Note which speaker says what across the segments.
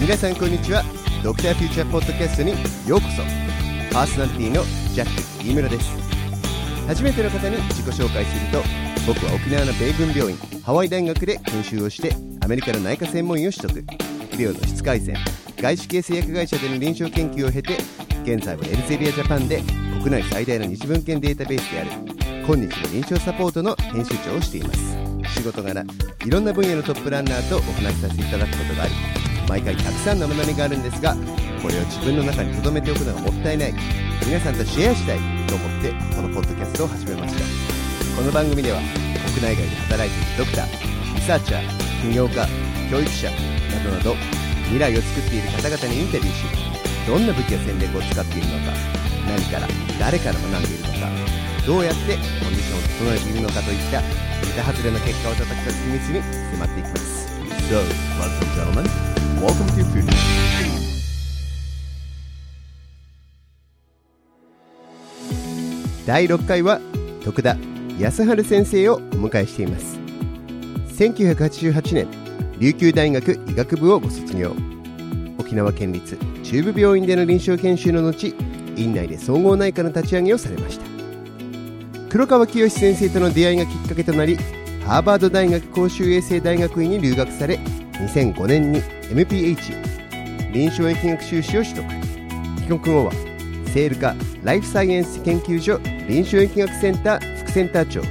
Speaker 1: 皆さんこんにちはドクターフューチャーポッドキャストにようこそパーソナリティのジャック飯村です初めての方に自己紹介すると僕は沖縄の米軍病院ハワイ大学で研修をしてアメリカの内科専門医を取得医療の質改善外資系製薬会社での臨床研究を経て現在はエルゼビアジャパンで国内最大の日文献データベースである今日の臨床サポートの編集長をしています仕事柄いろんな分野のトップランナーとお話しさせていただくことがあり毎回たくさんの学びがあるんですがこれを自分の中に留めておくのがもったいない皆さんとシェアしたいと思ってこのポッドキャストを始めましたこの番組では国内外で働いているドクターリサーチャー起業家教育者などなど未来を作っている方々にインタビューしどんな武器や戦略を使っているのか何から誰から学んでいるのかどうやってコンディションを整えているのかといった桁外れの結果を叩き出す秘密に迫っていきます So, welcome gentlemen, welcome to Future 第6回は徳田康春先生をお迎えしています1988年琉球大学医学部をご卒業沖縄県立中部病院での臨床研修の後院内で総合内科の立ち上げをされました黒川清先生との出会いがきっかけとなりハーバード大学公衆衛生大学院に留学され2005年に MPH 臨床疫学修士を取得帰国後はセール科ライフサイエンス研究所臨床疫学センター副センター長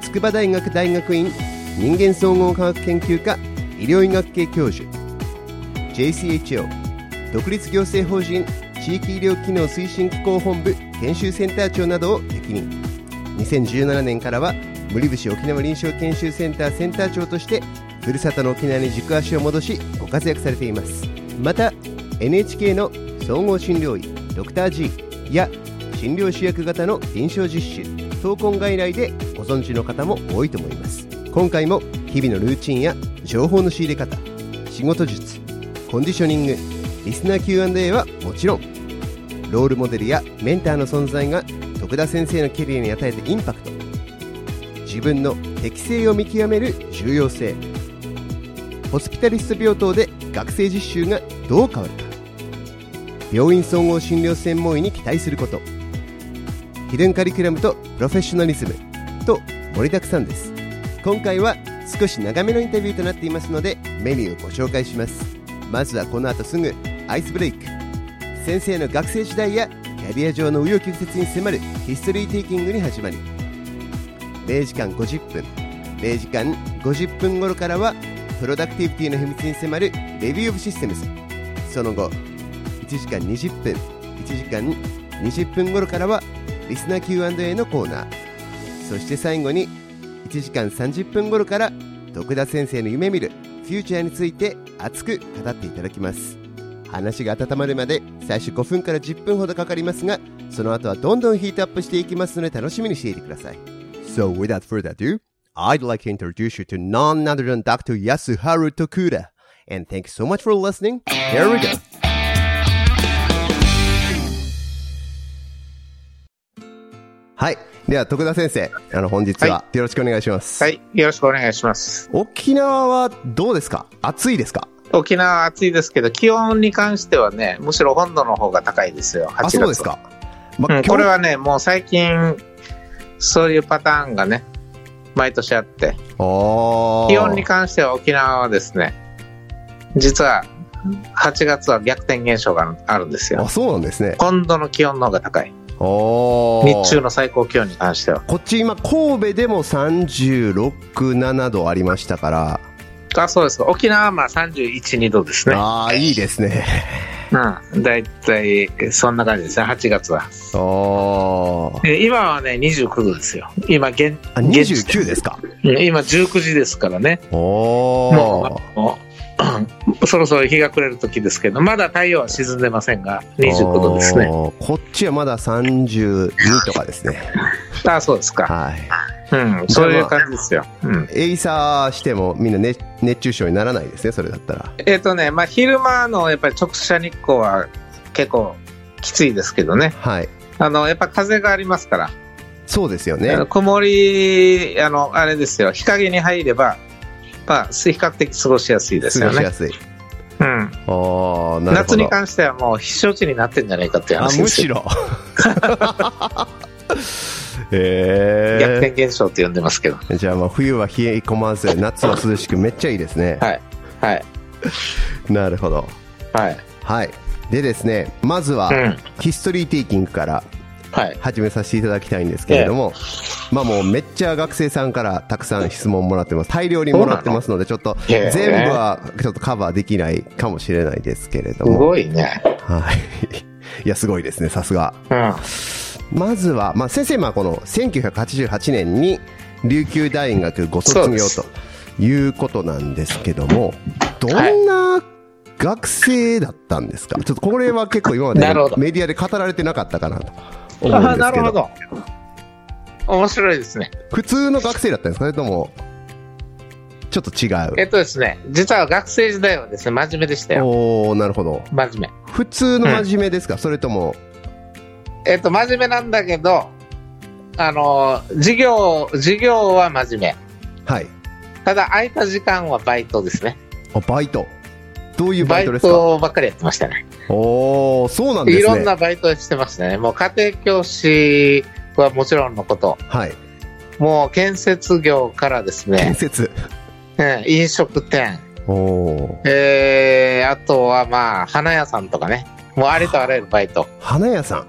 Speaker 1: 筑波大学大学院人間総合科学研究科医療医学系教授 JCHO 独立行政法人地域医療機能推進機構本部研修センター長などを歴任2017年からは森節沖縄臨床研修センターセンター長としてふるさとの沖縄に軸足を戻しご活躍されていますまた NHK の総合診療医ドクター g や診療主役型の臨床実習闘魂外来でご存知の方も多いと思います今回も日々のルーチンや情報の仕入れ方仕事術コンディショニングリスナー Q&A はもちろんロールモデルやメンターの存在が徳田先生のキャリアに与えたインパクト自分の適性を見極める重要性ホスピタリスト病棟で学生実習がどう変わるか病院総合診療専門医に期待することヒデンカリキュラムとプロフェッショナリズムと盛りだくさんです今回は少し長めのインタビューとなっていますのでメニューをご紹介しますまずはこの後すぐアイスブレイク先生の学生時代やキャリア上の紆余曲折に迫るヒストリーテイキングに始まり0時間50分0時間50分頃からはプロダクティビティの秘密に迫るレビュー・オブ・システムズその後1時間20分1時間20分頃からはリスナー Q&A のコーナーそして最後に1時間30分頃から徳田先生の夢見るフューチャーについて熱く語っていただきます話が温まるまで最初5分から10分ほどかかりますがその後はどんどんヒートアップしていきますので楽しみにしていてください So without further ado I'd like to introduce you to none other than Dr. Yasuharu Tokuda and thank you so much for listening Here we go はいでは徳田先生あの本日は
Speaker 2: は
Speaker 1: よろしくお願いします、
Speaker 2: はい、よろしくお願いします。
Speaker 1: 沖縄はどうですか暑いですか
Speaker 2: 沖縄は暑いですけど、気温に関してはね、むしろ本土の方が高いですよ、8
Speaker 1: あ
Speaker 2: 月
Speaker 1: そ
Speaker 2: は
Speaker 1: うですか、ま
Speaker 2: うん
Speaker 1: 今日
Speaker 2: これはね、もう最近、そういうパターンがね、毎年あって、
Speaker 1: あー
Speaker 2: 気温に関しては沖縄はですね、実は8月は逆転現象があるんです
Speaker 1: あ
Speaker 2: よ。
Speaker 1: そうなんですね
Speaker 2: 今度の気温の方が高い。
Speaker 1: おー
Speaker 2: 日中の最高気温に関しては。
Speaker 1: こっち今神戸でも367度ありましたから、
Speaker 2: あ、そうですか。沖縄はまあ31、2度ですね。
Speaker 1: ああいいですね
Speaker 2: うん。だいたいそんな感じですね、8月は。
Speaker 1: おー
Speaker 2: え今はね、29度ですよ。今、現、
Speaker 1: あ
Speaker 2: 現地
Speaker 1: 29ですか
Speaker 2: 今19時ですからね。
Speaker 1: お
Speaker 2: も
Speaker 1: ー
Speaker 2: う、もう そろそろ日が暮れる時ですけど、まだ太陽は沈んでませんが、29度ですね。
Speaker 1: おーこっちはまだ32とかですね
Speaker 2: ああ、そうですか。
Speaker 1: はい
Speaker 2: うん、そういう感じですよ。うん。
Speaker 1: エイサーしてもみんな、ね、熱中症にならないですねそれだったら
Speaker 2: えっ、とね、まあ、昼間のやっぱり直射日光は結構きついですけどね。
Speaker 1: はい
Speaker 2: あの、やっぱ風がありますから、
Speaker 1: そうですよ
Speaker 2: あ
Speaker 1: ね
Speaker 2: の曇り、あの、あれですよ、日陰に入れば、まあ、比較的過ごしやすいです
Speaker 1: 過
Speaker 2: よ
Speaker 1: ごし
Speaker 2: ね。
Speaker 1: やすい
Speaker 2: うん。
Speaker 1: ああなるほ
Speaker 2: 夏
Speaker 1: ど
Speaker 2: に関してはもう避暑地になってんじゃないかっていう
Speaker 1: あ
Speaker 2: 話で
Speaker 1: む
Speaker 2: す
Speaker 1: し
Speaker 2: よ。
Speaker 1: ろへ
Speaker 2: 逆
Speaker 1: え
Speaker 2: 転現象って呼んでますけど。
Speaker 1: じゃあまあ冬は冷え込まず夏は涼しくめっちゃいいですね
Speaker 2: はい。はい。
Speaker 1: なるほど
Speaker 2: はい。
Speaker 1: はいでですねまずは
Speaker 2: うん。
Speaker 1: ヒストリーテイキングから
Speaker 2: はい。
Speaker 1: 始めさせていただきたいんですけれども、まあもうめっちゃ学生さんからたくさん質問もらってます。大量にもらってますので、ちょっと
Speaker 2: へえ
Speaker 1: 全部はちょっとカバーできないかもしれないですけれ
Speaker 2: す
Speaker 1: ども。
Speaker 2: ごいね。
Speaker 1: はい。いや、すごいですね、さすが。
Speaker 2: うん。
Speaker 1: まずは、まあ先生、まあこの1988年に琉球大学ご卒
Speaker 2: そうで
Speaker 1: 業
Speaker 2: す
Speaker 1: ということなんですけども、どんな学生だったんですか、ちょっとこれは結構今まで
Speaker 2: なるほど
Speaker 1: メディアで語られてなかったかなと思うんですけど。
Speaker 2: あなるほど。面白いですね。
Speaker 1: 普通の学生だったんですかそれとも、ちょっと違う。
Speaker 2: えっとですね、実は学生時代はですね、真面目でしたよ。
Speaker 1: おおなるほど。
Speaker 2: 真面
Speaker 1: 普通の真面目ですか、それとも、
Speaker 2: 目。えっと、真面目なんだけど、あの、授業、授業は真面
Speaker 1: はい。
Speaker 2: 目。ただ、空いた時間はバイトですね。
Speaker 1: あ、バイト。どういうバ
Speaker 2: バ
Speaker 1: イ
Speaker 2: イ
Speaker 1: トですか
Speaker 2: トばっかりやってましたね。
Speaker 1: おおそうなんですね。
Speaker 2: いろんなバイトしてましたね。もう家庭教師はもちろんのこと、
Speaker 1: はい。
Speaker 2: もう建設業からです
Speaker 1: 建
Speaker 2: ね、
Speaker 1: 設。
Speaker 2: うん飲食店、
Speaker 1: おお
Speaker 2: えー、あとはまあ、花屋さんとかね、もうありとあらゆるバイト。
Speaker 1: 花屋さん。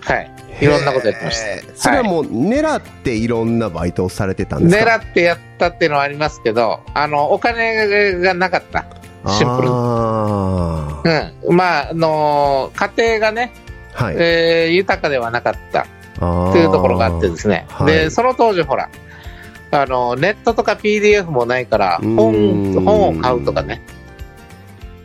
Speaker 2: はい。いろんなことやってました。
Speaker 1: へーそれはもう、狙っていろんなバイトをされてたんですか
Speaker 2: 狙ってやったっていうのはありますけど、あの、お金がなかった。シンプル
Speaker 1: あ
Speaker 2: うん。まあ、あのー家庭がね、
Speaker 1: ーはい。
Speaker 2: えー豊かではなかった
Speaker 1: あー
Speaker 2: っていうところがあってですね。
Speaker 1: はい
Speaker 2: で、その当時ほら、あの、ネットとか PDF もないから、
Speaker 1: う
Speaker 2: 本、
Speaker 1: ーん
Speaker 2: 本を買うとかね。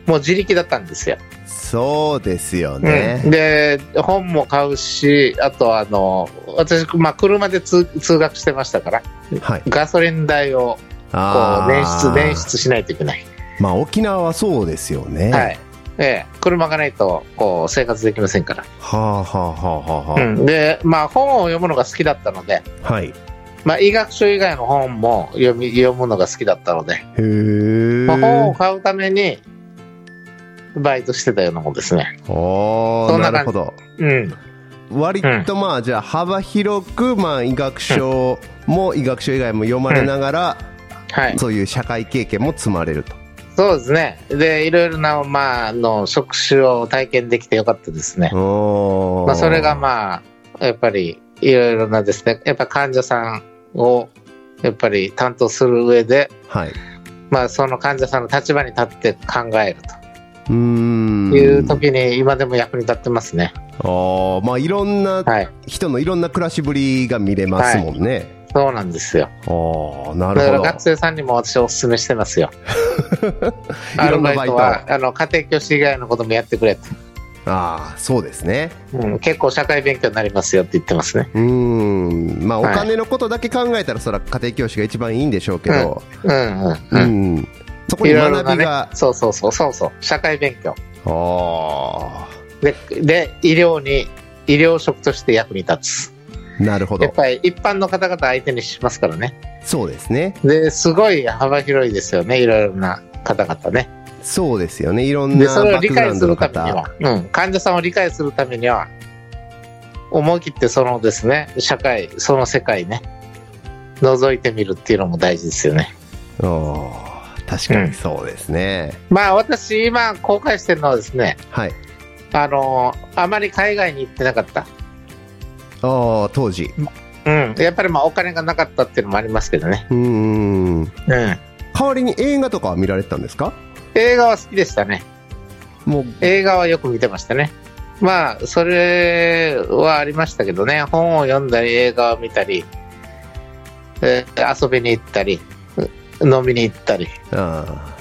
Speaker 2: もう自力だったんですよ。
Speaker 1: そうですよ
Speaker 2: うん
Speaker 1: ね。
Speaker 2: で、本も買うし、あとあの、私、まあ、車で通通学してましたから、
Speaker 1: はい。
Speaker 2: ガソリン代をこう
Speaker 1: あ
Speaker 2: 捻出、
Speaker 1: ー
Speaker 2: 捻出しないといけない。
Speaker 1: まあ、沖縄はそうですよね。
Speaker 2: はい。ええ、車がないと、こう、生活できませんから。
Speaker 1: はあはあはあはあはあ、
Speaker 2: うんで、まあ、本を読むのが好きだったので、
Speaker 1: はい。へ
Speaker 2: まあ、医学書以外の本も読み、読むのが好きだったので、
Speaker 1: え。
Speaker 2: まあ、本を買うためにバイトしてたようなもんですね。
Speaker 1: ああ、
Speaker 2: そん
Speaker 1: な
Speaker 2: な
Speaker 1: るほ
Speaker 2: 感じ
Speaker 1: ど。
Speaker 2: うん。
Speaker 1: 割とまあ、じゃあ幅広く、まあ、医学書も医学書以外も読まれながら、
Speaker 2: はい。
Speaker 1: そういう社会経験も積まれると。
Speaker 2: そうですね。で、いろいろな、まあ、あの、職種を体験できてよかったですね。
Speaker 1: おー
Speaker 2: まあ、それがまあ、やっぱり、いろいろなですね、やっぱ患者さんを、やっぱり担当する上で、
Speaker 1: はい。う
Speaker 2: まあ、その患者さんの立場に立って考える
Speaker 1: ーん。
Speaker 2: という時に、今でも役に立ってますね。
Speaker 1: あーまあ、いろんな
Speaker 2: はい。
Speaker 1: 人のいろんな暮らしぶりが見れますもんね。
Speaker 2: そうなんですよ。
Speaker 1: ああ、な
Speaker 2: だから
Speaker 1: るほど
Speaker 2: 学。生さんにも私お勧めし てますよ。ア
Speaker 1: いろん
Speaker 2: ル
Speaker 1: な
Speaker 2: バ
Speaker 1: バイト
Speaker 2: イト
Speaker 1: を
Speaker 2: は、あの、家庭教師以外のこともやってくれと。
Speaker 1: ああ、そうですね。
Speaker 2: うん、結構社会勉強になりますよって言ってますね。
Speaker 1: うーんまあお
Speaker 2: はい
Speaker 1: 金のことだけ考えたらそら家庭教師が一番いいんでしょうけど、
Speaker 2: うんうん
Speaker 1: う
Speaker 2: うん。
Speaker 1: んそこに
Speaker 2: いろいろ
Speaker 1: 学
Speaker 2: な
Speaker 1: び
Speaker 2: ね
Speaker 1: が、、
Speaker 2: そうそうそうそうそう、社会勉強。
Speaker 1: あ
Speaker 2: で、で、医療に、医療職として役に立
Speaker 1: あなるほ
Speaker 2: つ。やっ
Speaker 1: ど
Speaker 2: ぱり一般の方々相手にしますからね。
Speaker 1: そうですね
Speaker 2: で、すごい幅広いですよね、いろいろな方々ね。
Speaker 1: そうですよねいろん
Speaker 2: で、
Speaker 1: な
Speaker 2: そ
Speaker 1: バ
Speaker 2: れを
Speaker 1: ッ
Speaker 2: 理
Speaker 1: クグラウ
Speaker 2: 解
Speaker 1: ン
Speaker 2: す
Speaker 1: ドの
Speaker 2: るために
Speaker 1: 方
Speaker 2: は、うん、患者さんを理解するためには、思い切ってそのですね、社会、その世界ね、覗いてみるっていうのも大事ですよね。
Speaker 1: あー確かにそうですね、
Speaker 2: まあ私、今後悔してるのはですね、
Speaker 1: はい
Speaker 2: あのーあまり海外に行ってなかった。
Speaker 1: ああ当時
Speaker 2: うん。やっぱりまあお金がなかったっていうのもありますけどね。
Speaker 1: うーん
Speaker 2: うん。
Speaker 1: 代わりに映画とかは見られてたんですか
Speaker 2: 映画は好きでしたね。
Speaker 1: もう
Speaker 2: 映画はよく見てましたね。まあ、それはありましたけどね。本を読んだり、映画を見たり、えー遊びに行ったり、う飲みに行ったり、
Speaker 1: あ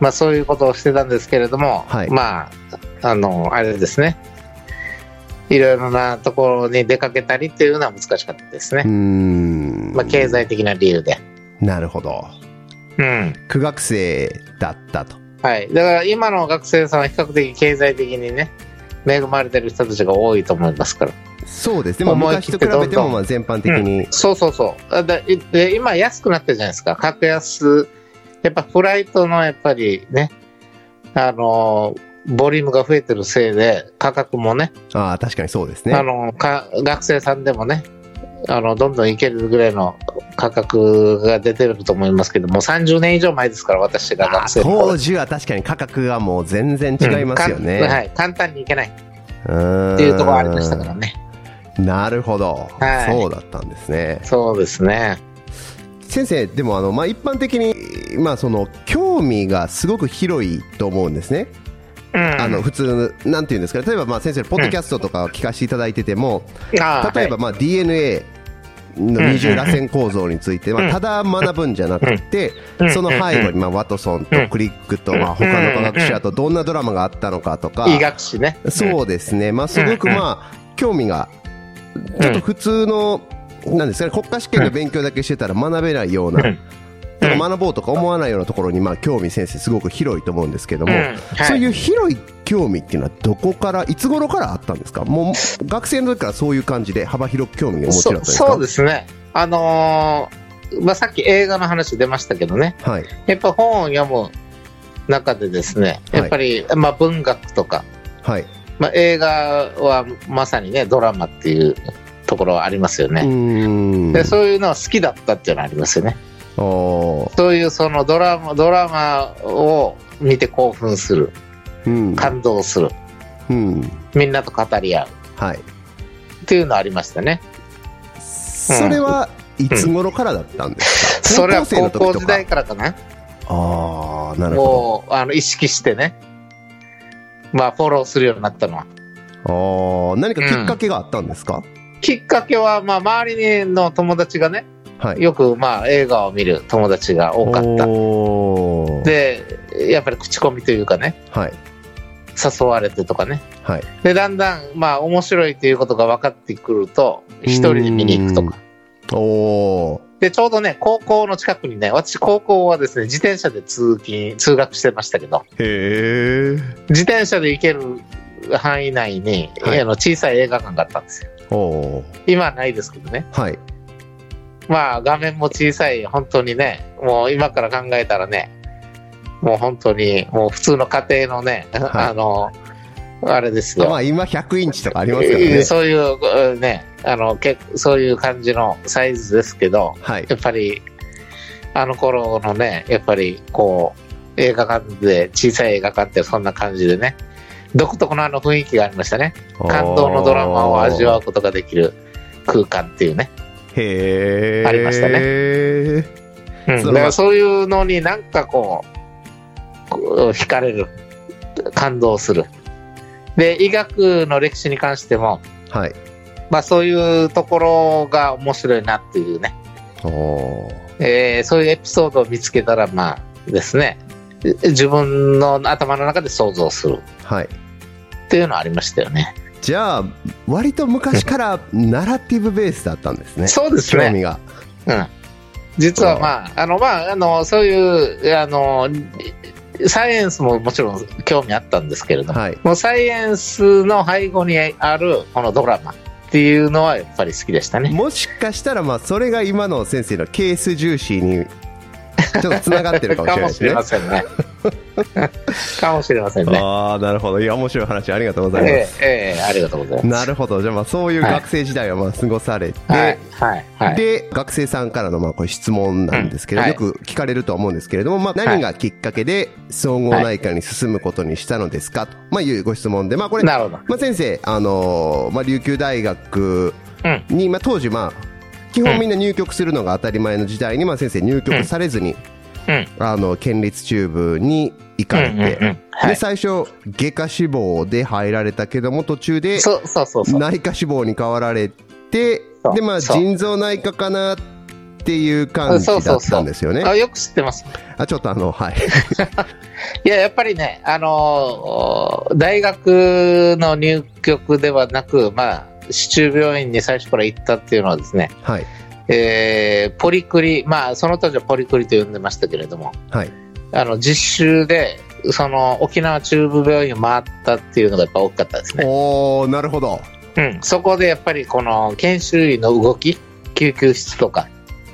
Speaker 2: まあそういうことをしてたんですけれども、
Speaker 1: はい
Speaker 2: まあ、あの、あれですね。いろいろなところに出かけたりっていうのは難しかったですね
Speaker 1: ーうー。ん
Speaker 2: まあ、経済的な理由で。
Speaker 1: なるほど
Speaker 2: うん。
Speaker 1: 苦学生だったと
Speaker 2: はい。だから今の学生さんは比較的経済的にね、恵まれてる人たちが多いと思いますから。
Speaker 1: そうですね、まあ、
Speaker 2: 思い
Speaker 1: 昔と
Speaker 2: 切っ
Speaker 1: 比
Speaker 2: てどんどん
Speaker 1: べてもまあ全般的に、
Speaker 2: そうそうそう。あだいで今安くなってるじゃないですか。格安。やっぱフライトのやっぱりね、あの、ボリュームが増えてるせいで、価格もね、
Speaker 1: ああ、確かにそうですね。
Speaker 2: あのか学生さんでもねあのどんどんいけるぐらいの価格が出てると思いますけどもう30年以上前ですから私が
Speaker 1: あ
Speaker 2: 学
Speaker 1: ー
Speaker 2: 生の頃
Speaker 1: 当時は確かに価格がもう全然違いますよ
Speaker 2: うんかんは
Speaker 1: ね。
Speaker 2: い、簡単にいけないっ
Speaker 1: って
Speaker 2: いうところありましたから。ね
Speaker 1: なるほど、
Speaker 2: はい
Speaker 1: そうだったんですね。
Speaker 2: そうですね
Speaker 1: 先生、でもあの、まあ、一般的に、まあ、その興味がすごく広いと思うんですね。
Speaker 2: うん
Speaker 1: あの普通、なんていうんですかね、例えばまあ先生のポッドキャストとかを聞かせていただいてても、
Speaker 2: あー
Speaker 1: 例えば
Speaker 2: は
Speaker 1: まあ DNA の二重螺旋構造について、まあ、ただ学ぶんじゃなくて、
Speaker 2: うん
Speaker 1: その背後にまあワトソンとクリックとまあ他の科学者とどんなドラマがあったのかとか
Speaker 2: い、医学士ね
Speaker 1: そうですね、まあ、すごく
Speaker 2: うん
Speaker 1: まあ興味がちょっと普通のなんですかね国家試験の勉強だけしてたら学べないような
Speaker 2: うん
Speaker 1: とか学ぼうとか思わないようなところにまあ興味先生すごく広いと思うんですけども、
Speaker 2: うんはい
Speaker 1: そういう広い興味っていうのはどこからいつ頃からあったんですかもう学生の時からそういう感じで幅広く興味をお持ちだったんで
Speaker 2: そ
Speaker 1: すか
Speaker 2: そうですねあのーまあ、さっき映画の話出ましたけどね
Speaker 1: はい
Speaker 2: やっぱ本を読む中でですねやっぱり、まあ、文学とか
Speaker 1: はい、
Speaker 2: まあ、映画はまさにねドラマっていうところはありますよ
Speaker 1: う
Speaker 2: ね、
Speaker 1: ーん
Speaker 2: でそういうのは好きだったっていうのはありますよね
Speaker 1: おー
Speaker 2: そういうそのドラマドラマを見て興奮する
Speaker 1: うん
Speaker 2: 感動する
Speaker 1: うん
Speaker 2: みんなと語り合う
Speaker 1: はい
Speaker 2: っていうのはありましたね
Speaker 1: それはいつ頃からだったんですか、
Speaker 2: それは高
Speaker 1: 時
Speaker 2: 校
Speaker 1: と
Speaker 2: 時
Speaker 1: か
Speaker 2: 代からかな
Speaker 1: ああなるほ
Speaker 2: もうあの意識してねまあフォローするようになったのは
Speaker 1: どあー何かきっかけがあったんですか、
Speaker 2: きっかけはまあ周りの友達がね
Speaker 1: はい
Speaker 2: よくまあ映画を見る友達が多かった
Speaker 1: おー
Speaker 2: でやっぱり口コミというかね
Speaker 1: はい
Speaker 2: 誘われてとかね
Speaker 1: はい
Speaker 2: でだんだんまあ面白いということが分かってくると一人で見に行くとか
Speaker 1: おお
Speaker 2: でちょうどね高校の近くにね私高校はですね自転車で通勤通学してましたけど
Speaker 1: へえ
Speaker 2: 自転車で行ける範囲内に、
Speaker 1: はい
Speaker 2: あの小さい映画館があったんですよ
Speaker 1: おお
Speaker 2: 今はないですけどね
Speaker 1: はい
Speaker 2: まあ画面も小さい本当にねもう今から考えたらねもう本当にもう普通の家庭のね、
Speaker 1: い
Speaker 2: あのあれです
Speaker 1: あ
Speaker 2: よ
Speaker 1: まあ今100インチとかありますからね
Speaker 2: そういううんねあのけそういう感じのサイズですけど
Speaker 1: はい
Speaker 2: やっぱりあの頃のねやっぱりこう映画館で小さい映画館ってそんな感じでね独特のあの雰囲気がありましたね感動のドラマを味わうことができる空間っていうね、
Speaker 1: へえ
Speaker 2: ありました
Speaker 1: ね
Speaker 2: うん
Speaker 1: その
Speaker 2: だからそういうのになんかこうこう惹かれる感動するで医学の歴史に関しても
Speaker 1: はい
Speaker 2: まあ、そういうところが面白いなっていうね、
Speaker 1: おお
Speaker 2: えーそういうエピソードを見つけたら、まあですね、自分の頭の中で想像する
Speaker 1: はい
Speaker 2: っていうのはありましたよね。
Speaker 1: じゃあ割と昔からナラティブベースだったんですね
Speaker 2: そうです
Speaker 1: 興
Speaker 2: ね。
Speaker 1: 味が
Speaker 2: うん、実は、まあ、あの、まあ、あの、そういう、あの、サイエンスももちろん興味あったんですけれども、
Speaker 1: はい
Speaker 2: もうサイエンスの背後にあるこのドラマっていうのはやっぱり好きでしたね。
Speaker 1: もしかしたらまあそれが今の先生のケース重視にちょっとつながってるかもしれないですね
Speaker 2: かもしれませんね。かもしれませ んね。
Speaker 1: ああなるほどいや面白い話ありがとうございます、
Speaker 2: ええええありがとうございます。
Speaker 1: なるほどじゃあまあそういう
Speaker 2: はい
Speaker 1: 学生時代をまあ過ごされて、
Speaker 2: はい、はい、はい。
Speaker 1: で学生さんからのまあこれ質問なんですけど、
Speaker 2: うんはい
Speaker 1: よく聞かれると思うんですけれども、まあ、何がきっかけで総合内科に進むことにしたのですかと、まあ、いうご質問で、まあ、これ、ま
Speaker 2: なるほど。
Speaker 1: あ、先生、あのーまあ、琉球大学
Speaker 2: うん、
Speaker 1: に、まあ、当時、まあ、基本みんな入局するのが当たり前の時代に、まあ、先生入局されずに、
Speaker 2: うん、
Speaker 1: あの県立中部に行
Speaker 2: う
Speaker 1: かれて、
Speaker 2: ん、うん、うん。は
Speaker 1: で
Speaker 2: い。
Speaker 1: 最初外科志望で入られたけども途中で
Speaker 2: そう、そう、そう、そう。
Speaker 1: 内科志望に変わられて
Speaker 2: そう
Speaker 1: でまあ
Speaker 2: そう
Speaker 1: 腎臓内科かなっていう感じ
Speaker 2: そう
Speaker 1: だ
Speaker 2: そ
Speaker 1: っ
Speaker 2: うそう
Speaker 1: たんですよね
Speaker 2: あ、よく知ってます。
Speaker 1: あちょっとあの はい
Speaker 2: いや、やっぱりね、あのー大学の入局ではなく、まあ。市中病院に最初から行ったっていうのはですね、
Speaker 1: はい
Speaker 2: えーポリクリ、まあ、その当時はポリクリと呼んでましたけれども、
Speaker 1: はい
Speaker 2: あの実習でその沖縄中部病院を回ったっていうのがやっぱ大きかったですね、
Speaker 1: おーなるほど
Speaker 2: うん、そこでやっぱりこの研修医の動き救急室とか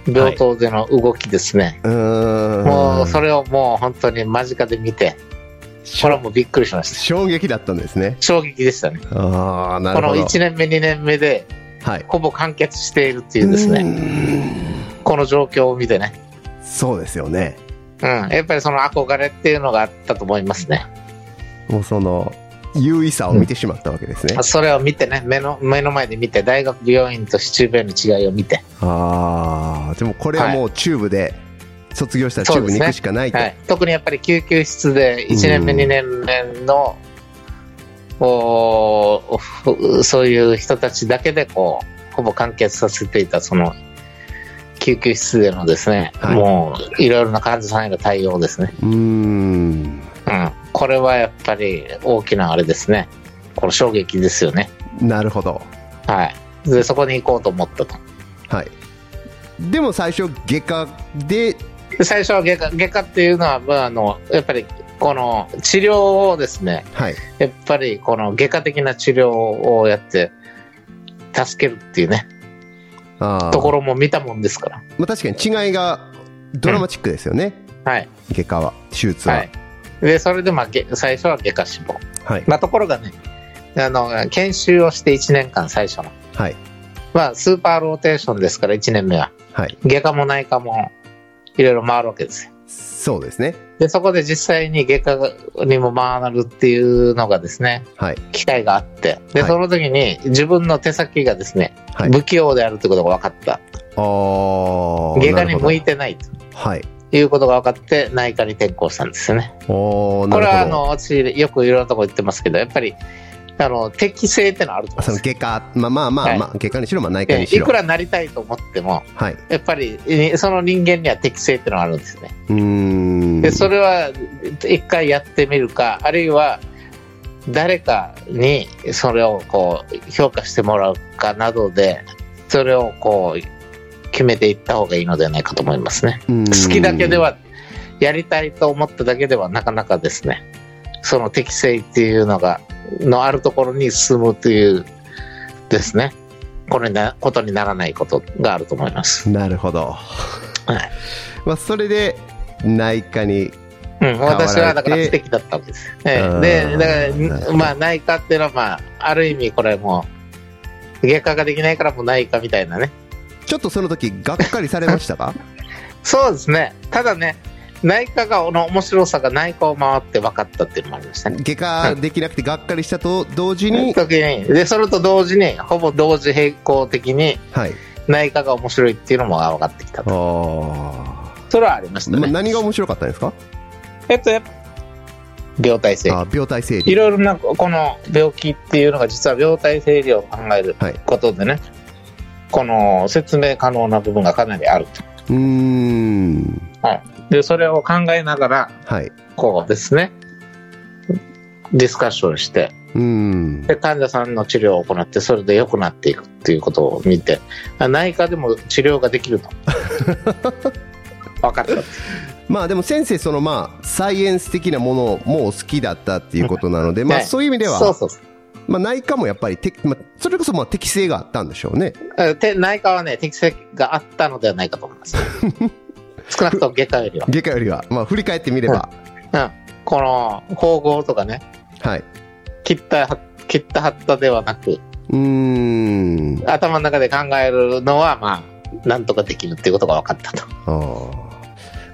Speaker 2: 病棟での動きですね、
Speaker 1: うーん
Speaker 2: もうそれをもう本当に間近で見てこれはもうびっくりしました。
Speaker 1: 衝撃だったんですね。
Speaker 2: 衝撃でしたね。
Speaker 1: ああ、な
Speaker 2: こ
Speaker 1: るほ
Speaker 2: の
Speaker 1: ど。
Speaker 2: 1年目、2年目で、
Speaker 1: はい。
Speaker 2: ほぼ完結しているっていうですね、
Speaker 1: ね。
Speaker 2: この状況を見てね、
Speaker 1: そうですよね。
Speaker 2: うん、やっぱりその憧れっていうのがあったと思いますね。
Speaker 1: もうその、優位さを見てしまったわけですね。
Speaker 2: それを見てね、目の目の前で見て、大学病院と市中病院の違いを見て、
Speaker 1: ああ、でもこれはもうチューブで、卒業したらチューブに行くしかないと。
Speaker 2: はい、特にやっぱり救急室で1年目、
Speaker 1: うん
Speaker 2: 2年目の、おーそういう人たちだけでこう、ほぼ完結させていた、その、救急室でのですね、
Speaker 1: はい
Speaker 2: もう、いろいろな患者さんへの対応ですね。
Speaker 1: うーん。
Speaker 2: うん。これはやっぱり大きなあれですね。この衝撃ですよね。
Speaker 1: なるほど。
Speaker 2: はい。で、そこに行こうと思ったと。
Speaker 1: はい。でも最初、外科で、
Speaker 2: で最初は外科、外科っていうのは、まあ、あの、やっぱり、この治療をですね、
Speaker 1: はい。
Speaker 2: やっぱりこの外科的な治療をやって、助けるっていうね、
Speaker 1: あー
Speaker 2: ところも見たもんですから。
Speaker 1: まあ、確かに違いがドラマチックですよね、
Speaker 2: はい。
Speaker 1: 外科は手術は
Speaker 2: は
Speaker 1: はい
Speaker 2: い。で、それで、まあ、げ最初は外科志望。
Speaker 1: はい、
Speaker 2: まあ、ところがね、あの、研修をして1年間最初の。
Speaker 1: はい
Speaker 2: まあ、スーパーローテーションですから、1年目は。外科も内科も、いろいろ回るわけですよ。
Speaker 1: そうですね
Speaker 2: で、そこで実際に外科にも回るっていうのがですね、
Speaker 1: はい
Speaker 2: 機会があって、で、
Speaker 1: はい
Speaker 2: その時に自分の手先がですね、
Speaker 1: はい
Speaker 2: 不器用であるということが分かった。
Speaker 1: ああ
Speaker 2: 外科に向
Speaker 1: い
Speaker 2: いてないと
Speaker 1: はい
Speaker 2: いうことが分かって、内科に転校したんですよね。
Speaker 1: おーな
Speaker 2: こ
Speaker 1: る
Speaker 2: れはあ
Speaker 1: ほど
Speaker 2: の、私、よくいろんなとこ言ってますけど、やっぱり、あの、適性ってのはあると思
Speaker 1: そ
Speaker 2: うん
Speaker 1: の
Speaker 2: ですよ
Speaker 1: 外科まあまあまあ、
Speaker 2: はい
Speaker 1: まあ、外科にしろまあ内科
Speaker 2: え
Speaker 1: にし
Speaker 2: い
Speaker 1: ろ
Speaker 2: くらなりたいと思っても、
Speaker 1: はいう
Speaker 2: やっぱり、えその人間には適性ってのがあるんですね。
Speaker 1: ーん
Speaker 2: でそれは一回やってみるかあるいは誰かにそれをこう評価してもらうかなどでそれをこう決めていった方がいいのではないかと思いますね好
Speaker 1: 好
Speaker 2: きだけではやりたいと思っただけではなかなかですねその適性っていうのがのあるところに進むというですねこれなことにならないことがあると思います、
Speaker 1: なるほど、
Speaker 2: い
Speaker 1: まあ、それで内科に
Speaker 2: うん、
Speaker 1: わられて
Speaker 2: 私はだから素敵だったわけです。え
Speaker 1: あー
Speaker 2: えで、
Speaker 1: な
Speaker 2: だ
Speaker 1: る
Speaker 2: か
Speaker 1: ほ
Speaker 2: ら、
Speaker 1: ど
Speaker 2: まあ、内科っていうのは、まあ、ある意味これもう、外科ができないからもう内科みたいなね。
Speaker 1: ちょっとその時がっかりされましたか
Speaker 2: そうですね。ただね、内科が、の面白さが内科を回って分かったっていうのもありましたね。
Speaker 1: 外科できなくてがっかりしたと同時に、
Speaker 2: 時に、で、それと同時に、ほぼ同時並行的に、
Speaker 1: はい、
Speaker 2: 内科が面白いっていうのも分かってきた
Speaker 1: あ
Speaker 2: と。
Speaker 1: あ、
Speaker 2: それはありました
Speaker 1: まあ、
Speaker 2: ね。
Speaker 1: 何が面白かったんですか
Speaker 2: えっと、やっぱ病態性。
Speaker 1: あ病態整理
Speaker 2: いろいろなこの病気っていうのが実は病態整理を考える
Speaker 1: はい
Speaker 2: ことでね、この説明可能な部分がかなりあると。
Speaker 1: うーん
Speaker 2: で、それを考えながら、
Speaker 1: はい。
Speaker 2: こうですね、ディスカッションして、
Speaker 1: うーん。
Speaker 2: で、患者さんの治療を行って、それで良くなっていくっていうことを見て、あ内科でも治療ができ ると。分かった。
Speaker 1: まあでも先生、そのまあ、サイエンス的なものもお好きだったっていうことな ので、まあ
Speaker 2: はい
Speaker 1: そういう意味で
Speaker 2: そう
Speaker 1: は、
Speaker 2: そうそう
Speaker 1: まあ内科もやっぱりて、まあ、それこそまあ適性があったんでしょうね。
Speaker 2: えて内科はね、適性があったのではないかと思 います。少なくとも外科よりは。
Speaker 1: 外科よりは。まあ振り返ってみれば。
Speaker 2: この縫合とかね、
Speaker 1: はい。
Speaker 2: 切ったは、切ったはったではなく、
Speaker 1: うーん。
Speaker 2: 頭の中で考えるのは、まあ、なんとかできるっていうことが分かったと。
Speaker 1: あー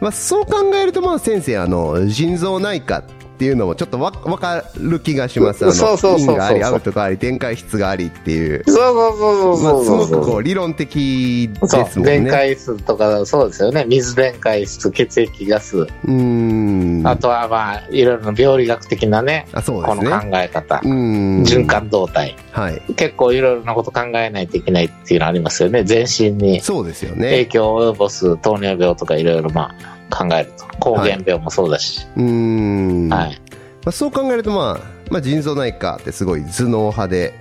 Speaker 1: まあそう考えると、まあ先生、あの、腎臓内科っていうのもちょっとわわかる気がします。あの、
Speaker 2: そうそうそうそうそう
Speaker 1: 陰があり、アウトがあり、展開質がありっていう。
Speaker 2: そうそう
Speaker 1: まあすご
Speaker 2: そ
Speaker 1: くこ
Speaker 2: う
Speaker 1: う理論的で
Speaker 2: そう。
Speaker 1: すもん
Speaker 2: 電
Speaker 1: ね。
Speaker 2: 解質とか、そうですよね。水電解質、血液ガス、
Speaker 1: うーん。
Speaker 2: あとはまあ、いろいろな病理学的なね、
Speaker 1: あそうで
Speaker 2: こ
Speaker 1: す
Speaker 2: の
Speaker 1: ね。
Speaker 2: 考え方、
Speaker 1: うん
Speaker 2: 循。環動態、
Speaker 1: はい。
Speaker 2: 結構いろいろなこと考えないといけないっていうのありますよね。全身に
Speaker 1: そうですよ
Speaker 2: 影
Speaker 1: ね。
Speaker 2: 響を及ぼす糖尿病とかいろいろまあ、考えると。抗原病もそうだし。
Speaker 1: うん。
Speaker 2: は
Speaker 1: ま
Speaker 2: い。
Speaker 1: あ、そう考えると、まあ、まあ、腎臓内科ってすごい頭脳派で、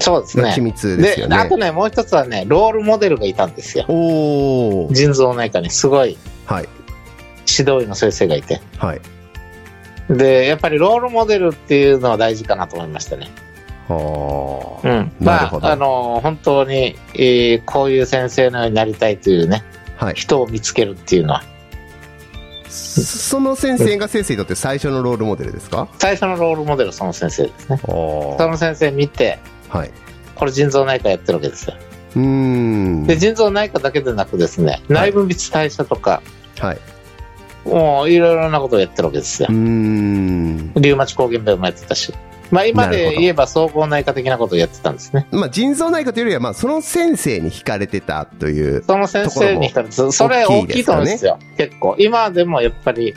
Speaker 2: そうです
Speaker 1: まあ
Speaker 2: ね。
Speaker 1: 緻密です
Speaker 2: で
Speaker 1: よ
Speaker 2: あ
Speaker 1: ね
Speaker 2: と。ね、もう一つはね、ロールモデルがいたんですよ。
Speaker 1: おー。
Speaker 2: 腎臓内科にすごい
Speaker 1: はい。
Speaker 2: 指導医の先生がいて。
Speaker 1: はい。
Speaker 2: で、やっぱりロールモデルっていうのは大事かなと思いましたね。
Speaker 1: は
Speaker 2: う
Speaker 1: あ。
Speaker 2: ん。
Speaker 1: なる
Speaker 2: ま
Speaker 1: ほど
Speaker 2: あ、あの、本当に、えーこういう先生のようになりたいというね、
Speaker 1: はい。
Speaker 2: 人を見つけるっていうのは、
Speaker 1: その先生が先生にとって最初のロールモデルですか
Speaker 2: 最初のロールモデルはその先生ですねそ
Speaker 1: は
Speaker 2: の先生見て
Speaker 1: い。
Speaker 2: これ腎臓内科やってるわけですよ
Speaker 1: うーん。
Speaker 2: で腎臓内科だけでなくですね内分泌代謝とか、
Speaker 1: はい。
Speaker 2: もういろいろなことをやってるわけですよ
Speaker 1: うーん。
Speaker 2: リウマチ抗原病もやってたし、まあ、今
Speaker 1: なるほ
Speaker 2: で
Speaker 1: ど
Speaker 2: 言えば総合内科的なことをやってたんですね
Speaker 1: まあ、腎臓内科というよりは、まあ、その先生に惹かれてたという。
Speaker 2: その先生にしたらそそれ
Speaker 1: 大
Speaker 2: 大
Speaker 1: き
Speaker 2: き
Speaker 1: いで
Speaker 2: い
Speaker 1: す
Speaker 2: と
Speaker 1: よね
Speaker 2: 思うんですよ結構今でもやっぱり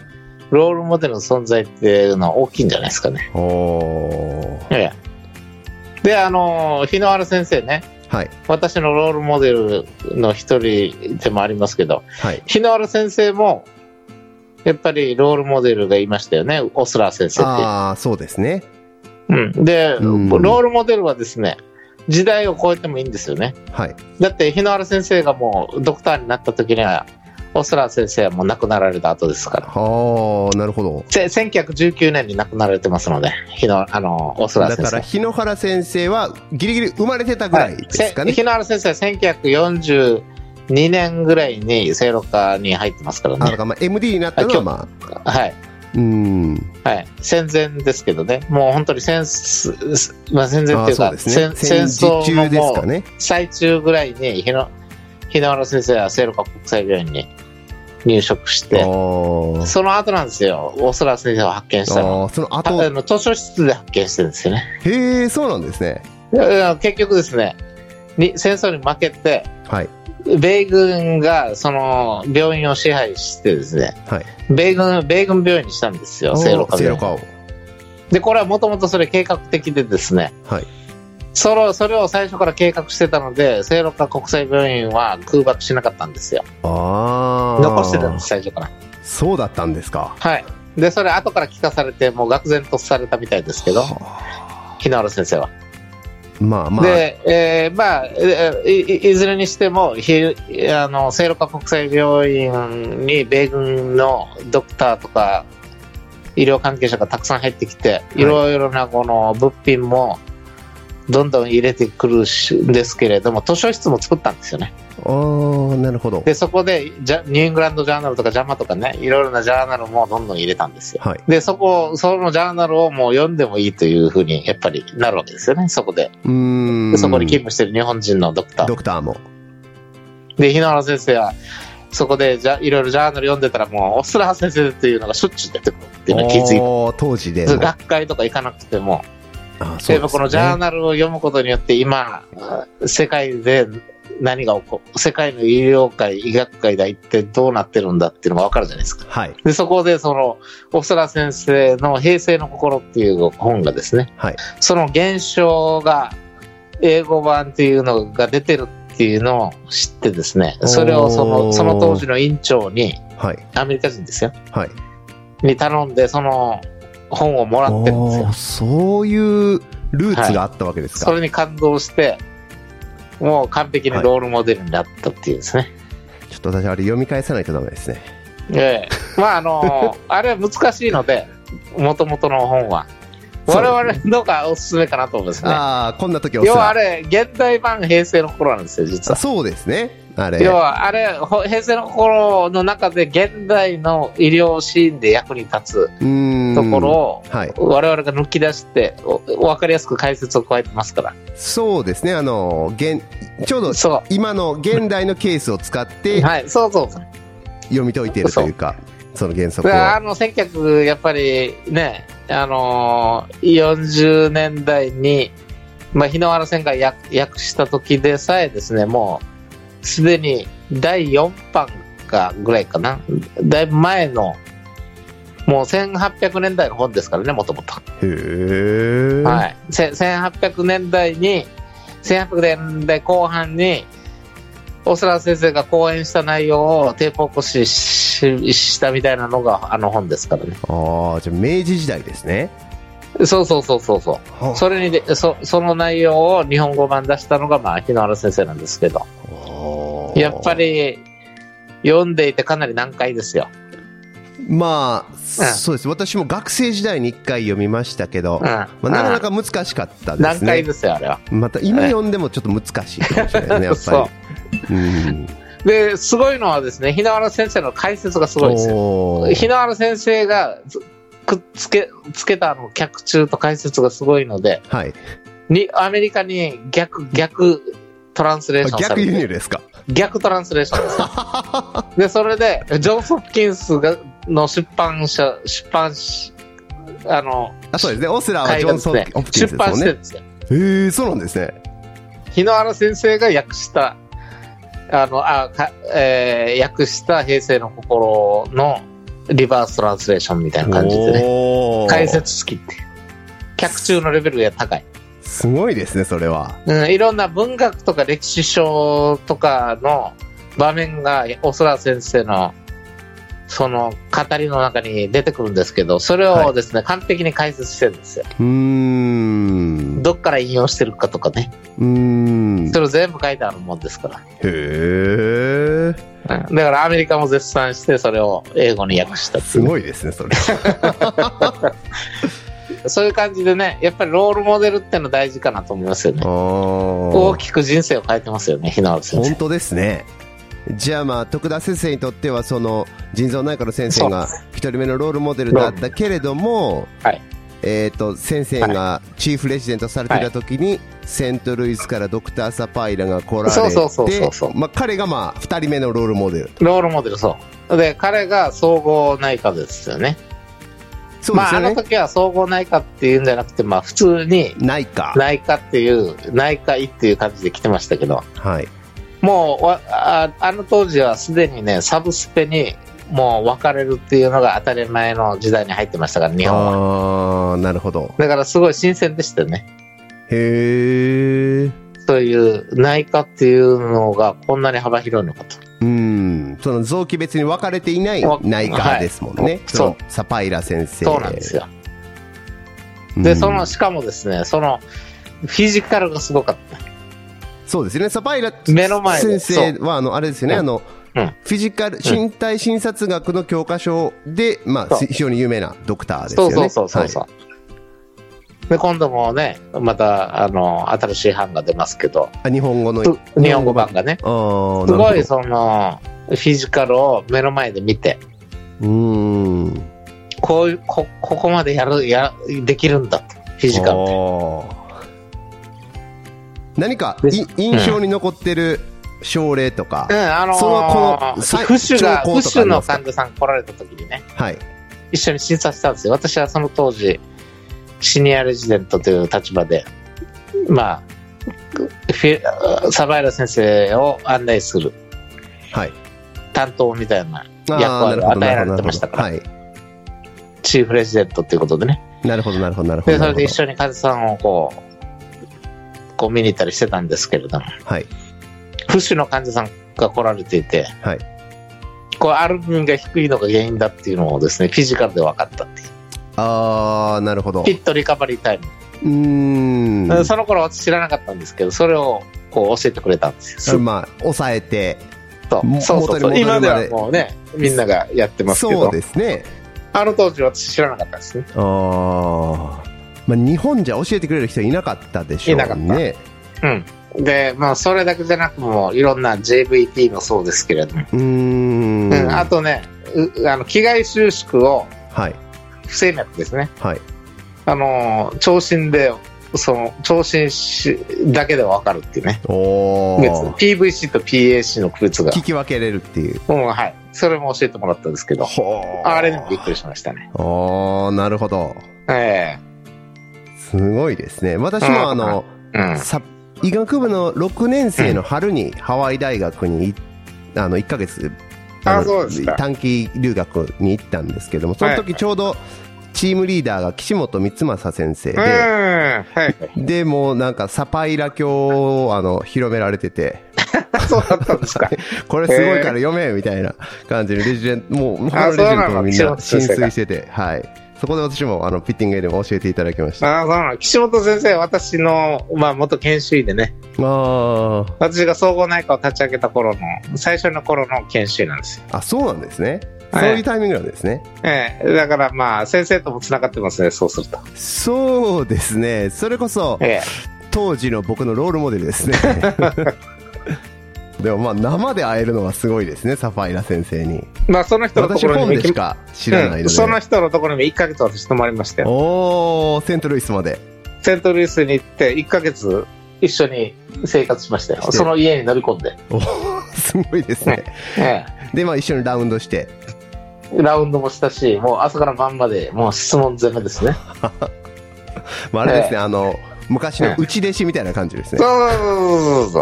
Speaker 2: ロールモデルの存在っていうのは大きいんじゃないですかね
Speaker 1: お
Speaker 2: ええであの日野原先生ね
Speaker 1: はい。
Speaker 2: 私のロールモデルの一人でもありますけど
Speaker 1: はい。
Speaker 2: 日野原先生もやっぱりロールモデルがいましたよねオスラー先生っていう
Speaker 1: ああ、そうですね。
Speaker 2: うん、で、
Speaker 1: うん
Speaker 2: ロールモデルはですね時代を超えてもいいんですよね
Speaker 1: はい。
Speaker 2: だって日野原先生がもうドクターになった時にはオスラー先生はもう亡くなられた後ですから
Speaker 1: はあ、なるほど。
Speaker 2: せ1919年に亡くなられてますので日野あのオスラー
Speaker 1: だ
Speaker 2: 先
Speaker 1: から、
Speaker 2: 生
Speaker 1: 日野原先生は、ギリギリ生まれてたぐらいですか
Speaker 2: はいせ
Speaker 1: ね。
Speaker 2: 日野原先生は1942年ぐらいに清六科に入ってますから
Speaker 1: あだ
Speaker 2: ね
Speaker 1: からまあ、MD になったのは、まあ、
Speaker 2: はいう
Speaker 1: ーん。
Speaker 2: はい、戦前ですけどね、もう本当に戦すすまあ、戦前
Speaker 1: あ
Speaker 2: っ
Speaker 1: あ
Speaker 2: ていう
Speaker 1: そう
Speaker 2: か、
Speaker 1: ですね
Speaker 2: 戦。
Speaker 1: 戦
Speaker 2: 戦
Speaker 1: 時
Speaker 2: 争の
Speaker 1: 中です
Speaker 2: も
Speaker 1: か
Speaker 2: う
Speaker 1: ね。
Speaker 2: 最中ぐらいに日野日野原先生は聖路加国際病院に入職し
Speaker 1: あ
Speaker 2: て、その後なんですよ、大空先生を発見したの。
Speaker 1: ああ、その
Speaker 2: ああ
Speaker 1: 後、
Speaker 2: の図書室で発見してるんですよね。
Speaker 1: へえ、そうなんですね。
Speaker 2: うん結局ですね、に戦争に負けて、
Speaker 1: はい。
Speaker 2: 米軍がその病院を支配してですね、
Speaker 1: はい。
Speaker 2: 米軍米軍病院にしたんですよ、聖路加病
Speaker 1: セ
Speaker 2: 院
Speaker 1: ロ。カを。
Speaker 2: でこれはもともとそれ計画的でですね、
Speaker 1: はい
Speaker 2: それをそれを最初から計画してたので聖路加国際病院は空爆しなかったんですよ
Speaker 1: ああ。
Speaker 2: 残してたんです最初から
Speaker 1: そうだったんですか。
Speaker 2: はいでそれ後から聞かされてもう愕然とされたみたいですけど日野原先生は、
Speaker 1: まあまあ。
Speaker 2: で、えーまあえーいいいずれにしてもひあの聖路加国際病院に米軍のドクターとか医療関係者がたくさん入ってきて、
Speaker 1: い
Speaker 2: いろいろなこの物品もどんどん入れてくるしですけれども図書室も作ったんですよね
Speaker 1: ああ、なるほど。
Speaker 2: でそこでジャニューイングランドジャーナルとかジャマとかねいろいろなジャーナルもどんどん入れたんですよ
Speaker 1: はい。
Speaker 2: でそこそのジャーナルをもう読んでもいいというふうにやっぱりなるわけですよねそこで
Speaker 1: うー
Speaker 2: で
Speaker 1: ん。
Speaker 2: そこに勤務してる日本人のドクター
Speaker 1: ドクターも。
Speaker 2: で日野原先生はそこでじゃいろいろジャーナル読んでたらもうオスラー先生っていうのがしょっちゅう出てくるっていうのを気づいて
Speaker 1: ああ当時でも。
Speaker 2: 学会とか行かなくても
Speaker 1: ああそう
Speaker 2: 例え
Speaker 1: で
Speaker 2: ば
Speaker 1: す
Speaker 2: こ
Speaker 1: ね
Speaker 2: のジャーナルを読むことによって今世界で何が起こ世界の医療界医学界が一体どうなってるんだっていうのが分かるじゃないですか
Speaker 1: はい。
Speaker 2: でそこでそのオスラ先生の「平成の心」っていう本がですね、
Speaker 1: はい
Speaker 2: その現象が英語版っていうのが出てるっていうのを知ってですねそれをそ
Speaker 1: おー
Speaker 2: のその当時の院長に
Speaker 1: はい。
Speaker 2: アメリカ人ですよ
Speaker 1: はい。
Speaker 2: に頼んでその本をもらってるんですよ
Speaker 1: ああそういうルーツがあったわけですか。
Speaker 2: それに感動して、もう完璧にロールモデルになったっていうですね。
Speaker 1: ちょっと私、あれ読み返さないとダメですね。
Speaker 2: ええまあ、あの、あれは難しいので、もともとの本は。
Speaker 1: そう
Speaker 2: 我
Speaker 1: ですね
Speaker 2: 々のがおすすめかなと思うんですね。
Speaker 1: ああ、こんな時お世
Speaker 2: 要はあ
Speaker 1: 話。
Speaker 2: れ、現代版平成の頃なんですよ、実は。
Speaker 1: そうですね。あれ。
Speaker 2: 要はあれ、ほ平成の頃の中で現代の医療シーンで役に立
Speaker 1: うー
Speaker 2: つ
Speaker 1: ん
Speaker 2: ところを、
Speaker 1: はい。
Speaker 2: 我々が抜き出して、わかりやすく解説を加えてますから。
Speaker 1: そうですね。あの、現、ちょうど
Speaker 2: そ
Speaker 1: 今の現代のケースを使っ
Speaker 2: う。
Speaker 1: て
Speaker 2: はい、そうそうそう。
Speaker 1: 読み解いているというか、その原則
Speaker 2: だ
Speaker 1: を。
Speaker 2: からあの1900やっぱりね、あのー40年代に、まあ、日の原戦が訳訳した時でさえですねもうすでに第4版かぐらいかなだいぶ前のもう1800年代の本ですからねもともと
Speaker 1: へえ。
Speaker 2: はい、せ1800年代に1800年代後半にオスラー先生が講演した内容をテープ起こしししたみたいなのがあの本ですからね
Speaker 1: ああ、じゃあ明治時代ですね。
Speaker 2: そうそうそうそうそうそれにでそその内容を日本語版出したのが、まあ、日野原先生なんですけど
Speaker 1: はあ
Speaker 2: やっぱ。り読んでいてかなり難解ですよ、
Speaker 1: まあ、そうです。私も学生時代に一回読みましたけど、
Speaker 2: うん
Speaker 1: まあ、なかなか難しかった
Speaker 2: うん
Speaker 1: で
Speaker 2: 難
Speaker 1: すね
Speaker 2: 解。ですよあれは
Speaker 1: また今読んでもちょっと難しいかもしれないね、やっ
Speaker 2: そ
Speaker 1: ぱり。うん
Speaker 2: で、すごいのはですね、日野原先生の解説がすごいですよ。
Speaker 1: お
Speaker 2: 日野原先生がつくっつけ、つけたあの、脚中と解説がすごいので、
Speaker 1: はい。
Speaker 2: に、アメリカに逆、逆、トランスレーションさ
Speaker 1: 逆
Speaker 2: れ
Speaker 1: 輸
Speaker 2: て
Speaker 1: 入ですか。
Speaker 2: 逆トランスレーションですよ でそれでジョン・ソッキンスがの出版社出版しあの
Speaker 1: あ、そうですね。オスラーは
Speaker 2: 会
Speaker 1: ジ
Speaker 2: が
Speaker 1: ョ
Speaker 2: で
Speaker 1: ンソン・
Speaker 2: すね
Speaker 1: ホプキンスです
Speaker 2: 出版
Speaker 1: も
Speaker 2: し
Speaker 1: ん
Speaker 2: てる
Speaker 1: ね
Speaker 2: ん。ですよ
Speaker 1: へえ、そうなんですね。
Speaker 2: 日野原先生が訳したあのあか、えー訳した「平成の心」のリバーストランスレーションみたいな感じでね
Speaker 1: おー
Speaker 2: 解説付きっていう客中のレベルが高い
Speaker 1: すごいですね、それは。
Speaker 2: うん、いろんな文学とか歴史書とかの場面が、おそら先生の、その語りの中に出てくるんですけど、それをですね、完璧に解説してるんですよ。
Speaker 1: うーん。
Speaker 2: どっから引用してるかとかね、
Speaker 1: うーん。へ
Speaker 2: それを全部書いてあるもんですか
Speaker 1: え。
Speaker 2: ら。うんだからアメリカも絶賛して、それを英語に訳したって
Speaker 1: す
Speaker 2: いうね
Speaker 1: ごいですね、 それ。
Speaker 2: そういう感じでね、やっぱりロールモデルってのは大事かなと思いますよね。大
Speaker 1: 大
Speaker 2: きく人生を変えてますよね、日野原先生
Speaker 1: 本。当ですねじゃあまあ徳田先生にとってはその腎臓内科の先生が1人目のロールモデルだったけれども、
Speaker 2: はい
Speaker 1: えー、と先生がチーフレジデントされてた時に、セントルイスからドクター・サパイラが来られ
Speaker 2: そうそうそうそうそう
Speaker 1: てまあ彼がまあ2人目のロールモデル
Speaker 2: ロールモデル、そう。で、彼が総合内科ですよね。
Speaker 1: そうで
Speaker 2: まあ、
Speaker 1: す
Speaker 2: あ
Speaker 1: よ
Speaker 2: の
Speaker 1: ね、
Speaker 2: 時は総合内科っていうんじゃなくて、まあ、普通に
Speaker 1: 内科
Speaker 2: 内科っていう、内科医っていう感じで来てましたけど、
Speaker 1: はい
Speaker 2: もうわあ、あの当時はすでにね、サブスペにもう分かれるっていうのが当たり前の時代に入ってましたから、日本は。
Speaker 1: ああなるほど
Speaker 2: だからすごい新鮮でしたよね。
Speaker 1: へえ
Speaker 2: そういう内科っていうのがこんなに幅広いのかと。
Speaker 1: うんその臓器別に分かれていない内科ですもんね、
Speaker 2: はい
Speaker 1: そのサパイラ先生
Speaker 2: そうなんですよ。
Speaker 1: う
Speaker 2: で、
Speaker 1: ん
Speaker 2: その、しかもですね、その、フィジカルがすごかった。
Speaker 1: そうですよね、サパイラ
Speaker 2: 目の前で
Speaker 1: 先生は、あの、あれですよね、
Speaker 2: うん
Speaker 1: あの、
Speaker 2: うん
Speaker 1: フィジカル、身体診察学の教科書で、まあ、
Speaker 2: そう
Speaker 1: 非常に有名なドクターです
Speaker 2: そ
Speaker 1: よ
Speaker 2: う
Speaker 1: ね。
Speaker 2: そうそうそうそう、で今度もねまたあの新しい版が出ますけど
Speaker 1: はいあ日本語の。
Speaker 2: ふ日本語版がね
Speaker 1: あー
Speaker 2: す
Speaker 1: な
Speaker 2: ご
Speaker 1: る
Speaker 2: いそのフィジカルを目の前で見て
Speaker 1: ほどうーん。
Speaker 2: こういうこここまでやるやできるんだとフィジカルって
Speaker 1: あー何か
Speaker 2: で
Speaker 1: い印象に残ってる症例とか、
Speaker 2: うん、あのー
Speaker 1: そのこのさ
Speaker 2: フッシュが、
Speaker 1: 兆
Speaker 2: フ
Speaker 1: 候
Speaker 2: ッ
Speaker 1: と
Speaker 2: シ
Speaker 1: かあ
Speaker 2: ュ
Speaker 1: りま
Speaker 2: の
Speaker 1: すか
Speaker 2: 患者さん来られた時にね、
Speaker 1: はい。
Speaker 2: 一緒に診察したんですよ。私はその当時、シニアレジデントという立場で、まあ、フィサバイラ先生を案内する
Speaker 1: はい。
Speaker 2: 担当みたいな
Speaker 1: あー
Speaker 2: 役割を与えられ
Speaker 1: なるほ
Speaker 2: てま
Speaker 1: ど
Speaker 2: したから
Speaker 1: はい。
Speaker 2: チーフレジデントっていうことでね。
Speaker 1: なるほど、なるほど、なるほど。
Speaker 2: で、それで一
Speaker 1: 緒。
Speaker 2: 緒に患者さんをこう、こう見に行ったりしてたんですけれども、
Speaker 1: はい。
Speaker 2: フッシュの患者さんが来られていて、
Speaker 1: はい
Speaker 2: こうアルミンが低いのが原因だっていうのをですね、フィジカルで分かったっていう。
Speaker 1: あー、なるほど。
Speaker 2: ピットリカバリータイム。
Speaker 1: うーん。
Speaker 2: その頃私知らなかったんですけど、それをこう教えてくれたんですよ。
Speaker 1: まあ、抑えて、
Speaker 2: そう
Speaker 1: も
Speaker 2: そうそう
Speaker 1: 元
Speaker 2: そう。
Speaker 1: に戻
Speaker 2: 今
Speaker 1: るま
Speaker 2: で
Speaker 1: で
Speaker 2: はもうね、みんながやってますけ
Speaker 1: そう
Speaker 2: ど、
Speaker 1: ですね。
Speaker 2: あの当時私知らなかったですね。
Speaker 1: あーまあ、日本じゃ教えてくれる人いなかったでしょうね。
Speaker 2: いなうん。で、まあそれだけじゃなくもういろんな JVT もそうですけれども、
Speaker 1: うーん,、
Speaker 2: うん、あとね、うあの気外収縮を
Speaker 1: はい。
Speaker 2: 不整脈ですね。
Speaker 1: はい。
Speaker 2: あのー、聴診で、その、聴診しだけでわかるっていうね。
Speaker 1: お
Speaker 2: 別
Speaker 1: ー
Speaker 2: PVC と PAC の区別が。
Speaker 1: 聞き分けれるっていう。
Speaker 2: うん、はい。それも教えてもらったんですけど、
Speaker 1: ほ
Speaker 2: あれでもびっくりしましたね。
Speaker 1: おーなるほど。
Speaker 2: え
Speaker 1: すごいですね。私
Speaker 2: うん
Speaker 1: もあの、
Speaker 2: えうん。
Speaker 1: さ医学部の6年生の春にハワイ大学にいあの1ヶ月
Speaker 2: あ
Speaker 1: の
Speaker 2: そうですか
Speaker 1: 短期留学に行ったんですけどもその
Speaker 2: は
Speaker 1: 時ちょうどチームリーダーが岸本光政先生
Speaker 2: うん。
Speaker 1: で、
Speaker 2: はい。
Speaker 1: でもうなんかサパイラ教をあの広められてて
Speaker 2: そうだったんで すか。
Speaker 1: これすごいから読めみたいな感じでレジデンもう他のレジデントもみん
Speaker 2: そうな
Speaker 1: なん
Speaker 2: だ
Speaker 1: 浸水してて、はい、そこで私もあのピッティングでも教えていただきました。あ
Speaker 2: ああ、そうなの。岸本先生、私の、まあ、元研修医でね、
Speaker 1: ー
Speaker 2: 私が総合内科を立ち上げた頃の、最初の頃の研修医なんですよ。
Speaker 1: あそうなんですね、
Speaker 2: はい
Speaker 1: そういうタイミングなんですね。
Speaker 2: ええだからまあ、先生とも繋がってますね、そうすると。
Speaker 1: そうですね。それこそ、
Speaker 2: ええ
Speaker 1: 当時の僕のロールモデルですね。でもまあ生で会えるのはすごいですねサファイラ先生に
Speaker 2: まあ、その人のと
Speaker 1: 私
Speaker 2: ころに
Speaker 1: 本
Speaker 2: も
Speaker 1: で
Speaker 2: 行き
Speaker 1: しか知らないの
Speaker 2: うんその
Speaker 1: で、
Speaker 2: 人のところにも1ヶ月私泊まりましたよ。
Speaker 1: おおセントルイスまで
Speaker 2: セントルイスに行って1ヶ月一緒に生活しました
Speaker 1: して
Speaker 2: よ。その家に乗り込んで。
Speaker 1: おーすごいですね
Speaker 2: え
Speaker 1: でまあ一緒にラウンドして
Speaker 2: え、ラウンドもしたし、もう朝から晩までもう質問攻めですね。
Speaker 1: まあ、あれですね、あの、昔の内弟子みたいな感じです
Speaker 2: そう
Speaker 1: ね。
Speaker 2: そうそうそ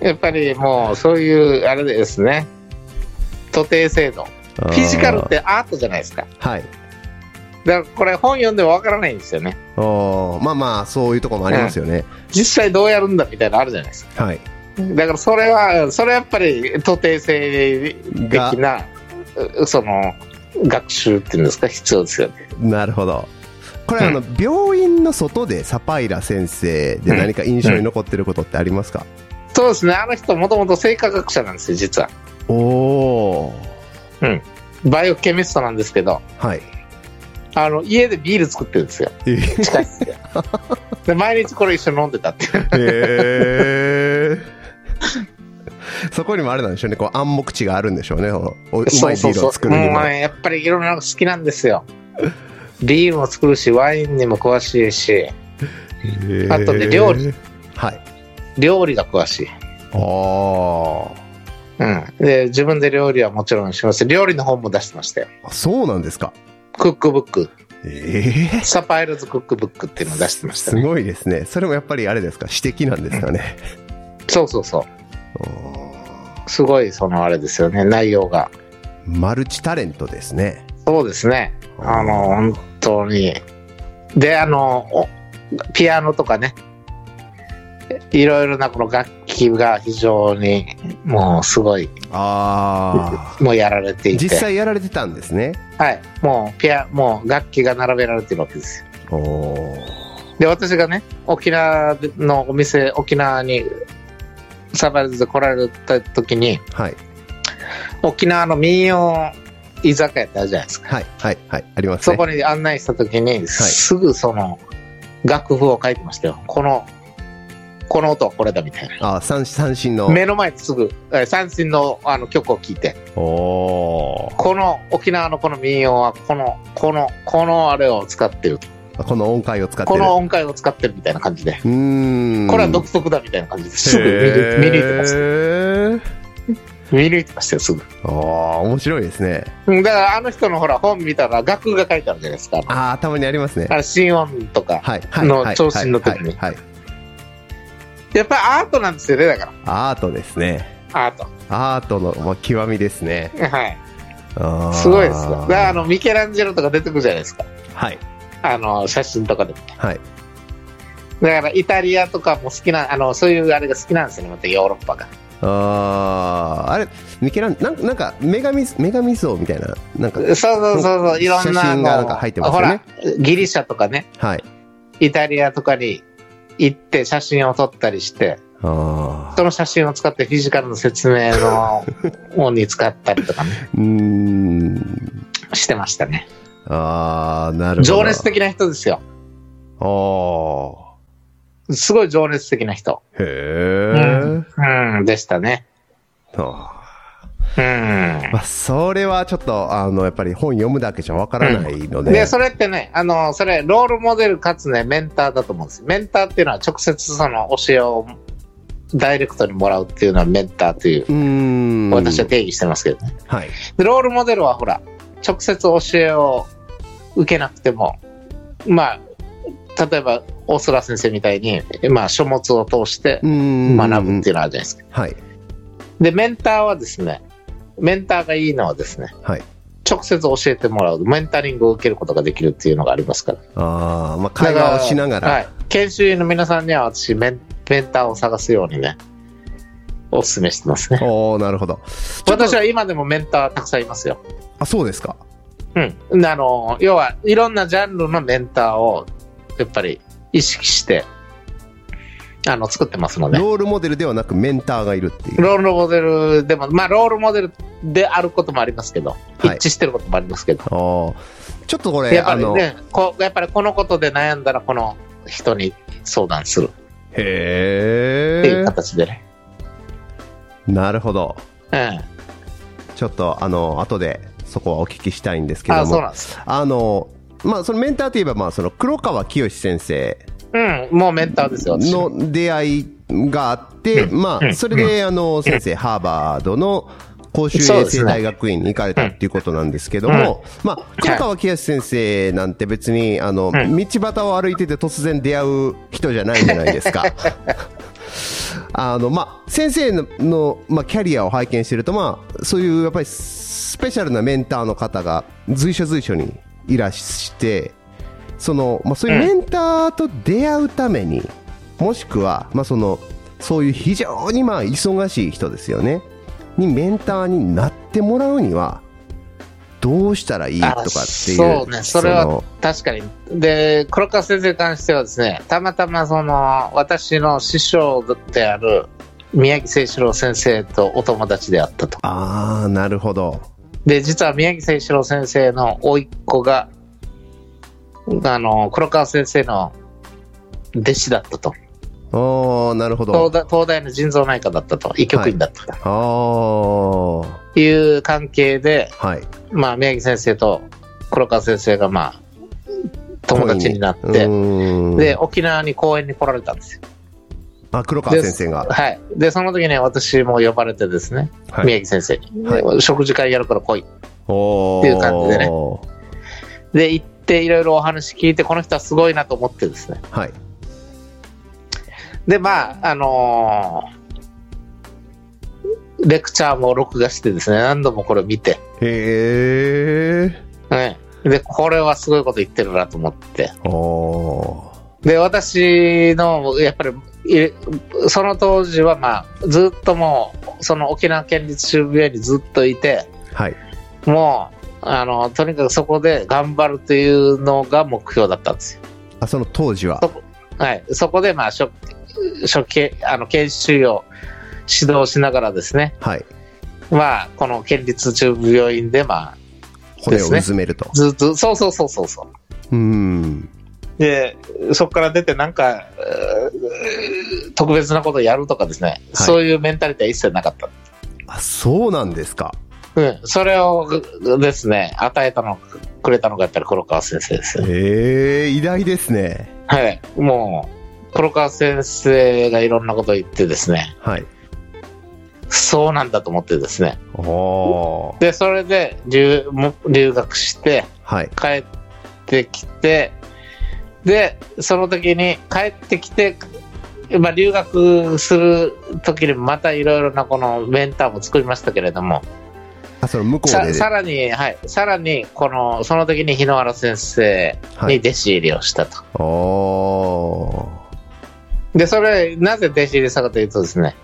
Speaker 2: う。やっぱりもうそういう、あれですね。徒弟制度。
Speaker 1: フ
Speaker 2: フィジカルっ。てアートじゃないですか。
Speaker 1: はい。
Speaker 2: だからこれ本読んでもわからないんですよね。
Speaker 1: おーまあまあ、そういうところもありますよね。
Speaker 2: 実際どうやるんだみたいなのあるじゃないですか。
Speaker 1: はい。
Speaker 2: だからそれは、それはやっぱり徒弟制的な、うその、学習っていうんですか、必要ですよね。
Speaker 1: なるほど。これ、あの、病院の外でサパイラ先生で何か印象に残ってることってありますか、
Speaker 2: そうですね、あの人もともと生化学者なんですよ、実は。
Speaker 1: おー
Speaker 2: バイオケミストなんですけど、
Speaker 1: はい。
Speaker 2: あの、家でビール作ってるんですよ。
Speaker 1: え
Speaker 2: 地下室で。 で、毎日これ一緒に飲んでたっていう。
Speaker 1: えー。 そこにもあれなんでしょうね。こう暗黙知があるんでしょうね。このおうまいビールを作るに
Speaker 2: も
Speaker 1: も
Speaker 2: う。ね、やっぱりいろんなの好きなんですよ。ビールも作るし、ワインにも詳しいし、
Speaker 1: へー
Speaker 2: あとね料理。
Speaker 1: はい。
Speaker 2: 料理が詳しい。
Speaker 1: あー
Speaker 2: うん。で、自分で料理はもちろんします。料理の本も出してましたよ。
Speaker 1: あ。そうなんですか。
Speaker 2: クックブック。
Speaker 1: ええ
Speaker 2: サパイルズクックブックっていうのを出してました
Speaker 1: す
Speaker 2: ね。
Speaker 1: ごいですね。それもやっぱりあれですか、指摘なんですかね。
Speaker 2: そうそうそ
Speaker 1: おー
Speaker 2: う。すごい、そのあれですよね、内容が。
Speaker 1: マルチタレントですね。
Speaker 2: そうですね。あの、本当に。で、あの、おピアノとかね。いろいろなこの楽器が非常にもうすごい、
Speaker 1: あ
Speaker 2: もうやられて
Speaker 1: ー
Speaker 2: いて。
Speaker 1: 実際やられてたんですね。
Speaker 2: はい。もうピア、もう楽器が並べられてるわけですよ
Speaker 1: おお。
Speaker 2: で、私がね、沖縄のお店、沖縄にサバイズで来られた時に、
Speaker 1: はい、
Speaker 2: 沖縄の民謡居酒屋ってあるじゃないですか。
Speaker 1: はい、はい、はい、あります
Speaker 2: そ
Speaker 1: ね。
Speaker 2: こに案内した時に、すぐその楽譜を書いてましたよ。この、この音はこれだみたいな。
Speaker 1: あー三三振の。
Speaker 2: 目の前ですぐ、えー三振のあの曲を聴いて、
Speaker 1: おおー。
Speaker 2: この沖縄のこの民謡は、この、この、このあれを使ってる。
Speaker 1: この音階を使って
Speaker 2: こ
Speaker 1: る。
Speaker 2: の音階を使ってるみたいな感じで。
Speaker 1: うーん。
Speaker 2: これは独特だみたいな感じですぐ見抜い見抜いてます。
Speaker 1: へー
Speaker 2: 見抜いてましたよ、すぐ。
Speaker 1: ああ、面白いですね。
Speaker 2: うんだからあの人のほら、本見たら楽譜が書いてあるじゃないですか。
Speaker 1: ああ、たまにありますね。
Speaker 2: あれ、心音とか。
Speaker 1: はい、はい、
Speaker 2: の
Speaker 1: はい
Speaker 2: 調子に乗ってるね
Speaker 1: はいはい、はい
Speaker 2: やっぱりアートなんですよね、だか
Speaker 1: アートですね。
Speaker 2: ら。アート。
Speaker 1: アートの、まあ、極みですね。
Speaker 2: はい。
Speaker 1: あー
Speaker 2: すごいですよ。だからあの、ミケランジェロとか出てくるじゃないですか。
Speaker 1: はい、
Speaker 2: あの、写真とかでも。
Speaker 1: はい。
Speaker 2: だからイタリアとかも好きな、あの、そういうあれが好きなんですよね、またヨーロッパが。
Speaker 1: あーあれミケランなんなんか女神女神像みたいななんか
Speaker 2: そうそうそうそう、いろ
Speaker 1: 写真
Speaker 2: んな。
Speaker 1: が
Speaker 2: あの
Speaker 1: なんか入ってますよね
Speaker 2: ほら、ギリシャとかね、
Speaker 1: はい
Speaker 2: イタリアとかに行って写真を撮ったりして、
Speaker 1: あー
Speaker 2: その写真を使ってフィジカルの説明の方に使ったりとかね、
Speaker 1: うーん
Speaker 2: してましたね。
Speaker 1: あーなるほど
Speaker 2: 情熱的な人ですよ。
Speaker 1: あー
Speaker 2: すごい情熱的な人。
Speaker 1: へえ、
Speaker 2: うん、でしたね。
Speaker 1: あ
Speaker 2: うん
Speaker 1: ー。まあ、それはちょっとあのやっぱり本読むだけじゃわからないので、
Speaker 2: で、それってね、あの、それ、ロールモデルかつね、メンターだと思うんですよ。メンターっていうのは直接その教えをダイレクトにもらうっていうのはメンターという、
Speaker 1: うーん
Speaker 2: 私は定義してますけどね。
Speaker 1: はい
Speaker 2: でロールモデルはほら、直接教えを受けなくても、まあ、例えば、大空先生みたいに、まあ、書物を通して
Speaker 1: うーん
Speaker 2: 学ぶっていうのはあるじゃないですか。
Speaker 1: はい
Speaker 2: で、メンターはですね、メンターがいいのはですね、
Speaker 1: はい
Speaker 2: 直接教えてもらう、メンタリングを受けることができるっていうのがありますから。
Speaker 1: あー、まあ、会話をしながら
Speaker 2: はい、研修医の皆さんには私メン、メンターを探すようにね、お勧めしてますね。
Speaker 1: おおなるほど
Speaker 2: 私は今でもメンターたくさんいますよ。
Speaker 1: あそうですか
Speaker 2: うん。あの、要は、いろんなジャンルのメンターを、やっぱり意識して、あの、作ってますので。
Speaker 1: ロールモデルではなくメンターがいるっていう
Speaker 2: ロールモデルでも、まあ、ロールモデルであることもありますけど、
Speaker 1: はい
Speaker 2: 一致してることもありますけど、
Speaker 1: あーちょっとこれ
Speaker 2: やっぱ
Speaker 1: あ
Speaker 2: り
Speaker 1: の
Speaker 2: ねこ、やっぱりこのことで悩んだら、この人に相談するっていう
Speaker 1: へえ。
Speaker 2: 形でね。
Speaker 1: なるほど。
Speaker 2: うん。
Speaker 1: ちょっと、あの、後で、そこはお聞きしたいんですけども。
Speaker 2: あ、そうなんです。
Speaker 1: あの、まあ、そのメンターといえば、まあ、その黒川清先生
Speaker 2: うん、もうメンターですよ、私は
Speaker 1: の出会いがあって、まあ、それで、あの、先生、ハーバードの公衆衛生大学院に行かれたっていうことなんですけども、まあ、黒川清先生なんて別に、あの、道端を歩いてて突然出会う人じゃないじゃないですか。あの、まあ、先生のの、まあ、キャリアを拝見してると、まあ、そういう、やっぱり、スペシャルなメンターの方が、随所随所にいらして、その、まあ、そういうメンターと出会うために、もしくは、まあ、その、そういう非常に、まあ、忙しい人ですよね。に、メンターになってもらうには、どうしたらいいとかっていう。
Speaker 2: あそうね、それは
Speaker 1: の
Speaker 2: 確かに。で、黒川先生に関してはですね、たまたまその、私の師匠である宮城清志郎先生とお友達であったと。
Speaker 1: ああ、なるほど。
Speaker 2: で、実は宮城清志郎先生の甥っ子が、あの、黒川先生の弟子だったと。
Speaker 1: おー、なるほ
Speaker 2: 東
Speaker 1: ど。
Speaker 2: 大東大の腎臓内科だったと。医局員だった
Speaker 1: ああ、は
Speaker 2: という関係で、
Speaker 1: い。
Speaker 2: まあ、宮城先生と黒川先生が、まあ、友達になっ
Speaker 1: う
Speaker 2: て、
Speaker 1: ーん
Speaker 2: で、沖縄に講演に来られたんですよ。
Speaker 1: あ黒川先生が、
Speaker 2: はい。で、その時ね、私も呼ばれてですね、
Speaker 1: い、
Speaker 2: 宮城先生に、
Speaker 1: は
Speaker 2: 食事会やるから来い。
Speaker 1: おー
Speaker 2: っていう感じでねで、行っていろいろお話聞いて、この人はすごいなと思ってですね。
Speaker 1: はい
Speaker 2: で、まあ、あのーレクチャーも録画してですね、何度もこれ見て、
Speaker 1: へえ
Speaker 2: ね、で、これはすごいこと言ってるなと思って。
Speaker 1: お
Speaker 2: で、私の、やっぱり、いその当時は、まあ、ずっともう、その沖縄県立中部病院にずっといて、
Speaker 1: ーはい
Speaker 2: もう、あの、とにかくそこで頑張るというのが目標だったんですよ。
Speaker 1: あその当時は
Speaker 2: そはい。そこで、まあ、初、初期、あの、研修を指導しながらですね、
Speaker 1: はい
Speaker 2: まあ、この県立中部病院で、まあ、
Speaker 1: 骨を
Speaker 2: ですね
Speaker 1: うずめると、
Speaker 2: ずっと、そうそうそうそうそう。
Speaker 1: うーん
Speaker 2: で、そこから出て、なんか、えー特別なことをやるとかですね、そういうメンタリティは一切なかった。
Speaker 1: あそうなんですか
Speaker 2: うん。それをですね、与えたの、くれたのがやっぱり黒川先生ですよ。
Speaker 1: へえ偉大ですね
Speaker 2: はい、もう、黒川先生がいろんなことを言ってですね、
Speaker 1: はい
Speaker 2: そうなんだと思ってですね。
Speaker 1: おー
Speaker 2: で、それで留も留学して、
Speaker 1: はい
Speaker 2: 帰ってきて、で、その時に帰ってきて、まあ、留学する時にまたいろいろなこのメンターも作りましたけれども、
Speaker 1: あその向こう
Speaker 2: さ
Speaker 1: で
Speaker 2: さらに、はい、さらに、この、その時に日野原先生
Speaker 1: は
Speaker 2: に
Speaker 1: い
Speaker 2: 弟子入りをしたと。
Speaker 1: おー
Speaker 2: で、それ、なぜ弟子入りしたかというとですね、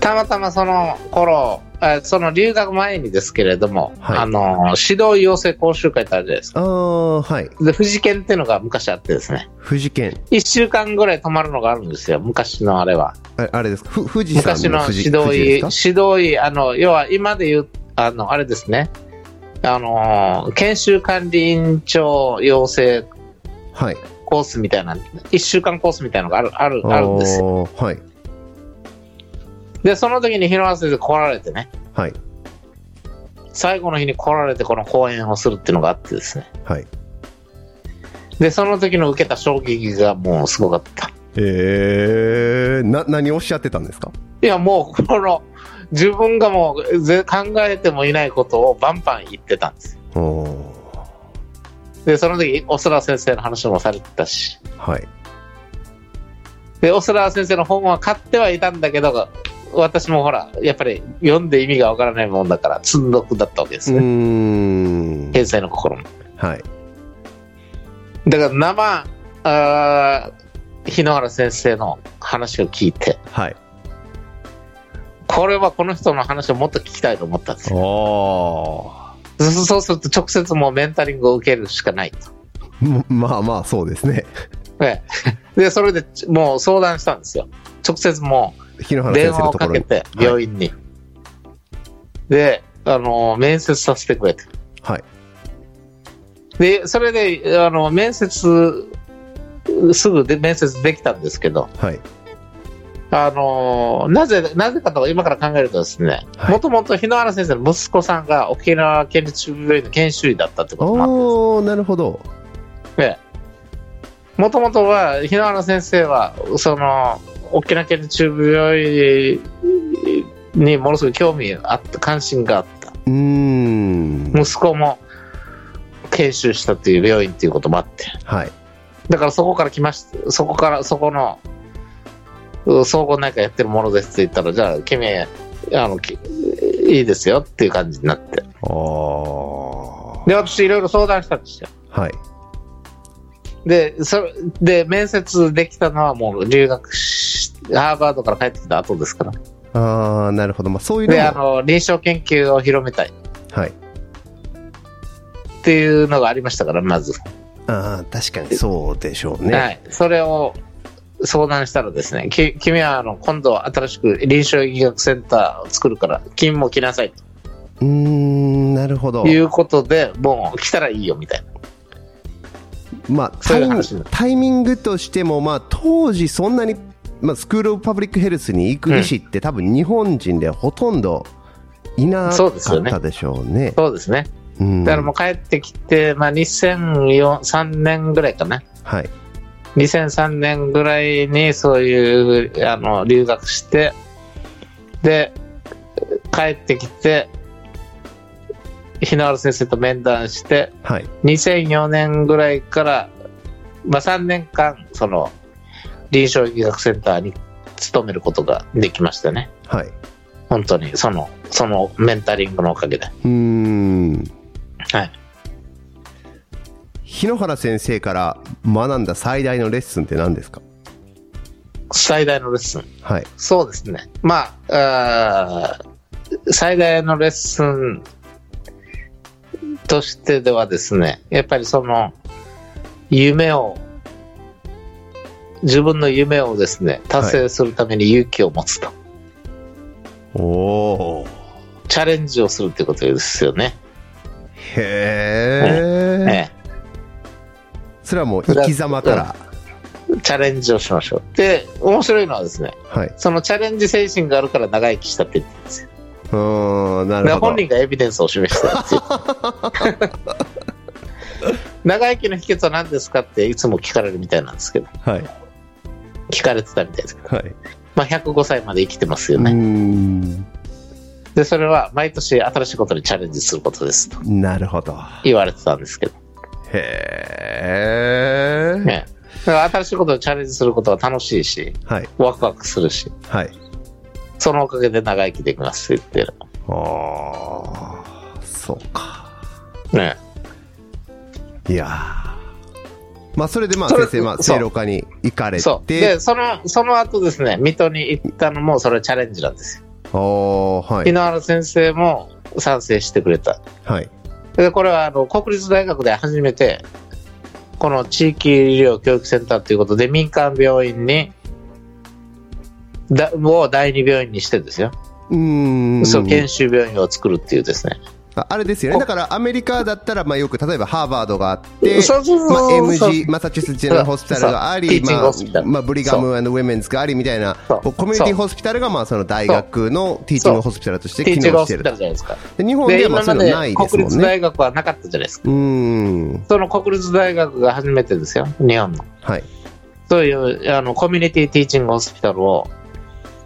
Speaker 2: たまたまその頃、えその留学前にですけれども、
Speaker 1: はい
Speaker 2: あの、指導養成講習会ってあるじゃないですか。
Speaker 1: あーはい
Speaker 2: で、富士県っていうのが昔あってですね、
Speaker 1: 富士県
Speaker 2: 一週間ぐらい泊まるのがあるんですよ、昔のあれは。
Speaker 1: ああれですかふ富士山
Speaker 2: 昔の
Speaker 1: の富士
Speaker 2: 指導
Speaker 1: 富士
Speaker 2: 医、指
Speaker 1: ですか
Speaker 2: 導医、あの、要は今で言う、あの、あれですね、あの、研修管理委員長養成
Speaker 1: はい
Speaker 2: コースみたいな、一週間コースみたいなのがある、ある、あるんですよ。
Speaker 1: おーはい
Speaker 2: で、その時に日野原先生来られてね、
Speaker 1: はい
Speaker 2: 最後の日に来られてこの講演をするっていうのがあってですね。
Speaker 1: はい
Speaker 2: で、その時の受けた衝撃がもうすごかった。
Speaker 1: えー、な何をおっしゃってたんですか
Speaker 2: いや、もうこの、自分がもうぜ考えてもいないことをバンバン言ってたんです。
Speaker 1: お
Speaker 2: で、その時、オスラー先生の話もされてたし。
Speaker 1: はい
Speaker 2: で、オスラー先生の本は買ってはいたんだけど、私もほら、やっぱり読んで意味がわからないもんだから、積んどくだったわけで
Speaker 1: う
Speaker 2: す
Speaker 1: ー
Speaker 2: ね。
Speaker 1: ん
Speaker 2: 天才の心も。
Speaker 1: はい
Speaker 2: だから生、あー日野原先生の話を聞いて、
Speaker 1: はい
Speaker 2: これはこの人の話をもっと聞きたいと思ったんですよ。
Speaker 1: お
Speaker 2: そそうすると直接もうメンタリングを受けるしかないと。
Speaker 1: まあまあそうですね
Speaker 2: ええで、それでちもう相談したんですよ。直接も
Speaker 1: 日野
Speaker 2: う
Speaker 1: 原
Speaker 2: 電
Speaker 1: 先生
Speaker 2: 話
Speaker 1: の
Speaker 2: を
Speaker 1: とこ
Speaker 2: か
Speaker 1: ろ
Speaker 2: け
Speaker 1: に
Speaker 2: て、
Speaker 1: い
Speaker 2: 病院に。で、あの、面接させてくれて。
Speaker 1: はい
Speaker 2: で、それで、あの、面接、すぐで面接できたんですけど、
Speaker 1: はい
Speaker 2: あのーなぜ、なぜかと今から考えるとですね、
Speaker 1: はい
Speaker 2: もともと日野原先生の息子さんが沖縄県立中部病院の研修医だったってこともあってですね
Speaker 1: おーなるほど
Speaker 2: もともとは日野原先生はその沖縄県立中部病院にものすごい興味あった関心があった
Speaker 1: うーん
Speaker 2: 息子も研修したという病院ということもあって
Speaker 1: はい
Speaker 2: だからそこから来ましたそこからそこのう総合内科やってるものですって言ったらじゃあ君あのきいいですよっていう感じになっ
Speaker 1: あ
Speaker 2: て
Speaker 1: あ
Speaker 2: で私いろいろ相談したんですよ
Speaker 1: はい
Speaker 2: でそれで面接できたのはもう留学しハーバードから帰ってきた後ですから
Speaker 1: ああなるほどまあそういうの
Speaker 2: であ
Speaker 1: も
Speaker 2: の臨床研究を広めたいっ
Speaker 1: はい
Speaker 2: ていうのがありましたからまず、
Speaker 1: ああ確かにそうでしょうね、
Speaker 2: はい、それを相談したらですねき君はあの今度新しく臨床医学センターを作るから君も来なさい
Speaker 1: ー
Speaker 2: う
Speaker 1: んなるほど
Speaker 2: ということでもう来たらいいよみたいな
Speaker 1: まあ、
Speaker 2: そ
Speaker 1: タ
Speaker 2: うい
Speaker 1: イ
Speaker 2: う
Speaker 1: ミン
Speaker 2: 話
Speaker 1: グタイミングとしても、まあ、当時そんなに、まあ、スクール・オブ・パブリック・ヘルスに行く医師って、多分日本人ではほとんどいなか
Speaker 2: そうですよ
Speaker 1: っ
Speaker 2: ね
Speaker 1: たでしょうね。
Speaker 2: そうですね
Speaker 1: うん
Speaker 2: だからもう帰ってきて、まあ、2003年ぐらいかな
Speaker 1: はい、
Speaker 2: 2003年ぐらいにそういうあの留学してで帰ってきて日野原先生と面談して
Speaker 1: はい、
Speaker 2: 2004年ぐらいから、まあ、3年間その臨床医学センターに勤めることができましたね
Speaker 1: はい。
Speaker 2: 本当にそのそのメンタリングのおかげで
Speaker 1: うーん。
Speaker 2: はい
Speaker 1: 日野原先生から学んだ最大のレッスンって何ですか
Speaker 2: 最大のレッスン
Speaker 1: はい、
Speaker 2: そうですね。まあ、あー最大のレッスンとしてではですね、やっぱりその、夢を、自分の夢をですね、達成するために勇気を持つと。
Speaker 1: おお
Speaker 2: チャレンジをするということですよね。
Speaker 1: へえ、
Speaker 2: え
Speaker 1: それはもう生き様から、
Speaker 2: え、チャレンジをしましょう。で、面白いのはですね、
Speaker 1: はい、
Speaker 2: そのチャレンジ精神があるから長生きしたって言ってるんですよ。
Speaker 1: うーんな
Speaker 2: だか
Speaker 1: る
Speaker 2: ら
Speaker 1: ほ
Speaker 2: 本
Speaker 1: ど
Speaker 2: 人がエビデンスを示してるっていう 長生きの秘訣は何ですかっていつも聞かれるみたいなんですけど
Speaker 1: はい
Speaker 2: 聞かれてたみたいですけど、
Speaker 1: はい
Speaker 2: まあ、105歳まで生きてます
Speaker 1: う
Speaker 2: よ
Speaker 1: ー
Speaker 2: ね、
Speaker 1: ん
Speaker 2: でそれは毎年新しいことにチャレンジすることですと
Speaker 1: なるほど
Speaker 2: 言われてたんですけど、
Speaker 1: へえ。
Speaker 2: ね、だから新しいことにチャレンジすることは楽しいし
Speaker 1: はい、
Speaker 2: ワクワクするし
Speaker 1: はい。
Speaker 2: そのおかげで長生きできますって言って
Speaker 1: ああ、そうか。
Speaker 2: る、ね、
Speaker 1: いやーまあ、それでまあ、
Speaker 2: それ
Speaker 1: 先生、まあ、
Speaker 2: そう
Speaker 1: 正路科に行かれ
Speaker 2: そう
Speaker 1: て
Speaker 2: で、そのその後ですね水戸に行ったのもそれはチャレンジなんですよ
Speaker 1: ああ、は
Speaker 2: 井
Speaker 1: い、
Speaker 2: ノ原先生も賛成してくれた
Speaker 1: はい。
Speaker 2: でこれはあの国立大学で初めてこの地域医療教育センターということで民間病院にだを第二病院にしてですよ、
Speaker 1: うーん。
Speaker 2: そう研修病院を作るっていうですね、
Speaker 1: ああれですよね。だから、アメリカだったら、まあ、よく、例えば、ハーバードがあって、
Speaker 2: そうそうそう
Speaker 1: まあ、
Speaker 2: そう
Speaker 1: MG、マサチューセッツ・ジェネラル・ホスピタルがあ
Speaker 2: そう
Speaker 1: り、
Speaker 2: そうティーチング
Speaker 1: ま
Speaker 2: ホスピタ
Speaker 1: あ、
Speaker 2: ル
Speaker 1: まあ、ブリガムウェメンズがありみたいな、
Speaker 2: そう
Speaker 1: こうコミュニティホスピタルが、まあ、その大学のティーチングホスピタルとして
Speaker 2: ティ
Speaker 1: 機
Speaker 2: ーチング
Speaker 1: 能
Speaker 2: ホ
Speaker 1: して
Speaker 2: スピ
Speaker 1: る
Speaker 2: タ。ルじゃないですか
Speaker 1: で日本で
Speaker 2: で
Speaker 1: はまあ
Speaker 2: 今
Speaker 1: そ
Speaker 2: ま
Speaker 1: ういう
Speaker 2: で
Speaker 1: のないです
Speaker 2: 国
Speaker 1: もん
Speaker 2: 立
Speaker 1: ね。
Speaker 2: 大学はなかったじゃないですか
Speaker 1: うーん。
Speaker 2: その国立大学が初めてですよ日本の
Speaker 1: はい。
Speaker 2: そういうあのコミュニティティーチングホスピタルを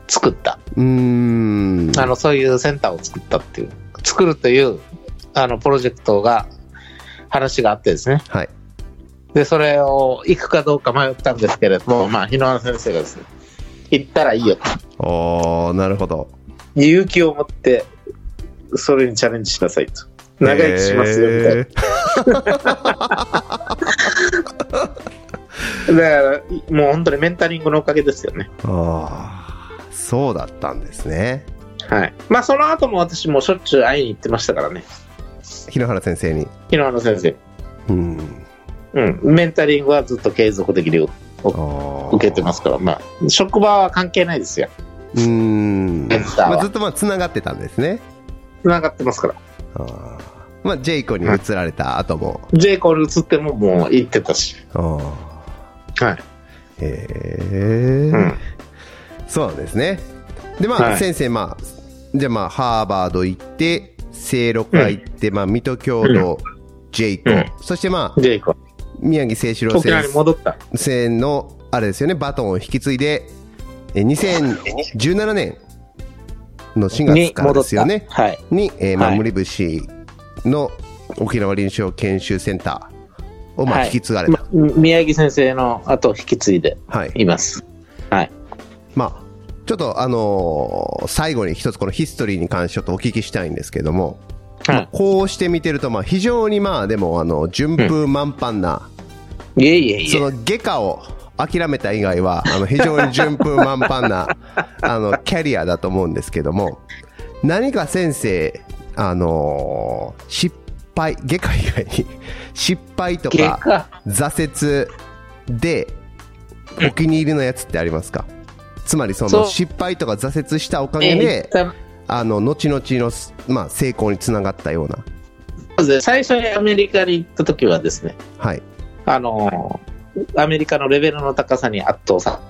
Speaker 2: 作った
Speaker 1: うーん。
Speaker 2: あのそういうセンターを作ったっていう作るというあのプロジェクトが話があってですね
Speaker 1: はい。
Speaker 2: でそれを行くかどうか迷ったんですけれども、まあ、日野原先生がですね行ったらいいよと
Speaker 1: おー、なるほど。
Speaker 2: 勇気を持ってそれにチャレンジしなさいと長生きしますよみたいな、だからもう本当にメンタリングのおかげですよね
Speaker 1: たいな。あーそうだったんですね。
Speaker 2: はいまあその後も私もしょっちゅう会いに行ってましたからね
Speaker 1: 日野原先生に。
Speaker 2: 日野原先生
Speaker 1: うん。
Speaker 2: うんメンタリングはずっと継続的に
Speaker 1: 受
Speaker 2: 受けてますからまあ職場は関係ないですよ
Speaker 1: うーん。
Speaker 2: センターは
Speaker 1: まあ、ずっとまあ、繋がってたんですね。
Speaker 2: 繋がってますから
Speaker 1: あーまあ、ジェイコに移られた後も。
Speaker 2: J コール映ってももう行ってたし
Speaker 1: あー
Speaker 2: はい、
Speaker 1: へえ、
Speaker 2: うん、
Speaker 1: そうですねでまあ、
Speaker 2: はい
Speaker 1: 先生まあじゃあまあハーバード行って聖六会行って、まあ水戸教堂、ジェイコ、
Speaker 2: うん
Speaker 1: そしてまあ
Speaker 2: ジェイコ。
Speaker 1: 宮城清志郎
Speaker 2: 沖
Speaker 1: 先
Speaker 2: 縄に戻った。
Speaker 1: 生のあれですよねバトンを引き継いでえ2017年の4月
Speaker 2: に
Speaker 1: から
Speaker 2: 戻
Speaker 1: で
Speaker 2: っ
Speaker 1: すよ
Speaker 2: た。
Speaker 1: ね
Speaker 2: はい。
Speaker 1: に、えー
Speaker 2: はい
Speaker 1: 守り節の沖縄臨床研修センターをまあ
Speaker 2: はい
Speaker 1: 引き継がれた、
Speaker 2: ま宮城先生の後を引き継いで
Speaker 1: はい
Speaker 2: います。はい。
Speaker 1: まあ、ちょっとあのー最後に一つこのヒストリーに関してちょっとお聞きしたいんですけども、
Speaker 2: は
Speaker 1: こうして見てると、まあ、非常にまあ、でも、あの、順風満帆な、
Speaker 2: い。いえいえい
Speaker 1: そ
Speaker 2: え。
Speaker 1: の、外科を諦めた以外は、あの、非常に順風満帆 な、あの、キャリアだと思うんですけども、何か先生、あのー失敗、外科以外に、 失敗と
Speaker 2: 外
Speaker 1: か、
Speaker 2: 科。
Speaker 1: 挫折でお気に入りのやつってありますか、つまりそ
Speaker 2: そ
Speaker 1: の
Speaker 2: う
Speaker 1: 失敗とか挫折したおかげ
Speaker 2: えー一
Speaker 1: で、
Speaker 2: 旦
Speaker 1: あの後々の、まあ、成功につながったような
Speaker 2: まず最初にアメリカに行った時はですね、
Speaker 1: はい
Speaker 2: あのーアメリカのレベルの高さに圧倒さ、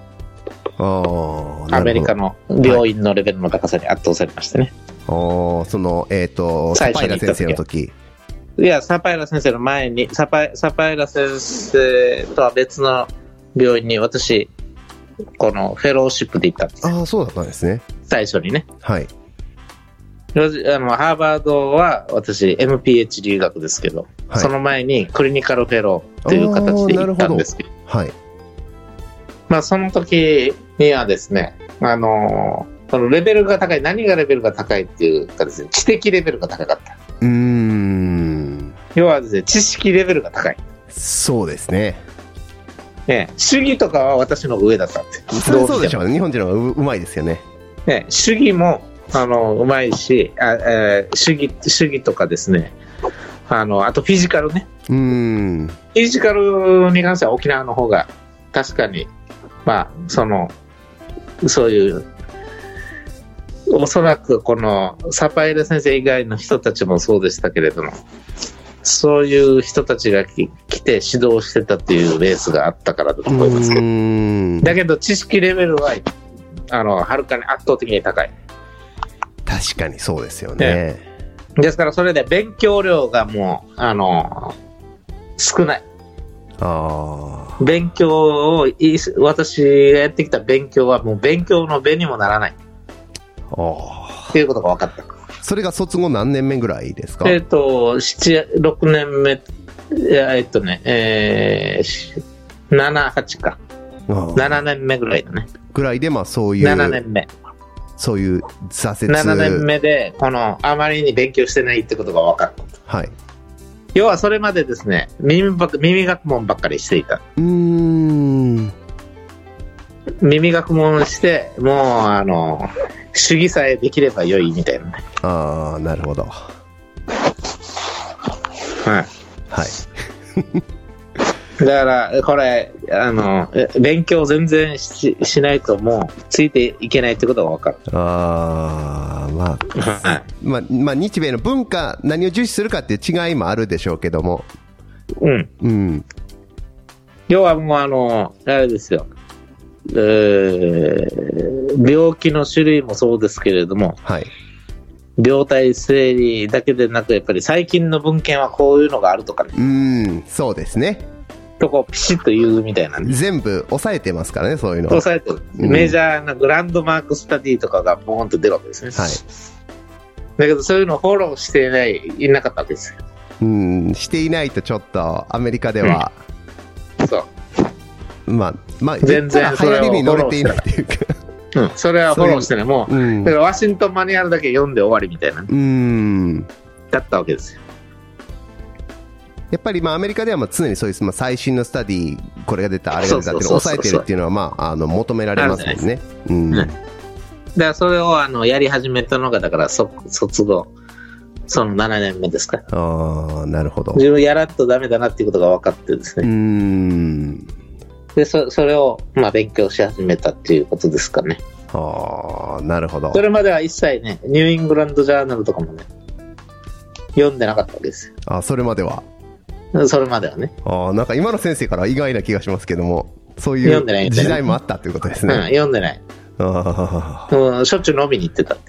Speaker 1: ああ
Speaker 2: アメリカの病院のレベルの高さに圧倒されましたね。
Speaker 1: おそのえっ、とサ
Speaker 2: 最
Speaker 1: パ
Speaker 2: 初
Speaker 1: イ
Speaker 2: に行
Speaker 1: ラ
Speaker 2: った
Speaker 1: 先生の
Speaker 2: 時
Speaker 1: 時
Speaker 2: いや、サパイラ先生の前に、サパイサパイラ先生とは別の病院に私、このフェローシップで行ったんですよ
Speaker 1: ああそうだったんですね
Speaker 2: 最初にね。
Speaker 1: はい
Speaker 2: ロジあのハーバードは私 MPH 留学ですけど、
Speaker 1: はい
Speaker 2: その前にクリニカルフェローという形で行ったんですけど
Speaker 1: はい
Speaker 2: まあその時にはですねあのーそのレベルが高い何がレベルが高いっていうかですね知的レベルが高かった
Speaker 1: うーん
Speaker 2: 要はですね知識レベルが高い、
Speaker 1: そうですね
Speaker 2: ね、主義とかは私の上だったんです
Speaker 1: それそうでしょ
Speaker 2: も
Speaker 1: うね日本人の方がううまいですよね
Speaker 2: ね主義もあのうまいしあ、えー主義主義とかですねあのあとフィジカルね
Speaker 1: うーん
Speaker 2: フィジカルに関しては沖縄の方が確かに、まあ、その、そういう、おそらくこのサパイラ先生以外の人たちもそうでしたけれども、そういう人たちがき来て指導してたっていうレースがあったからだと
Speaker 1: う
Speaker 2: 思いますけど、
Speaker 1: ーん
Speaker 2: だけど知識レベルは、あの、はるかに圧倒的に高い。
Speaker 1: 確かにそうですよね
Speaker 2: ねですからそれで勉強量がもう、あの、少ない。
Speaker 1: あ
Speaker 2: 勉強をい私がやってきた勉強はもう勉強の勉にもならない
Speaker 1: ああ
Speaker 2: っていうことが分かった
Speaker 1: あそれが卒後何年目ぐらいですか
Speaker 2: えっ、と7 6年目いやえっ、とねえー、78か
Speaker 1: うん
Speaker 2: 7年目ぐらいだね
Speaker 1: ぐらいでまあそうい
Speaker 2: 7
Speaker 1: う
Speaker 2: 年目
Speaker 1: そういう挫折
Speaker 2: 7年目でこのあまりに勉強してないってことが分かった
Speaker 1: はい、
Speaker 2: 要はそれまでですね耳ばっか耳学問ばっかりしていた
Speaker 1: うーん
Speaker 2: 耳学問してもうあの主義さえできれば良いみたいなね、
Speaker 1: ああなるほどは
Speaker 2: はい
Speaker 1: い
Speaker 2: だから、これ、あの、え勉強全然ししないともう、ついていけないってことが分かる。
Speaker 1: ああまあ
Speaker 2: は
Speaker 1: まあ、まあ、日米の文化何を重視するかっていう違いもあるでしょうけども
Speaker 2: い。うん。
Speaker 1: うん
Speaker 2: 要はもう、あの、あれですよ。えー病気の種類もそうですけれども、
Speaker 1: はい
Speaker 2: 病態整理だけでなく、やっぱり最近の文献はこういうのがあるとかね、
Speaker 1: うーんそうですね
Speaker 2: とこうピシッと言うみたいなね。
Speaker 1: 全部抑えてますからねそういうのは
Speaker 2: 抑えてる、
Speaker 1: うん
Speaker 2: メジャーなグランドマークスタディとかがボーンと出るわけですね。
Speaker 1: はい
Speaker 2: だけど、そういうのをフォローしていない、いなかったわけですよ
Speaker 1: うんしていないとちょっとアメリカでは、
Speaker 2: そ
Speaker 1: まあまあ
Speaker 2: 全然
Speaker 1: 流
Speaker 2: それ
Speaker 1: 行
Speaker 2: を
Speaker 1: りに乗れていないっていうか
Speaker 2: う。うん。それはフォローしてね、もう、
Speaker 1: うん
Speaker 2: だからワシントンマニュアルだけ読んで終わりみたいな、
Speaker 1: うーん
Speaker 2: だったわけですよ。
Speaker 1: やっぱりまあアメリカではまあ常にそういうまあ最新のスタディこれが出たあれが出たっていうのを
Speaker 2: そうそうそうそ
Speaker 1: 抑
Speaker 2: う
Speaker 1: えてるっていうのはまああの求められますもんね。うん
Speaker 2: ないだからそれをあのやり始めたのが、だからそ卒後、その7年目ですから。
Speaker 1: ああなるほど。う
Speaker 2: 自分やらっとダメだなっていうことが分かってです
Speaker 1: ー
Speaker 2: ね。
Speaker 1: ん
Speaker 2: で、そそれを、まあ、勉強し始めたっていうことですかね。
Speaker 1: ああなるほど
Speaker 2: そ。れまでは一切ね、ニューイングランドジャーナルとかもね、読んでなかったわけです
Speaker 1: あそれまでは
Speaker 2: よ。それまではね。
Speaker 1: あーなんか今の先生からは意外な気がしますけどもそうい
Speaker 2: 読んでないうみたい
Speaker 1: 時
Speaker 2: な
Speaker 1: 代もあったということです
Speaker 2: うん、
Speaker 1: ね。
Speaker 2: 読んでない。
Speaker 1: ああ。
Speaker 2: うん、しょっちゅう飲みに行ってたって。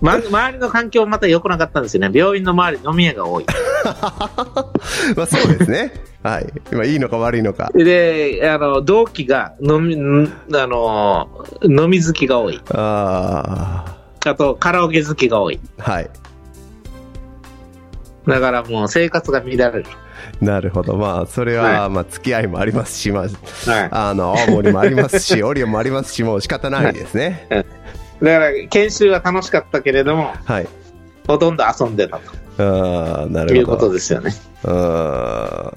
Speaker 2: ま、周りの環境もまた良くなかったんですよね。病院の周り飲み屋が多い。
Speaker 1: まあそうですね。はい。今いいのか悪いのか。
Speaker 2: で、あの、同期が飲み、んあの、飲み好きが多い。
Speaker 1: あ
Speaker 2: あと、カラオケ好きが多い。
Speaker 1: あ。はい。
Speaker 2: だからもう生活が乱れる。
Speaker 1: なるほど。まあ、それ
Speaker 2: は
Speaker 1: は、まあ、付き合いもありますし、まあ、
Speaker 2: はい。
Speaker 1: あの、青森もあります し、オリオンもありますし、もう仕方ないですね。
Speaker 2: だから、研修は楽しかったけれども、
Speaker 1: はい。
Speaker 2: ほとんど遊んでた
Speaker 1: ああ、な
Speaker 2: とい
Speaker 1: る
Speaker 2: うこ
Speaker 1: ほ
Speaker 2: と
Speaker 1: ど。
Speaker 2: ですよね。
Speaker 1: あ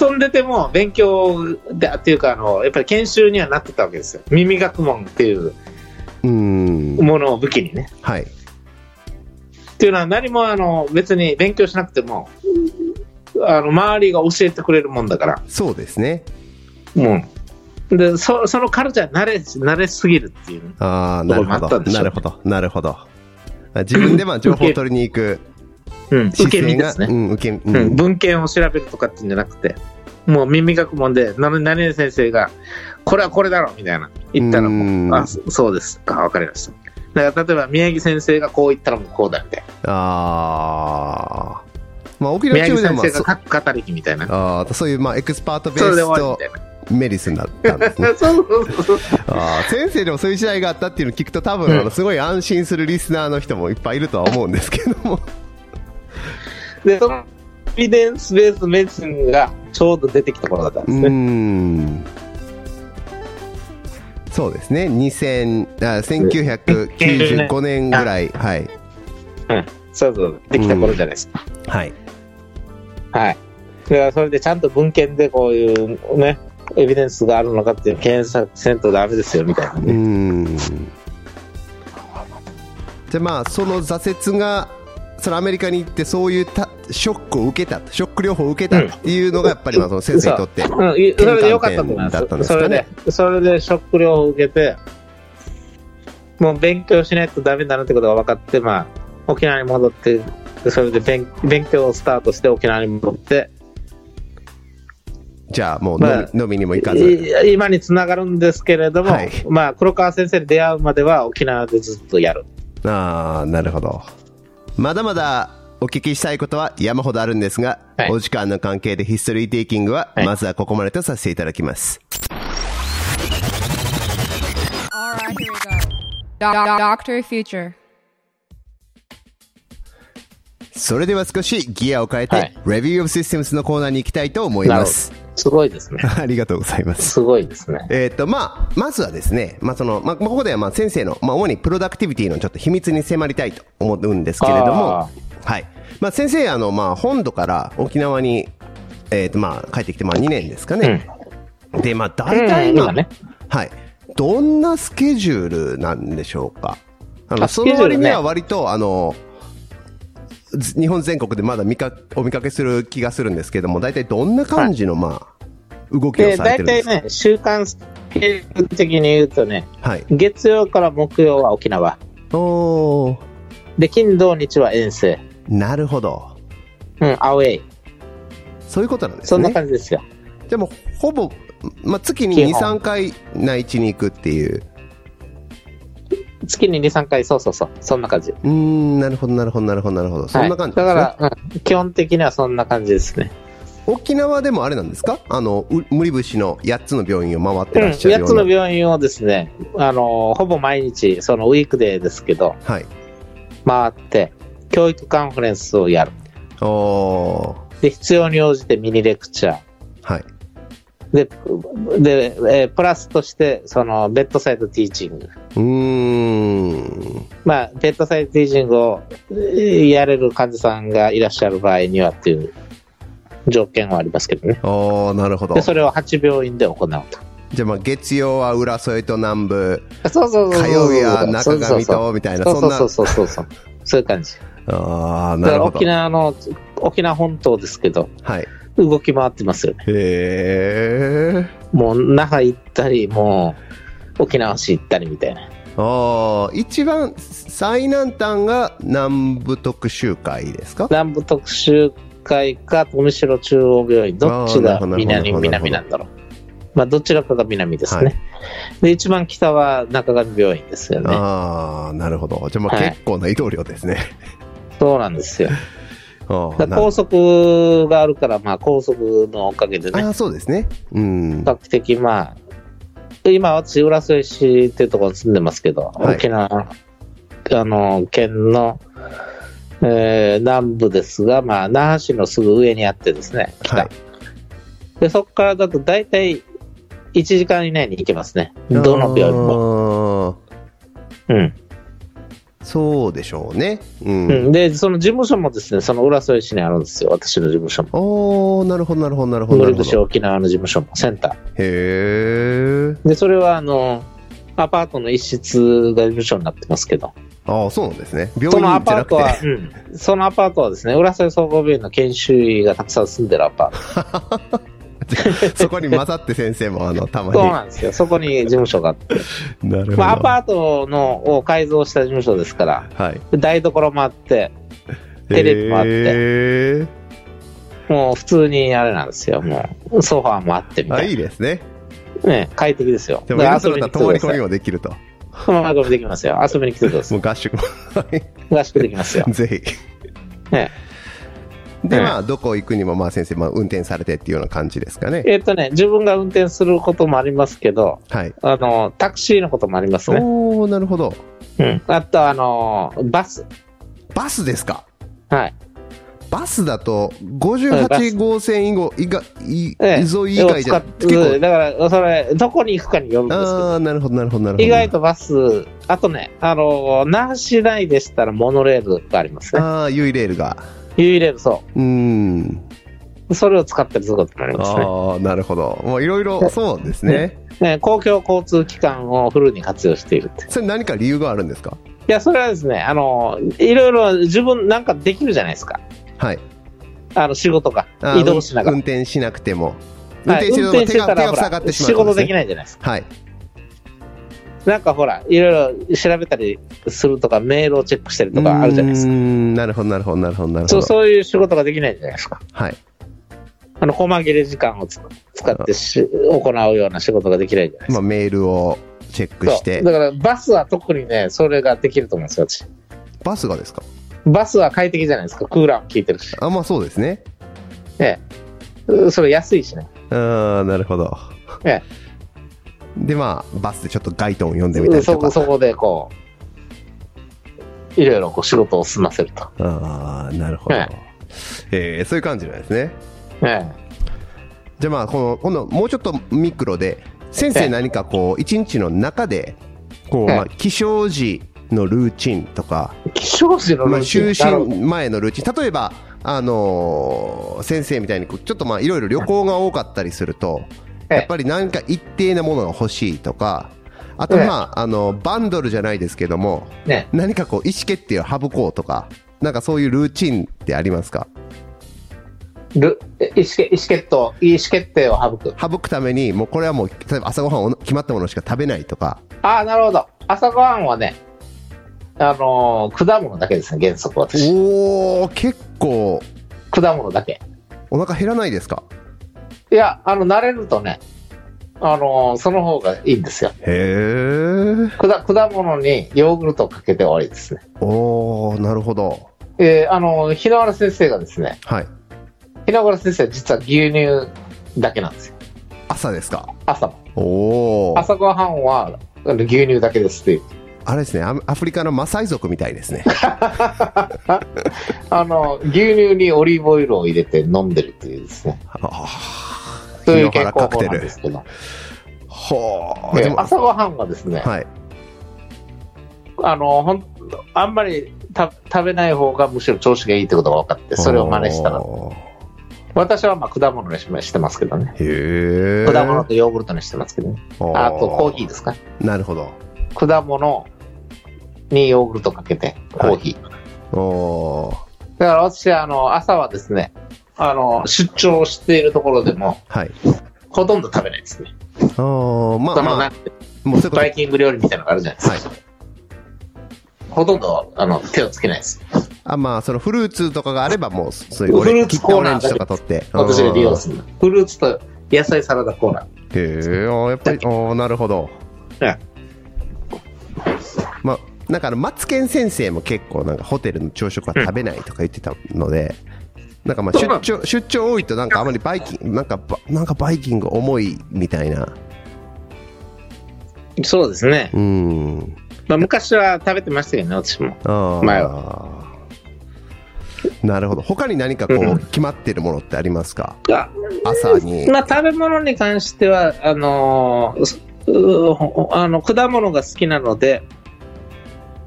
Speaker 2: 遊んでても勉強でっていうかあのやっぱり研修にはなってたわけですよ耳学問っていう
Speaker 1: ーうん。
Speaker 2: ものを武器にね
Speaker 1: はい。
Speaker 2: っていうのは何もあの別に勉強しなくてもあの周りが教えてくれるもんだから
Speaker 1: そうですね。
Speaker 2: もうんでそそのカルチャーに慣れ慣れすぎるっていう
Speaker 1: ああ、なるほ
Speaker 2: ところもあった
Speaker 1: ど。
Speaker 2: んでしょう
Speaker 1: なるほど。なるほど。あ自分でまあ情報を取りに行く
Speaker 2: うん受
Speaker 1: 姿
Speaker 2: け身
Speaker 1: 勢
Speaker 2: で
Speaker 1: が、
Speaker 2: すね、
Speaker 1: うん、受け身、
Speaker 2: う
Speaker 1: うんん、
Speaker 2: 文献を調べるとかっていうんじゃなくてもう耳学問で何々先生がこれはこれだろみたいな言ったら
Speaker 1: う
Speaker 2: も
Speaker 1: ん
Speaker 2: うあそそうですかわかりましただから例えば宮城先生がこう言ったらもうこうだみたいな
Speaker 1: ああ。まあ、沖縄
Speaker 2: 宮
Speaker 1: チー
Speaker 2: 城
Speaker 1: ムで
Speaker 2: 先
Speaker 1: も
Speaker 2: 生が
Speaker 1: そ
Speaker 2: 書く語りきみたいな。
Speaker 1: あーそういう、まあ、エクスパートベ
Speaker 2: そ
Speaker 1: ー
Speaker 2: れで
Speaker 1: ス
Speaker 2: 終わ
Speaker 1: と
Speaker 2: りみたい
Speaker 1: メリスになったんですね。
Speaker 2: な。そうそうそう。
Speaker 1: あー先生でもそういう時代があったっていうのを聞くと多分、あ
Speaker 2: うん
Speaker 1: のすごい安心するリスナーの人もいっぱいいるとは思うんですけども
Speaker 2: で、そのエビデンスベースメディシンがちょうど出てきた頃だったん
Speaker 1: う
Speaker 2: ですね。
Speaker 1: ーんそうですね2000あ1995年ぐらいはい
Speaker 2: そうそう。できた頃じゃないですか。
Speaker 1: はい
Speaker 2: はい。だからそれでちゃんと文献でこういうね、エビデンスがあるのかっていう検査せんとダメですよみたいな
Speaker 1: うー
Speaker 2: ね。
Speaker 1: んじゃあまあその挫折がそのアメリカに行ってそういうたショックを受けたショック療法を受けたっていうのがやっぱりまあその先生にとって
Speaker 2: うん、いそれで良かったと思いま。
Speaker 1: 転換点だったんですす
Speaker 2: そ
Speaker 1: か
Speaker 2: れ
Speaker 1: ね
Speaker 2: で、それでショック療法を受けて、もう勉強しないとダメだなってことが分かって、まあ、沖縄に戻って、でそれで勉勉強をスタートして沖縄に戻って、
Speaker 1: じゃあもう飲み,、
Speaker 2: まあ
Speaker 1: 飲みにも行かず
Speaker 2: い今につながるんですけれども、
Speaker 1: はい
Speaker 2: まあ、黒川先生に出会うまでは沖縄でずっとやる。
Speaker 1: ああなるほどまだまだお聞きしたいことは山ほどあるんですが、
Speaker 2: はい
Speaker 1: お時間の関係でヒストリーテイキングは
Speaker 2: はい
Speaker 1: まずはここまでとさせていただきます、
Speaker 3: All right, here we go. Doc- doc- Doctor Future.
Speaker 1: それでは少しギアを変えて、
Speaker 2: はい
Speaker 1: レビューオブシステムズのコーナーに行きたいと思います
Speaker 2: すごいですね。
Speaker 1: ありがとうございます
Speaker 2: すごいですね。
Speaker 1: えっ、と、まあ、まずはですね、まあ、その、まあ、ここでは、まあ、先生の、まあ、主にプロダクティビティのちょっと秘密に迫りたいと思うんですけれども
Speaker 2: あ、
Speaker 1: はい。まあ、先生、あの、まあ、本土から沖縄に、えっ、と、まあ、帰ってきて、まあ、2年ですかね。で、まあ、大体、
Speaker 2: うん
Speaker 1: まあ、
Speaker 2: 今ね
Speaker 1: はい。どんなスケジュールなんでしょうかあの、
Speaker 2: あ
Speaker 1: その
Speaker 2: スケジュー
Speaker 1: 割
Speaker 2: ル
Speaker 1: に
Speaker 2: ね
Speaker 1: は割と、あの、ず日本全国でまだ見かお見かけする気がするんですけども、大体どんな感じの、まあ、動きを
Speaker 2: で、
Speaker 1: されて
Speaker 2: 大
Speaker 1: るんで
Speaker 2: 体
Speaker 1: すか、
Speaker 2: ね、週間スケジュール的に言うとね、
Speaker 1: はい。
Speaker 2: 月曜から木曜は沖縄。
Speaker 1: おー
Speaker 2: で、金土日は遠征。
Speaker 1: なるほど
Speaker 2: うん、アウェイ。
Speaker 1: そういうことなんです
Speaker 2: そんな
Speaker 1: ね
Speaker 2: 感じですよ。
Speaker 1: でもほぼ、まあ、月に
Speaker 2: 基
Speaker 1: 23
Speaker 2: 本
Speaker 1: 回内地に行くっていう
Speaker 2: 月に2、3回、そうそうそう。そんな感じ。
Speaker 1: うーんなるほどなるほどなるほどなるほどそんな感じ、ですね
Speaker 2: はい、だから、うん基本的にはそんな感じですね。
Speaker 1: 沖縄でもあれなんですかあのう無理節の8つの病院を回っ
Speaker 2: う
Speaker 1: て
Speaker 2: ん、
Speaker 1: らっしゃる
Speaker 2: 8
Speaker 1: よ
Speaker 2: つ
Speaker 1: うな、
Speaker 2: の病院をですね、あの、ほぼ毎日、そのウィークデーですけど、
Speaker 1: はい
Speaker 2: 回って、教育カンファレンスをやる。
Speaker 1: おー
Speaker 2: で、必要に応じてミニレクチャー。
Speaker 1: はい
Speaker 2: で、で、えープラスとして、その、ベッドサイドティーチング。
Speaker 1: うーん
Speaker 2: まあ、ベッドサイドティーチングをえーやれる患者さんがいらっしゃる場合にはっていう条件はありますけどね。
Speaker 1: おーなるほど
Speaker 2: で、それを8病院で行うと。
Speaker 1: じゃあまあ月曜は浦添と南部
Speaker 2: そうそうそうそう。
Speaker 1: 火曜日は中
Speaker 2: そうそう
Speaker 1: 上
Speaker 2: そう
Speaker 1: とみたいな
Speaker 2: そう
Speaker 1: そん
Speaker 2: そう
Speaker 1: な
Speaker 2: そうそうそう。そういう感じ。
Speaker 1: ああ
Speaker 2: だ
Speaker 1: な
Speaker 2: か
Speaker 1: る
Speaker 2: ら
Speaker 1: ほ
Speaker 2: 沖
Speaker 1: ど
Speaker 2: 縄の、沖縄本島ですけど、
Speaker 1: はい
Speaker 2: 動き回ってますよね。
Speaker 1: へえ
Speaker 2: もう那覇行ったり、もう沖縄市行ったりみたいな。
Speaker 1: ああ、一番最南端が南部特集会ですか
Speaker 2: 南部特集会か、富城中央病院、どっち
Speaker 1: あーなる
Speaker 2: が
Speaker 1: ほどなるほど
Speaker 2: 南、
Speaker 1: なるほど
Speaker 2: 南なんだろう。まあ、どちらかが南ですね、
Speaker 1: はい
Speaker 2: で一番北は中上病院ですよね
Speaker 1: ああ、なるほど。じゃあ、まあ
Speaker 2: はい
Speaker 1: 結構な移動量ですね。
Speaker 2: そうなんですよ
Speaker 1: ああ
Speaker 2: だから高速があるから、まあ、高速のおかげでね
Speaker 1: ああ、そうですね。うん
Speaker 2: 比。較的まあ今私浦添市っていうところに住んでますけど、
Speaker 1: はい
Speaker 2: 沖縄あの県の、えー南部ですが、まあ、那覇市のすぐ上にあってですね北、
Speaker 1: はい
Speaker 2: でそこからだと大体1時間以内に行けますねどの病院も、
Speaker 1: も。
Speaker 2: うん
Speaker 1: そうでしょうね。う。
Speaker 2: うんん、でその事務所もですねその浦添市にあるんですよ私の事務所も
Speaker 1: おおなるほど、なるほど、なるほど。なる
Speaker 2: 森
Speaker 1: ほ
Speaker 2: 口
Speaker 1: ど
Speaker 2: 沖縄の事務所もセンター
Speaker 1: へえ。
Speaker 2: で、それはあの、アパートの一室が事務所になってますけど、
Speaker 1: ああ、そうなんですね。病
Speaker 2: そのア
Speaker 1: 院じゃ
Speaker 2: パ
Speaker 1: な
Speaker 2: ー
Speaker 1: くて
Speaker 2: ト。は、うんそのアパートはですね、浦添総合病院の研修医がたくさん住んでるアパート。
Speaker 1: そこに混ざって先生も、あの、たま
Speaker 2: そうなんですよ。そこに事務所があって。
Speaker 1: に。 なるほど。
Speaker 2: まあ、アパートのを改造した事務所ですから、
Speaker 1: はい。
Speaker 2: 台所もあって、テレビもあって
Speaker 1: へー
Speaker 2: もう普通にあれなんですよ。もう、ソファーもあってみ
Speaker 1: あ、
Speaker 2: た
Speaker 1: い
Speaker 2: い
Speaker 1: いですね。
Speaker 2: な。ね、快適ですよ。
Speaker 1: でも、
Speaker 2: だか
Speaker 1: や
Speaker 2: ら
Speaker 1: つらだったら泊まり込みもできると。
Speaker 2: い。泊まり込みできますよ。遊びに来てくださ
Speaker 1: もう合宿も。。
Speaker 2: い。合宿できますよ
Speaker 1: ぜひ。
Speaker 2: ね
Speaker 1: で、
Speaker 2: ね
Speaker 1: まあ、どこ行くにも、まあ、先生、まあ、運転されてっていうような感じですかね。
Speaker 2: えっとね、自分が運転することもありますけど、
Speaker 1: はい。
Speaker 2: あの、タクシーのこともありますね。
Speaker 1: おおなるほど。
Speaker 2: うん、あと、あのーバス。
Speaker 1: バスですか。
Speaker 2: はい。
Speaker 1: バスだと、
Speaker 2: バス
Speaker 1: 58号線以後、以外、い
Speaker 2: ええ
Speaker 1: 沿い以外じゃ、
Speaker 2: を使
Speaker 1: 結
Speaker 2: っ
Speaker 1: 構
Speaker 2: うん、だから、それ、どこに行くかによるんですけど。
Speaker 1: ああ、なるほど、なるほど、なるほど。
Speaker 2: 意外とバス、あとね、あのー、那覇市内でしたらモノレールがありますね。
Speaker 1: ああ、ユイレールが。
Speaker 2: ユイレール、そう
Speaker 1: ーん。
Speaker 2: う。それを使ったりすることもありますね。
Speaker 1: ああ、なるほど。もういろいろ、そうですね。
Speaker 2: ね公共交通機関をフルに活用しているって。
Speaker 1: それ何か理由があるんですか
Speaker 2: いや、それはですね、あのー、いろいろ自分なんかできるじゃないですか。
Speaker 1: はい。
Speaker 2: あの、仕事が
Speaker 1: あ。ー
Speaker 2: 移動しながら
Speaker 1: 運。転しなくても。運
Speaker 2: はい
Speaker 1: 転してると手が、手が
Speaker 2: ほ
Speaker 1: 塞がっ
Speaker 2: ら
Speaker 1: てしまう
Speaker 2: 仕
Speaker 1: と
Speaker 2: 事
Speaker 1: すね
Speaker 2: できないじゃないですか。
Speaker 1: はい。
Speaker 2: なんかほら、いろいろ調べたりするとか、メールをチェックしたりとかあるじゃないですか。
Speaker 1: うーんなるほど、なるほど、なるほど、なるほ
Speaker 2: そ
Speaker 1: ど。
Speaker 2: うそういう仕事ができないじゃないですか。
Speaker 1: はい。
Speaker 2: あの、細切れ時間をつ使ってし行うような仕事ができないじゃないで
Speaker 1: ま
Speaker 2: す
Speaker 1: あ、
Speaker 2: か。
Speaker 1: メールをチェックし
Speaker 2: そう
Speaker 1: て
Speaker 2: だ。からバスは特にね、それができると思うんですよ、私。
Speaker 1: バスがですか
Speaker 2: バスは快適じゃないですか、クーラーも効いてるし。
Speaker 1: あ、まあそうですね。
Speaker 2: ええ。それ安いしね。
Speaker 1: ああ、なるほど。
Speaker 2: え
Speaker 1: で、まあ、バスでちょっとガイトン読んでみた
Speaker 2: え。
Speaker 1: り
Speaker 2: そ
Speaker 1: と
Speaker 2: こ
Speaker 1: か。
Speaker 2: そこでこう、いろいろこう仕事を済ませると。
Speaker 1: ああ、なるほど。
Speaker 2: え
Speaker 1: えーそういう感じなんですね。
Speaker 2: え
Speaker 1: じゃあまあ、この、今度、もうちょっとミクロで、先生
Speaker 2: ええ
Speaker 1: 何かこう、一日の中で、こう、
Speaker 2: ええ
Speaker 1: まあ、起床時のルーチンとか、
Speaker 2: え。気象時の
Speaker 1: まあ、
Speaker 2: ルーチンなるほ
Speaker 1: 就
Speaker 2: ど
Speaker 1: 寝前のルーチン、例えば、あのー先生みたいにこう、ちょっとまあ、いろいろ旅行が多かったりすると、
Speaker 2: ええ
Speaker 1: やっぱり何か一定なものが欲しいとか、あと
Speaker 2: ええ
Speaker 1: まあ、あの、バンドルじゃないですけども、
Speaker 2: ね。
Speaker 1: 何かこう、意思決定を省こうとか、なんかそういうルーチンってありますか
Speaker 2: る意思決意思決定意思決定を省く
Speaker 1: 省くために、もうこれはもう、例えば朝ごはんを決まったものしか食べないとか、
Speaker 2: ああなるほど朝ごはんはねあのー果物だけですね原則私
Speaker 1: おー、結構、
Speaker 2: 果物だけ
Speaker 1: お腹減らないですか
Speaker 2: いやあの慣れるとねあのーその方がいいんですよ
Speaker 1: へー。
Speaker 2: 果果物にヨーグルトをかけて終わりですね
Speaker 1: おー、なるほど。
Speaker 2: えーあのー日野原先生がですね
Speaker 1: はい。
Speaker 2: 日野原先生は実は牛乳だけなんですよ
Speaker 1: 朝ですか
Speaker 2: 朝も
Speaker 1: おー。
Speaker 2: 朝ごはんはあの牛乳だけですっていう
Speaker 1: あれですね、アアフリカのマサイ族みたいです ね。
Speaker 2: あのー牛乳にオリーブオイルを入れて飲んでるっていうですね
Speaker 1: あー
Speaker 2: そういう
Speaker 1: 檜
Speaker 2: 健
Speaker 1: 原
Speaker 2: 康法なんですけど
Speaker 1: ほー。
Speaker 2: で
Speaker 1: でも
Speaker 2: 朝ごはんはですね、
Speaker 1: はい。
Speaker 2: あのほんあんまりた食べない方がむしろ調子がいいってことが分かってそれを真似したら
Speaker 1: おー
Speaker 2: 私はまあ果物にししてますけどね
Speaker 1: へー。
Speaker 2: 果物とヨーグルトにしてますけどねあとコーヒーですか
Speaker 1: ー。なるほど。
Speaker 2: 果物にヨーグルトかけてコーヒー、
Speaker 1: おー。
Speaker 2: だから私はあの朝はですねあの出張しているところでも
Speaker 1: はい。
Speaker 2: ほとんど食べないですね
Speaker 1: おー、ま
Speaker 2: そ
Speaker 1: あ
Speaker 2: の
Speaker 1: ま
Speaker 2: なん
Speaker 1: あ、
Speaker 2: か
Speaker 1: もうそういうこと
Speaker 2: バイキング料理みたいなのがあるじゃないですか、
Speaker 1: はい
Speaker 2: ほとんどあの手をつけないです
Speaker 1: あまあそのフルーツとかがあればもうそういうオレ
Speaker 2: フルー
Speaker 1: 切
Speaker 2: ツ
Speaker 1: った
Speaker 2: コ
Speaker 1: オ
Speaker 2: ー
Speaker 1: レ
Speaker 2: ナ
Speaker 1: ン
Speaker 2: ー
Speaker 1: ジ
Speaker 2: だけ
Speaker 1: とか取って
Speaker 2: 私が利用するのフルーツと野菜サラダコーナー
Speaker 1: へえ、あーやっぱり、あーなるほど。
Speaker 2: ね
Speaker 1: まあ、なんかあの、マツケン先生も結構なんかホテルの朝食は食べないとか言ってたので、なんかまあ出張、出張多いとなんかあまりバイキング、なんかば、なんかバイキング重いみたいな。
Speaker 2: そうですね。
Speaker 1: うん。
Speaker 2: まあ、昔は食べてましたけどね、私も。
Speaker 1: ああ。
Speaker 2: 前
Speaker 1: なるほど。他に何かこ
Speaker 2: うん
Speaker 1: う、決まってるものってありますか
Speaker 2: あ
Speaker 1: 朝に。
Speaker 2: まあ、食べ物に関しては、あのーすうーあの果物が好きなので、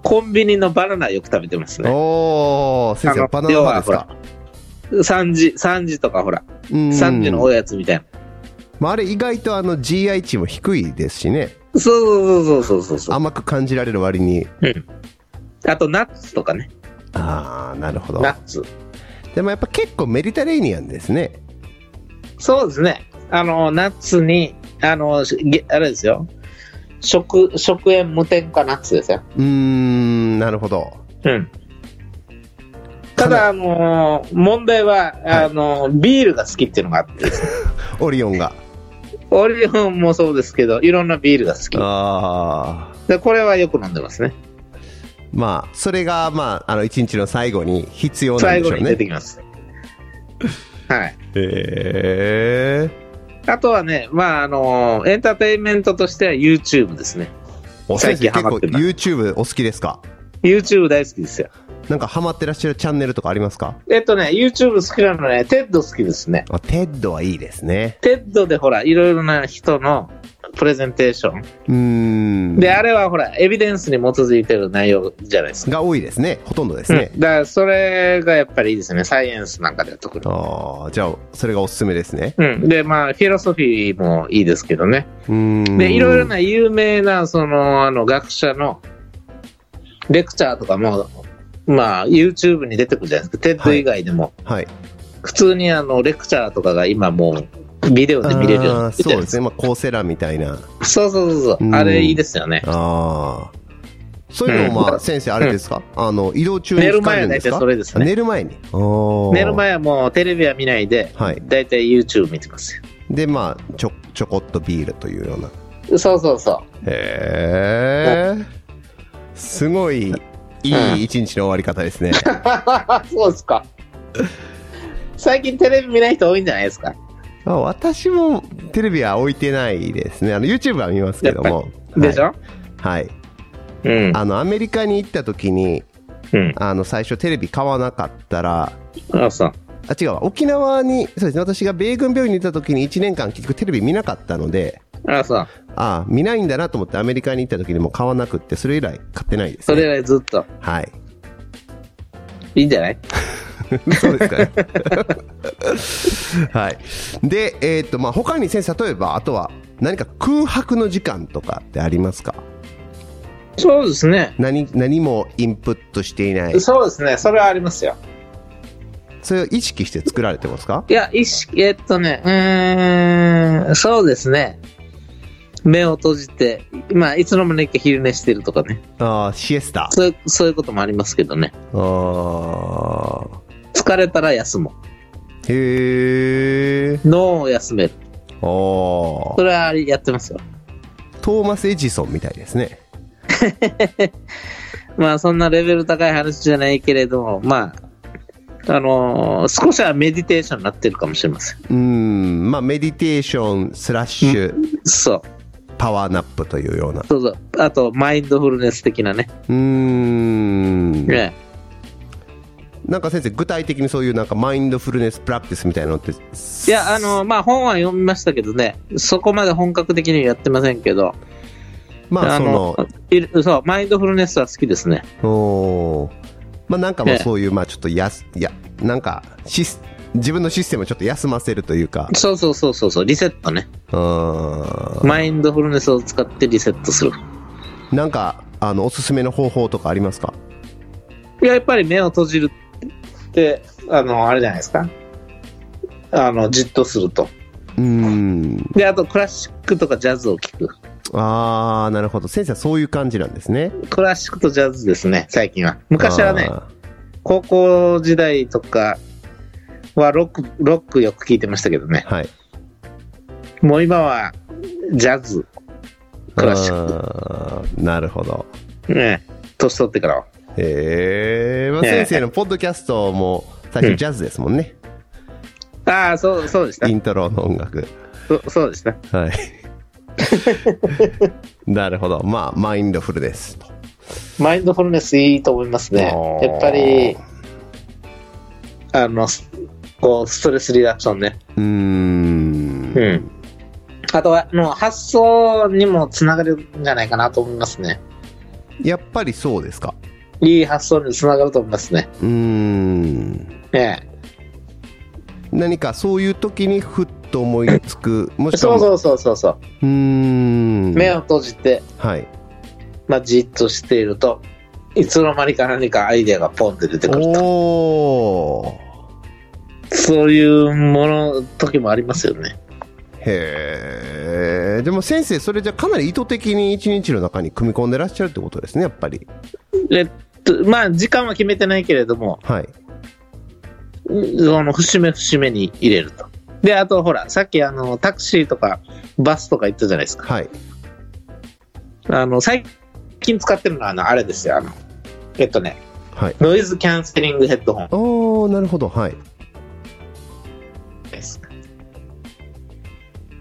Speaker 2: コンビニのバナナよく食べてますね。
Speaker 1: おー、先生は
Speaker 2: あの
Speaker 1: バナナ
Speaker 2: 要
Speaker 1: 派
Speaker 2: は
Speaker 1: ですか
Speaker 2: ほら3時、3時とかほら、
Speaker 1: うん
Speaker 2: 3時のおやつみたいな。
Speaker 1: まあ、あれ意外とあの GI 値も低いですしね
Speaker 2: そうそうそうそうそうそう。
Speaker 1: 甘く感じられる割に
Speaker 2: あと、ナッツとかね。
Speaker 1: ああなるほど
Speaker 2: ナッツ。
Speaker 1: でもやっぱ結構メディタレーニアンですね
Speaker 2: そうですね。あの、ナッツに、あの、しげあれですよ。食、食塩無添加ナッツですよ。
Speaker 1: うーんなるほど
Speaker 2: うん。ただ、あのー問題は、あのービールが好きっていうのがあって、
Speaker 1: オリオンが
Speaker 2: オリオンもそうですけど、いろんなビールが好き。
Speaker 1: ああ
Speaker 2: でこれはよく飲んでますね。
Speaker 1: まあそれがまああの一日の最後に必要なん
Speaker 2: 最
Speaker 1: でし
Speaker 2: 後
Speaker 1: ょう
Speaker 2: に出
Speaker 1: ね
Speaker 2: てきます。はい。
Speaker 1: へえ
Speaker 2: あとはね、まあ、あのーエンターテインメントとしては YouTube ですね。
Speaker 1: お
Speaker 2: 最
Speaker 1: 先生
Speaker 2: 近
Speaker 1: 結
Speaker 2: ハ
Speaker 1: 構
Speaker 2: マってる
Speaker 1: YouTube お好きですか
Speaker 2: YouTube 大好きですよ。
Speaker 1: なんかハマってらっしゃるチャンネルとかありますか
Speaker 2: えっとね、YouTube 好きなのはね、テッド好きですね。
Speaker 1: あテッドはいいですね
Speaker 2: テッドでほら、いろいろな人のプレゼンテーション。
Speaker 1: うーん
Speaker 2: で、あれはほら、エビデンスに基づいてる内容じゃないですか。
Speaker 1: が多いですねほとんどですね、
Speaker 2: うんだから、それがやっぱりいいですね。サイエンスなんかでやってくる。
Speaker 1: ああじゃあそれがおすすめですね
Speaker 2: うん。で、まあ、フィロソフィーもいいですけどね。
Speaker 1: うーん
Speaker 2: で、いろいろな有名な、その、あの、学者のレクチャーとかも、まあ、YouTube に出てくるじゃないですか。テッド以外でも。
Speaker 1: はい
Speaker 2: 普通にあの、レクチャーとかが今もう、ビデオで見れるようにな
Speaker 1: あ
Speaker 2: っ
Speaker 1: ー
Speaker 2: てるじゃ
Speaker 1: そう
Speaker 2: ない
Speaker 1: で
Speaker 2: です
Speaker 1: すね、まあ、コーセラみたいな
Speaker 2: か。そうそうそうそうう。
Speaker 1: ん
Speaker 2: あれいいですよね。
Speaker 1: ああそういうのをま
Speaker 2: う
Speaker 1: あ
Speaker 2: ん
Speaker 1: 先生あれですか、あの移動中に
Speaker 2: 寝る
Speaker 1: 使
Speaker 2: 前
Speaker 1: える
Speaker 2: は
Speaker 1: ん
Speaker 2: 大
Speaker 1: です
Speaker 2: 体
Speaker 1: か
Speaker 2: それです
Speaker 1: あ
Speaker 2: ね。
Speaker 1: 寝る前にあー
Speaker 2: 寝る前はもうテレビは見ないで、
Speaker 1: はい
Speaker 2: 大体 YouTube 見てますよ。
Speaker 1: でまあちょちょこっとビールというような
Speaker 2: そうそうそ
Speaker 1: へえすごいいい一日の終わり方ですね
Speaker 2: う。 そうですか。最近テレビ見ない人多いんじゃないですか。
Speaker 1: まあ私もテレビは置いてないですねあの YouTube は見ますけども
Speaker 2: でしょ、
Speaker 1: はい、はい、
Speaker 2: うん。
Speaker 1: あのアメリカに行った時に
Speaker 2: うん。
Speaker 1: あの最初テレビ買わなかったら
Speaker 2: あ、そう。
Speaker 1: あ違うわ沖縄にそうですね私が米軍病院にいた時に1年間結局テレビ見なかったので
Speaker 2: あ、そう。
Speaker 1: ああ見ないんだなと思ってアメリカに行った時にもう買わなくってそれ以来買ってないです、
Speaker 2: そ
Speaker 1: ね、
Speaker 2: れ以来ずっと。
Speaker 1: はい
Speaker 2: いいんじゃない
Speaker 1: そうですかね はいでえっ、とまあ他に先生例えばあとは何か空白の時間とかってありますか
Speaker 2: そうですね。
Speaker 1: 何何もインプットしていない
Speaker 2: そうですね。それはありますよ。
Speaker 1: それを意識して作られてますか
Speaker 2: いや、意識、えっとね、うーん、そうですね。目を閉じて、まあ、いつの間にか昼寝してるとかね。
Speaker 1: ああシエスタ
Speaker 2: そういう、そういうこともありますけどね。
Speaker 1: ああ
Speaker 2: 疲れたら休も
Speaker 1: へえ
Speaker 2: う。脳を休める。
Speaker 1: ああ
Speaker 2: それはやってますよ。
Speaker 1: トーマス・エジソンみたいですね。
Speaker 2: まあ、そんなレベル高い話じゃないけれども、まあ、あのー少しはメディテーションになってるかもしれません。
Speaker 1: うん、まあ、メディテーションスラッシュ
Speaker 2: そう。
Speaker 1: パワーナップというような。
Speaker 2: そうそう。あと、マインドフルネス的なね。
Speaker 1: うん。
Speaker 2: ね
Speaker 1: なんか先生、具体的にそういうなんかマインドフルネスプラクティスみたいなのって。い
Speaker 2: いや、あ、のーまあ、本は読みましたけどね、そこまで本格的にはやってませんけど、
Speaker 1: まあ、
Speaker 2: あ
Speaker 1: その
Speaker 2: の、いるそう、マインドフルネスは好きですね。
Speaker 1: おーまあ、なんかもう
Speaker 2: ええ
Speaker 1: そういう、まあ、ちょっとやす、いや、なんかシス、自分のシステムをちょっと休ませるというか、
Speaker 2: そうそうそうそうそう、リセットね。
Speaker 1: う
Speaker 2: マインドフルネスを使ってリセットする。
Speaker 1: ん。なんか、あの、おすすめの方法とかありますか
Speaker 2: いや、やっぱり目を閉じるって、あの、あれじゃないですか。あの、じっとすると。
Speaker 1: うん。
Speaker 2: で、あとクラシックとかジャズを聴く。
Speaker 1: あー、なるほど。先生はそういう感じなんですね。
Speaker 2: クラシックとジャズですね、最近は。昔はね
Speaker 1: あ、ー
Speaker 2: 高校時代とかはロック、ロックよく聴いてましたけどね。
Speaker 1: はい。
Speaker 2: もう今は、ジャズ、クラシック、
Speaker 1: あーなるほど。
Speaker 2: ね、年取ってからは。
Speaker 1: えーまあ、
Speaker 2: ね
Speaker 1: 先生のポッドキャストも最
Speaker 2: う
Speaker 1: 初
Speaker 2: ん
Speaker 1: ジャズですもんね、
Speaker 2: ああ、そう、そうでした
Speaker 1: イ。ントロの音楽
Speaker 2: そそうですね。
Speaker 1: はい なるほどまあマインドフルですと
Speaker 2: マインドフルネスいいと思いますね
Speaker 1: お。ー
Speaker 2: やっぱり、あの、すこう、ストレスリダクションね。
Speaker 1: うーん
Speaker 2: うん。あとは、あの発想にもつながるんじゃないかなと思いますね。
Speaker 1: やっぱりそうですか
Speaker 2: いい発想につながると思いますね。
Speaker 1: うーん
Speaker 2: ね
Speaker 1: 何かそういう時にふっと思いつくも
Speaker 2: え
Speaker 1: しくは
Speaker 2: そうそうそうそうそう。
Speaker 1: うーん
Speaker 2: 目を閉じて、
Speaker 1: はい
Speaker 2: まあ、じっとしていると、いつの間にか何かアイデアがポンって出てくると。
Speaker 1: おー
Speaker 2: そういうもの、時もありますよね。
Speaker 1: へえでも先生それじゃかなり意図的に一日の中に組み込んでらっしゃるってことですねやっぱり
Speaker 2: えっと、まあ、時間は決めてないけれども、
Speaker 1: はい
Speaker 2: その節目節目に入れると。で、あとほら、さっきあの、タクシーとかバスとか言ったじゃないですか。
Speaker 1: はい
Speaker 2: あの、最近使ってるのはあの、あれですよ、あの、えっとね、
Speaker 1: はい
Speaker 2: ノイズキャンセリングヘッドホン
Speaker 1: おーなるほどはい
Speaker 2: です。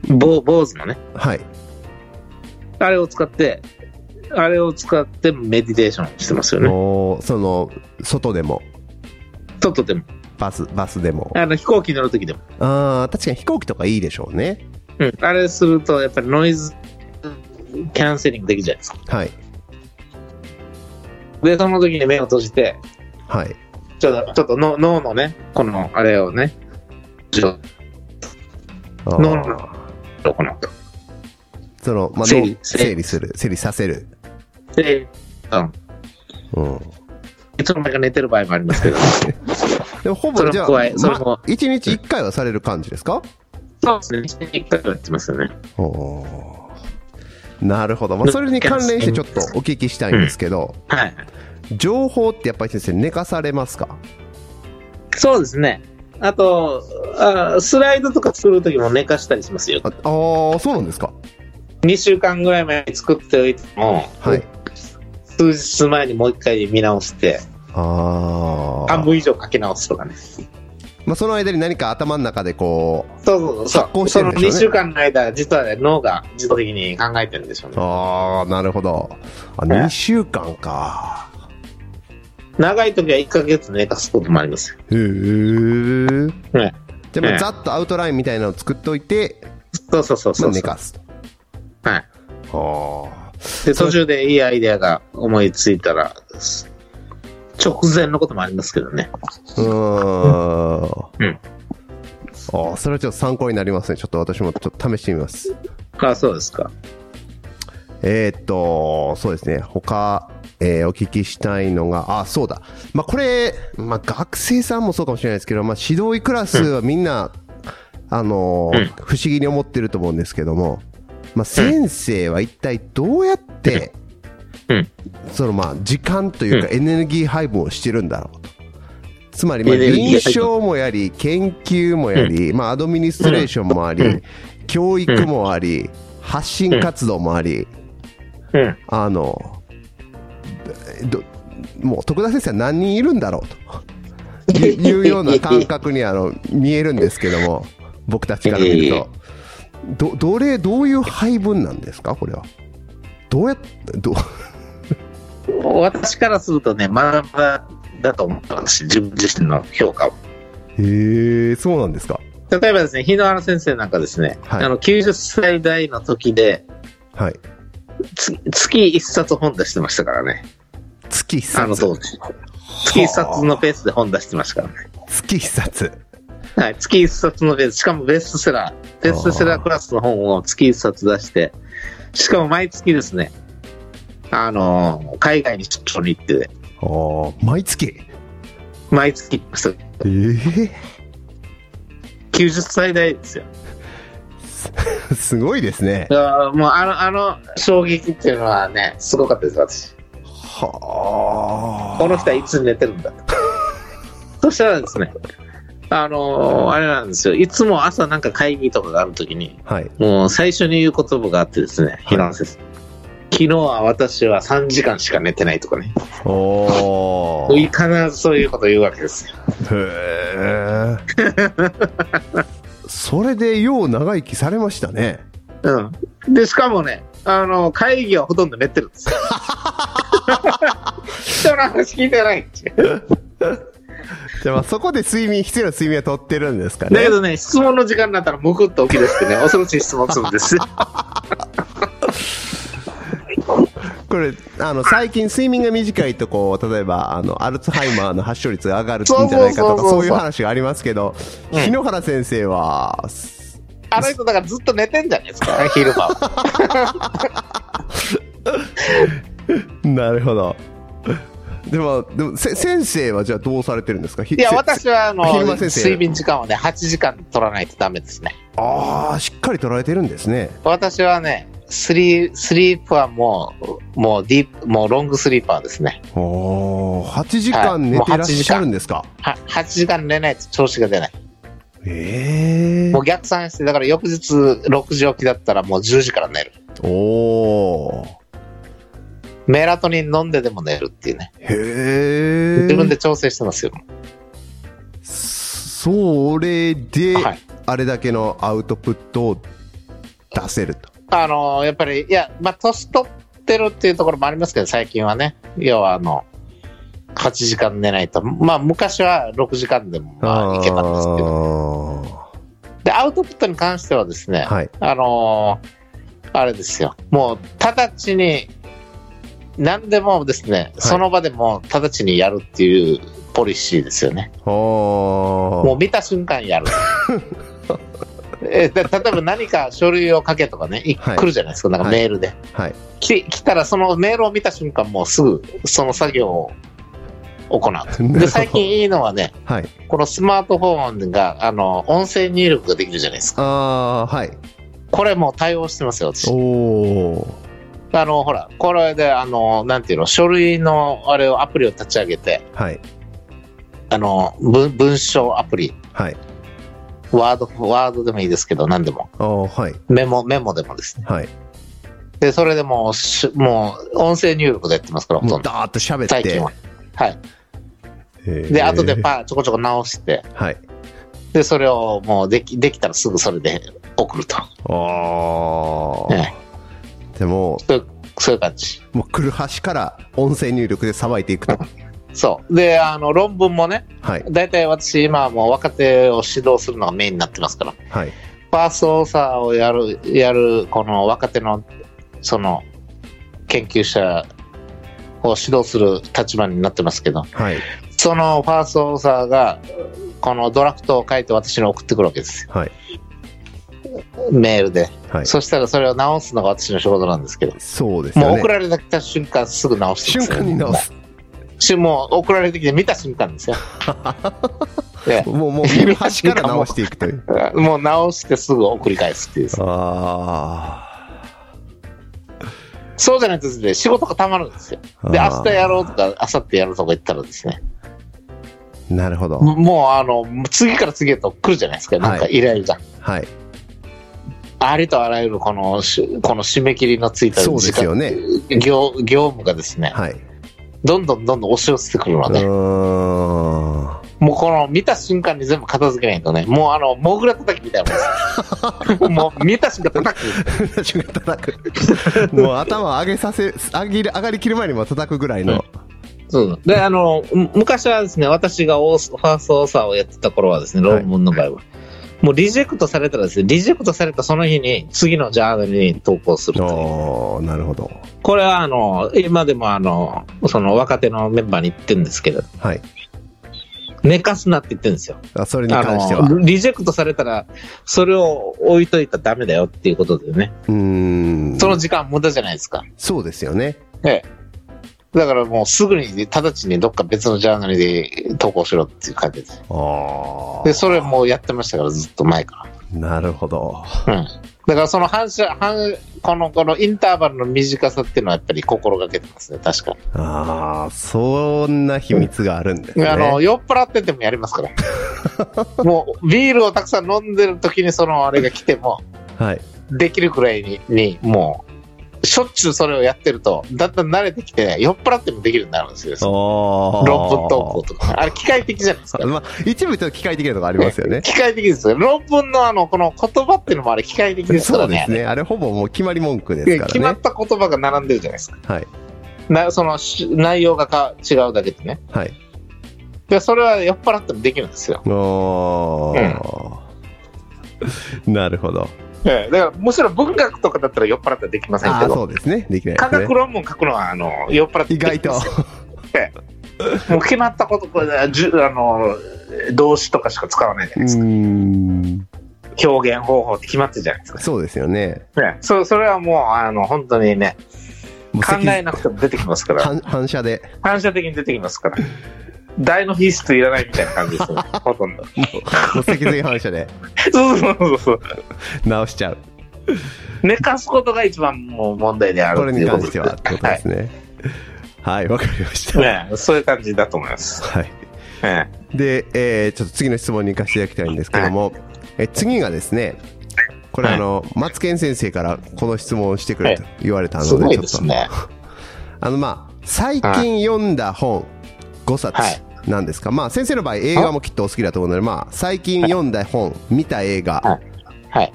Speaker 2: ボ坊主のね、
Speaker 1: はい
Speaker 2: あれを使って、あれを使ってメディテーションしてますよね。
Speaker 1: おーその外でも
Speaker 2: ちょっとでも、
Speaker 1: バスバスでも
Speaker 2: あの、飛行機乗るときでも。
Speaker 1: あー確かに飛行機とかいいでしょうね
Speaker 2: うん。あれすると、やっぱりノイズキャンセリングできるじゃないですか。
Speaker 1: はい
Speaker 2: で、その時に目を閉じて、
Speaker 1: はい
Speaker 2: ちょっと、ちょっとの脳のね、この、あれをね、ちょ
Speaker 1: あー
Speaker 2: 脳の、この、
Speaker 1: その、まあ、
Speaker 2: 整理
Speaker 1: 脳
Speaker 2: 整
Speaker 1: 整理
Speaker 2: 理
Speaker 1: する整理させる
Speaker 2: で、うん、
Speaker 1: うん
Speaker 2: いつの間にか寝てる場合もありますけど、
Speaker 1: でもほ
Speaker 2: そ
Speaker 1: ぼ
Speaker 2: れ
Speaker 1: じゃあ、
Speaker 2: 加えそれも
Speaker 1: ま一日一回はされる感じですか
Speaker 2: そうですね、一年に1回はやってますよね。
Speaker 1: おーなるほど、まあ、それに関連してちょっとお聞きしたいんですけど、
Speaker 2: はい。
Speaker 1: 情報ってやっぱり先生寝かされますか
Speaker 2: そうですね。あと、あスライドとか作るときも寝かしたりしますよ
Speaker 1: あ。あーそうなんですか
Speaker 2: 2週間ぐらい前に作っておいても、
Speaker 1: はい
Speaker 2: 数日前にもう一回見直して、
Speaker 1: ああ
Speaker 2: 半分以上書き直すとかね。
Speaker 1: まあ、その間に何か頭の中でこ
Speaker 2: そうそうそう
Speaker 1: 発。行して
Speaker 2: そ
Speaker 1: る
Speaker 2: の
Speaker 1: んでしょうね
Speaker 2: 2週間の間、実はね、脳が自動的に考えてるんでしょう
Speaker 1: う
Speaker 2: ね。
Speaker 1: ああなるほどあ
Speaker 2: ね
Speaker 1: 2週間か
Speaker 2: 長いときは1ヶ月寝かすこともありますよ。
Speaker 1: へえ
Speaker 2: ね
Speaker 1: じゃあま
Speaker 2: ね
Speaker 1: あざっとアウトラインみたいなのを作っといて、
Speaker 2: そうそうそう
Speaker 1: ま
Speaker 2: そ
Speaker 1: あ、
Speaker 2: う
Speaker 1: 寝かすと
Speaker 2: はい。
Speaker 1: あ
Speaker 2: で、途中でいいアイデアが思いついたら、す直前のこともありますけどね。
Speaker 1: あうーん
Speaker 2: うん
Speaker 1: ああそれはちょっと参考になりますねちょっと私もちょっと試してみます
Speaker 2: あ、そうですか。
Speaker 1: えーっと、そうですね。他、えーお聞きしたいのが、あ、そうだ。まあ、これ、まあ、学生さんもそうかもしれないですけど、まあ、指導医クラスはみんな、あのー
Speaker 2: うん
Speaker 1: 不思議に思ってると思うんですけども、まあ、先生は一体どうやって、
Speaker 2: うん
Speaker 1: その、まあ、時間というか
Speaker 2: う
Speaker 1: エネルギー配分をしてるんだろうと。つまり、まあ、
Speaker 2: エネルギー
Speaker 1: 臨
Speaker 2: 配分
Speaker 1: 床もやり、研究もやり、まあ、アドミニストレーションもあ
Speaker 2: う
Speaker 1: り
Speaker 2: ん、
Speaker 1: 教育もあり、発信活動もあり、
Speaker 2: うん。
Speaker 1: あの、どもう徳田先生は何人いるんだろう といういうような感覚にあの見えるんですけども、僕たちから見ると。ど、どれ、どういう配分なんですか、これは。どうやっどう、
Speaker 2: 私からするとね、まだまだだと思った私、自分自身の評価を。
Speaker 1: へー、そうなんですか。
Speaker 2: 例えばですね、日野原先生なんかですね、
Speaker 1: はい
Speaker 2: あの90歳代の時で、
Speaker 1: はい。
Speaker 2: つ月1冊本出してましたからね、
Speaker 1: 月一冊。
Speaker 2: あの当時。月1冊のペースで本出してましたからね。
Speaker 1: 月一冊。
Speaker 2: はい、月1冊のペース、しかもベストセラー、ベストセラークラスの本を月1冊出して、しかも毎月ですね、あのー海外に出張に行って、
Speaker 1: あー毎月。
Speaker 2: 毎月、そう
Speaker 1: えー、
Speaker 2: 90歳代ですよ。
Speaker 1: す ごいですね
Speaker 2: い。やーもうあの、あの、衝撃っていうのはね、すごかったです、私。
Speaker 1: はあ。
Speaker 2: この人はいつ寝てるんだと。そしたらですね、あの、あれなんですよ。いつも朝なんか会議とかがあるときに、
Speaker 1: はい。
Speaker 2: もう最初に言う言葉があってですね、平野先生。昨日は私は3時間しか寝てないとかね。
Speaker 1: おー。
Speaker 2: 必ずそういうこと言うわけですよ。
Speaker 1: へーそれでよう長生きされましたね。
Speaker 2: うん。で、しかもね、あの、会議はほとんど寝てるんで すよ。人の話聞いてないっていう
Speaker 1: じゃあまあそこで睡眠、必要な睡眠はとってるんですかね。
Speaker 2: だけどね、質問の時間になったらむくっと起き出してね、恐ろしい質問する んです。
Speaker 1: これ、あの、最近睡眠が短いと、こう、例えば、あの、アルツハイマーの発症率が上がるんじゃないかとか、
Speaker 2: そうそうそうそう
Speaker 1: そういう話がありますけど、
Speaker 2: うん
Speaker 1: 日野原先生は、
Speaker 2: あの人だからずっと寝てんじゃないですか、昼 間は。
Speaker 1: なるほど。 でも、でもせ先生はじゃあどうされてるんですかい
Speaker 2: いや、私はあの、
Speaker 1: 昼間先生
Speaker 2: 睡眠時間をね、8時間取らないとダメですね。
Speaker 1: ああ、しっかり捉えてるんですね。
Speaker 2: 私はね、スリー、スリープはもう、もうディープ、もうロングスリーパーですね。
Speaker 1: おお、8時間寝てらっしゃるんですか、
Speaker 2: は8時間寝ないと調子が出ない。
Speaker 1: ええ
Speaker 2: もう逆算して、だから翌日6時起きだったらもう10時から寝る。
Speaker 1: おおー。
Speaker 2: メラトニン飲んででも寝るっていうね。
Speaker 1: へえ。
Speaker 2: 自分で調整してますよ。
Speaker 1: それで、
Speaker 2: はい。
Speaker 1: あれだけのアウトプットを出せると。
Speaker 2: あのやっぱり、いや、まあ、年取ってるっていうところもありますけど、最近はね、要はあの、8時間寝ないと、まあ、昔は6時間でも、まあ、いけたんですけど、
Speaker 1: ど。
Speaker 2: で、アウトプットに関してはですね、
Speaker 1: はい。
Speaker 2: あのあれですよ、もう、直ちに、何でもですね、その場でもう直ちにやるっていうポリシーですよね。
Speaker 1: お
Speaker 2: もう見た瞬 間やる。えで例えば何か書類を書けとかね、い
Speaker 1: はい
Speaker 2: 来るじゃないですか、なんかメールで。
Speaker 1: はい。
Speaker 2: き来たらそのメールを見た瞬間もうすぐその作業を行うで最近いいのはね
Speaker 1: はい。
Speaker 2: このスマートフォンがあの音声入力ができるじゃないですか
Speaker 1: ああー、はい。
Speaker 2: これもう対応してますよ私
Speaker 1: おお。
Speaker 2: あのほらこれであのなんていうの書類のあれをアプリを立ち上げて
Speaker 1: はい。
Speaker 2: あの文文章アプリ
Speaker 1: はい。
Speaker 2: ワードワードでもいいですけど何でも
Speaker 1: ああ、はい。
Speaker 2: メモメモでもですね
Speaker 1: はい。
Speaker 2: でそれでもうしもう音声入力でやってますからほ
Speaker 1: も
Speaker 2: と
Speaker 1: うん
Speaker 2: ど
Speaker 1: ダーッと喋っ
Speaker 2: 最
Speaker 1: て
Speaker 2: 近。ははい
Speaker 1: へー
Speaker 2: で後でパーちょこちょこ直して
Speaker 1: はい。
Speaker 2: で、それをもうでき、できたらすぐそれで送ると。
Speaker 1: ああ。
Speaker 2: ね
Speaker 1: でも、
Speaker 2: そういうそういう感じ。
Speaker 1: もう、来る端から音声入力でさばいていくと。
Speaker 2: そう。で、あの、論文もね、
Speaker 1: はい。
Speaker 2: 大体私今はもう若手を指導するのがメインになってますから、
Speaker 1: はい。
Speaker 2: ファーストオーサーをやる、やる、この若手の、その、研究者を指導する立場になってますけど、
Speaker 1: はい。
Speaker 2: そのファーストオーサーが、このドラフトを書いて私に送ってくるわけですよ。
Speaker 1: はい。
Speaker 2: メールで。
Speaker 1: はい。
Speaker 2: そしたらそれを直すのが私の仕事なんですけど。
Speaker 1: そうですよね。
Speaker 2: もう送られてきた瞬間すぐ直して
Speaker 1: 瞬間に直
Speaker 2: す
Speaker 1: す。
Speaker 2: しもう送られてきて見た瞬間ですよ で
Speaker 1: もう、もう見る端から直していくと いう。
Speaker 2: もう直してすぐ送り返すっていう
Speaker 1: あ
Speaker 2: そうじゃないとですね仕事がたまるんですよ
Speaker 1: あ。
Speaker 2: で明日やろうとか明後日やろうとか言ったらですね
Speaker 1: う。なるほど。
Speaker 2: もうあの次から次へと来るじゃないですかなんか
Speaker 1: は
Speaker 2: 依頼が、
Speaker 1: はい。
Speaker 2: ありとあらゆるこのしこの締め切りのついた時
Speaker 1: そ
Speaker 2: 間
Speaker 1: うですよね。
Speaker 2: 業業務がですね、
Speaker 1: はい。う
Speaker 2: どんどんどんどん押し寄せてくるので、
Speaker 1: ーん。
Speaker 2: もうこの見た瞬間に全部片付けないとね、もうあの、モグラ叩きみたいなもん です。もう見た瞬間叩く。
Speaker 1: 瞬間叩く。もう頭を上げさせ、上げる、上がりきる前にも叩くぐらいの。
Speaker 2: そうで、あの、む昔はですね、私がオースファーストオーサーをやってた頃はですね、
Speaker 1: はい
Speaker 2: 論文の場合は。もうリジェクトされたらですね、リジェクトされたその日に次のジャーナルに投稿するという。
Speaker 1: おーなるほど。
Speaker 2: これはあの、今でもあの、その若手のメンバーに言ってるんですけど、
Speaker 1: はい。
Speaker 2: 寝かすなって言ってるんですよ。
Speaker 1: あそれに
Speaker 2: あ
Speaker 1: 関しては。
Speaker 2: の、
Speaker 1: う
Speaker 2: リジェクトされたら、それを置いといたらダメだよっていうことでね、
Speaker 1: ーん。
Speaker 2: その時間無駄じゃないですか。
Speaker 1: そうですよね。
Speaker 2: ええ。だからもうすぐに、直ちにどっか別のジャーナルで投稿しろっていう感じで。
Speaker 1: ああ
Speaker 2: で、。それもうやってましたから、ずっと前か
Speaker 1: なるほど。
Speaker 2: ら。うん。だからその反射、反、この、このインターバルの短さっていうのはやっぱり心がけてますね、確か
Speaker 1: ああ、そんな秘密があるんです
Speaker 2: に。
Speaker 1: ね。
Speaker 2: あの、酔っ払っててもやりま すから。もう、ビールをたくさん飲んでる時にそのあれが来ても、
Speaker 1: はい。
Speaker 2: できるくらいに、にもう、しょっちゅうそれをやってると、だんだん慣れてきて、酔っ払ってもできるようになるんですよ。
Speaker 1: お
Speaker 2: 6分投稿とか。あれ、機械的じゃないですか。
Speaker 1: まあ、一部ちょっと機械的なとこありますよね。
Speaker 2: 機械的ですよ。論文のあの、この言葉っていうのもあれ機械的ですか
Speaker 1: そ
Speaker 2: ら
Speaker 1: うです
Speaker 2: ね。
Speaker 1: ね。あれほぼもう決まり文句です
Speaker 2: で
Speaker 1: からね。
Speaker 2: 決まった言葉が並んでるじゃないですか。
Speaker 1: はい。
Speaker 2: なそのし内容がか違うだけでね。
Speaker 1: はい。
Speaker 2: で、それは酔っ払ってもできるんですよ。
Speaker 1: おー。なるほど。
Speaker 2: ええだから、むしろ文学とかだったら酔っ払ってできません
Speaker 1: あ
Speaker 2: け
Speaker 1: あ、
Speaker 2: ど、
Speaker 1: そうですね。できないで
Speaker 2: 科
Speaker 1: すね
Speaker 2: 学。論文書くのは、あの、酔っ払って
Speaker 1: 意
Speaker 2: で
Speaker 1: 外
Speaker 2: きま
Speaker 1: と
Speaker 2: す。もう決まったこと、これじゅあの、動詞とかしか使わないじゃ
Speaker 1: う
Speaker 2: ないですか。
Speaker 1: ーん。
Speaker 2: 表現方法って決まってるじゃないですか。
Speaker 1: そうですよね。
Speaker 2: ね、そそれはもう、あの、本当にね、
Speaker 1: もう
Speaker 2: 考
Speaker 1: 脊
Speaker 2: えなくても出てきますから。
Speaker 1: 反反射で。
Speaker 2: 反射的に出てきますから。大の必須いらないみたいな感 じですよね。ほとんど。
Speaker 1: もう、もう脊髄反射で
Speaker 2: そうそうそうそう。
Speaker 1: 直しちゃう。
Speaker 2: 寝かすことが一番もう問題である
Speaker 1: これ
Speaker 2: ってい
Speaker 1: に
Speaker 2: うこ
Speaker 1: 関し
Speaker 2: と
Speaker 1: て
Speaker 2: で
Speaker 1: はってことですね。はい、わ、かりました。
Speaker 2: ね、そういう感じだと思います。
Speaker 1: はい。
Speaker 2: え
Speaker 1: で、えーちょっと次の質問に行かせていただきたいんですけども、え次がですね、これ
Speaker 2: はい
Speaker 1: あの、マツケン先生からこの質問をしてくれと言われた
Speaker 2: え
Speaker 1: の
Speaker 2: すご
Speaker 1: で、ち
Speaker 2: い
Speaker 1: ょ
Speaker 2: で
Speaker 1: っと
Speaker 2: す、ね。
Speaker 1: あの、まあ、最近読んだ本5冊
Speaker 2: はい
Speaker 1: なんですか、まあ、先生の場合映画もきっとお好きだと思うので、まあ、最近読んだ本、見た映画
Speaker 2: はい。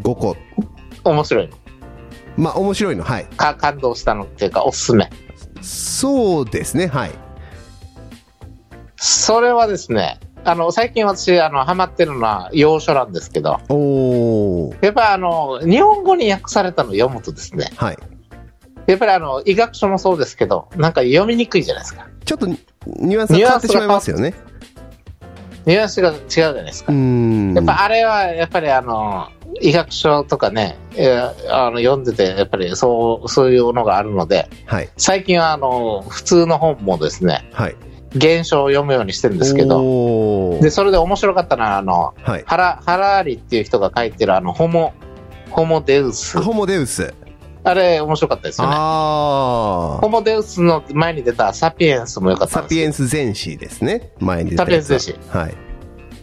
Speaker 1: 5個、
Speaker 2: 面白いの。
Speaker 1: まあ、面白いの、はい。
Speaker 2: か感動したのっていうか、おすすめ。
Speaker 1: そうですね、はい。
Speaker 2: それはですね、あの、最近私、あの、ハマってるのは洋書なんですけど、
Speaker 1: おー、
Speaker 2: やっぱあの、日本語に訳されたのを読むとですね、
Speaker 1: はい。
Speaker 2: やっぱりあの、医学書もそうですけど、なんか読みにくいじゃないですか。
Speaker 1: ちょっとニュアンスが変わってしまいますよね。
Speaker 2: ニュアンスが違うじゃないですか
Speaker 1: う。ん。
Speaker 2: やっぱあれはやっぱりあの医学書とかね、えーあの読んでてやっぱりそうそういうものがあるので
Speaker 1: はい、
Speaker 2: 最近はあの普通の本もですね
Speaker 1: はい。
Speaker 2: 原書を読むようにしてるんですけど
Speaker 1: ど
Speaker 2: でそれで面白かったのはあの
Speaker 1: はい。
Speaker 2: ハラハラーリっていう人が書いてるあのホモホモデウス
Speaker 1: あホモデウス。
Speaker 2: あれ面白かったですよね
Speaker 1: あ
Speaker 2: ホモデウスの前に出たサピエンスも良か
Speaker 1: あ。
Speaker 2: っ
Speaker 1: サ
Speaker 2: たん
Speaker 1: ピ
Speaker 2: で
Speaker 1: エンス全史ですね。前に出
Speaker 2: サ
Speaker 1: た
Speaker 2: ピエ
Speaker 1: や
Speaker 2: ン
Speaker 1: つ
Speaker 2: ス
Speaker 1: は
Speaker 2: 全史
Speaker 1: はい。
Speaker 2: す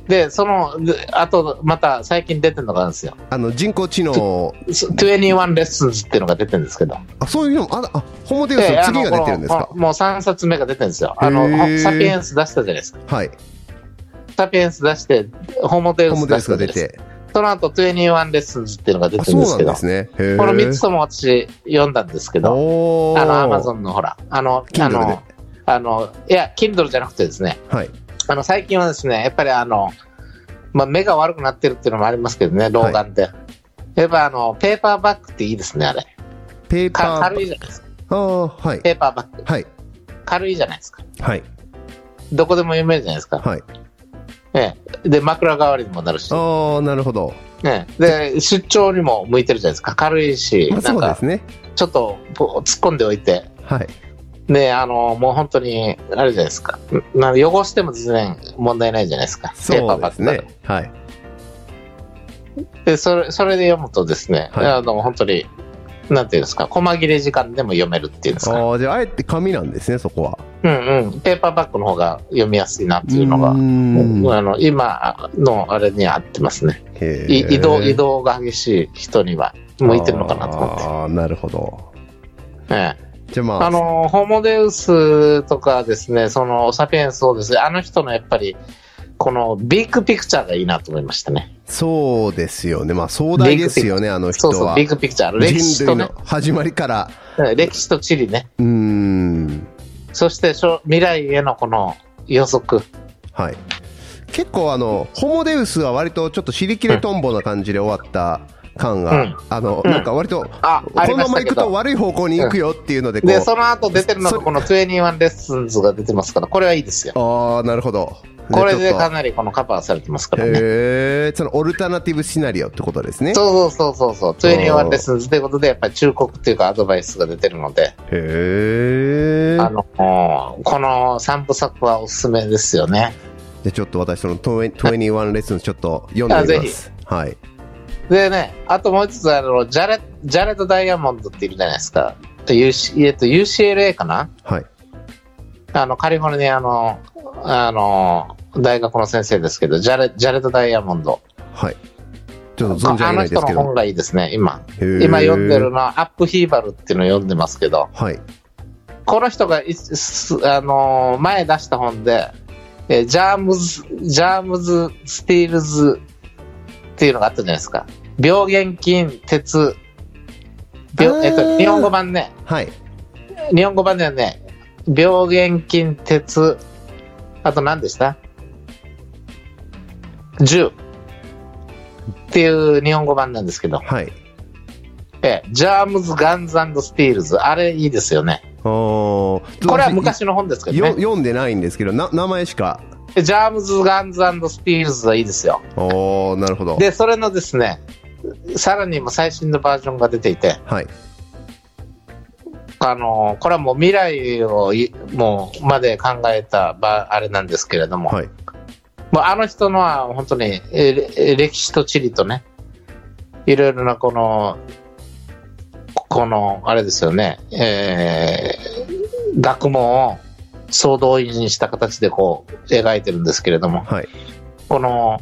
Speaker 2: でそのであとまた最近出てるのがあるんですよ
Speaker 1: あの、人工知能、
Speaker 2: 21レッスンズっていうのが出てるんですけど
Speaker 1: あ、そういうのも、あ、あ、ホモデウス
Speaker 2: ええ
Speaker 1: の
Speaker 2: あの
Speaker 1: 次が出てるんですか
Speaker 2: このもう3冊目が出てるんですよ。あの
Speaker 1: へー
Speaker 2: サピエンス出したじゃないですか。
Speaker 1: はい。
Speaker 2: サピエンス出して、ホモデウ
Speaker 1: ホモ
Speaker 2: ス
Speaker 1: デ
Speaker 2: 出
Speaker 1: ウ
Speaker 2: し
Speaker 1: ス
Speaker 2: た
Speaker 1: が
Speaker 2: じゃない
Speaker 1: 出
Speaker 2: ですか。
Speaker 1: て。
Speaker 2: その後、21レッスンズっていうのが出
Speaker 1: あ、
Speaker 2: てるん
Speaker 1: そ
Speaker 2: で
Speaker 1: う
Speaker 2: す
Speaker 1: な
Speaker 2: け
Speaker 1: ん
Speaker 2: ど、
Speaker 1: ですね。へえ。
Speaker 2: この3つとも私読んだんですけど、
Speaker 1: おー
Speaker 2: あの、アマゾンのほら、あの、あ
Speaker 1: Kindle で
Speaker 2: の、あの、いや、Kindle じゃなくてですね、
Speaker 1: はい。
Speaker 2: あの、最近はですね、やっぱりあの、まあ、目が悪くなってるっていうのもありますけどね、老眼で。やっぱあの、ペーパーバッグっていいですね、あれ。
Speaker 1: ペー
Speaker 2: か
Speaker 1: パ
Speaker 2: 軽い
Speaker 1: ー。
Speaker 2: じゃないですか。
Speaker 1: ああ、はい。
Speaker 2: ペーパーバッグ。
Speaker 1: はい。
Speaker 2: 軽いじゃないですか。
Speaker 1: はい。
Speaker 2: どこでも読めるじゃないですか。
Speaker 1: はい。
Speaker 2: ええ、で枕代わりにもなるし、
Speaker 1: ああ、なるほど。
Speaker 2: ええ、で出張にも向いてるじゃないですか軽いし
Speaker 1: まあ、
Speaker 2: な
Speaker 1: そ
Speaker 2: ん
Speaker 1: うで
Speaker 2: か
Speaker 1: すね。
Speaker 2: ちょっとこう突っ込んでおいて
Speaker 1: はい。
Speaker 2: ねあのもう本当にあれじゃないですかな汚しても全然問題ないじゃないですかペーパ
Speaker 1: そ
Speaker 2: ー
Speaker 1: う
Speaker 2: バ
Speaker 1: で
Speaker 2: ッ
Speaker 1: す
Speaker 2: グだ
Speaker 1: ね。はい。
Speaker 2: とでそれそれで読むとですね、
Speaker 1: はい
Speaker 2: あの本当になんていうんですか細切れ時間でも読めるっていうんですか
Speaker 1: ああ、じゃあ、あえて紙なんですね、そこは。
Speaker 2: うんうんペーパーバッグの方が読みやすいなっていうのが
Speaker 1: ーん
Speaker 2: あの今のあれに合ってますね
Speaker 1: へ
Speaker 2: い
Speaker 1: ー
Speaker 2: 移動移動が激しい人には向いてるのかなと思って。
Speaker 1: ああ、なるほど。
Speaker 2: ええ
Speaker 1: じゃあまあ、
Speaker 2: あのホモデウスとかですね、そのサピエンスをですね、あの人のやっぱり、このビッグピクチャーがいいなと思いましたね。
Speaker 1: そうですよね。まあ、壮大ですよね、あの人
Speaker 2: そ
Speaker 1: は。
Speaker 2: うそう、ビッグピクチャー。歴
Speaker 1: 人
Speaker 2: 史と
Speaker 1: 類
Speaker 2: ね
Speaker 1: の、始まりから、
Speaker 2: うん歴史と地理ね、
Speaker 1: うーん、
Speaker 2: そしてしょ未来へのこの予測。
Speaker 1: はい。結構あの、ホモデウスは割とちょっと尻切れトンボな感じで終わった感が、
Speaker 2: うん
Speaker 1: あの、
Speaker 2: うん
Speaker 1: なんか割と、
Speaker 2: あ、あ
Speaker 1: こ
Speaker 2: り
Speaker 1: のま
Speaker 2: まし
Speaker 1: ま
Speaker 2: た
Speaker 1: 行
Speaker 2: け
Speaker 1: くと
Speaker 2: ど。
Speaker 1: 悪い方向に行くよっていうので、こ
Speaker 2: で、
Speaker 1: う、
Speaker 2: その後出てるのが
Speaker 1: そ
Speaker 2: この21レッスンズが出てますから、これはいいですよ。
Speaker 1: ああ、なるほど。
Speaker 2: これで
Speaker 1: ちょっ
Speaker 2: か
Speaker 1: と
Speaker 2: なりこのカバーされてますからね。
Speaker 1: へえ、そのオルタナティブシナリオってことですね。
Speaker 2: そうそうそうそうそう、21レッスンズということで、やっぱり忠告というかアドバイスが出てるので、
Speaker 1: へえ。
Speaker 2: あのこの三部作はおすすめですよね。
Speaker 1: でちょっと私その20 21レッスンちょっと読んでみます。はい。
Speaker 2: でね、あともう一つあのジャレ、ジャレット・ダイヤモンドっているじゃないですか。UC えっと UCLA かな
Speaker 1: はい。
Speaker 2: あの、カリフォルニアの、あの、大学の先生ですけど、ジャレジャレット・ダイヤモンド。
Speaker 1: はい。ちょっと存じ上
Speaker 2: あ
Speaker 1: げな
Speaker 2: の
Speaker 1: い
Speaker 2: 人
Speaker 1: です
Speaker 2: の
Speaker 1: け
Speaker 2: 本
Speaker 1: ど。
Speaker 2: がいいですね、今。
Speaker 1: 今
Speaker 2: 今読んでる。のは、アップヒーバルっていうのを読んでますけど、
Speaker 1: はい。
Speaker 2: この人がいすあの前出した本で、えージャームズ、ジャームズ・スティールズっていうのがあったじゃないですか。病原菌、鉄、
Speaker 1: あー
Speaker 2: 病えっと、日本語版ね、
Speaker 1: はい。
Speaker 2: 日本語版ではね、病原菌、鉄、あと何でした銃っていう日本語版なんですけど、
Speaker 1: はい。
Speaker 2: ええジャームズ・ガンズスティールズ、あれいいですよね。
Speaker 1: おー
Speaker 2: これは昔の本ですけど
Speaker 1: よ
Speaker 2: ね。
Speaker 1: 読んでないんですけど、な名前しか。
Speaker 2: ジャームズ・ガンズスティールズはいいですよ。
Speaker 1: おーなるほど。
Speaker 2: で、それのですね、さらにも最新のバージョンが出ていて、
Speaker 1: はい。
Speaker 2: あのこれはもう未来をいもうまで考えたばあれなんですけれども、
Speaker 1: はい。
Speaker 2: もうあの人のは本当にえれ歴史と地理とね、いろいろなこの、この、あれですよね、えー学問を総動員にした形でこう描いてるんですけれども、
Speaker 1: はい。
Speaker 2: この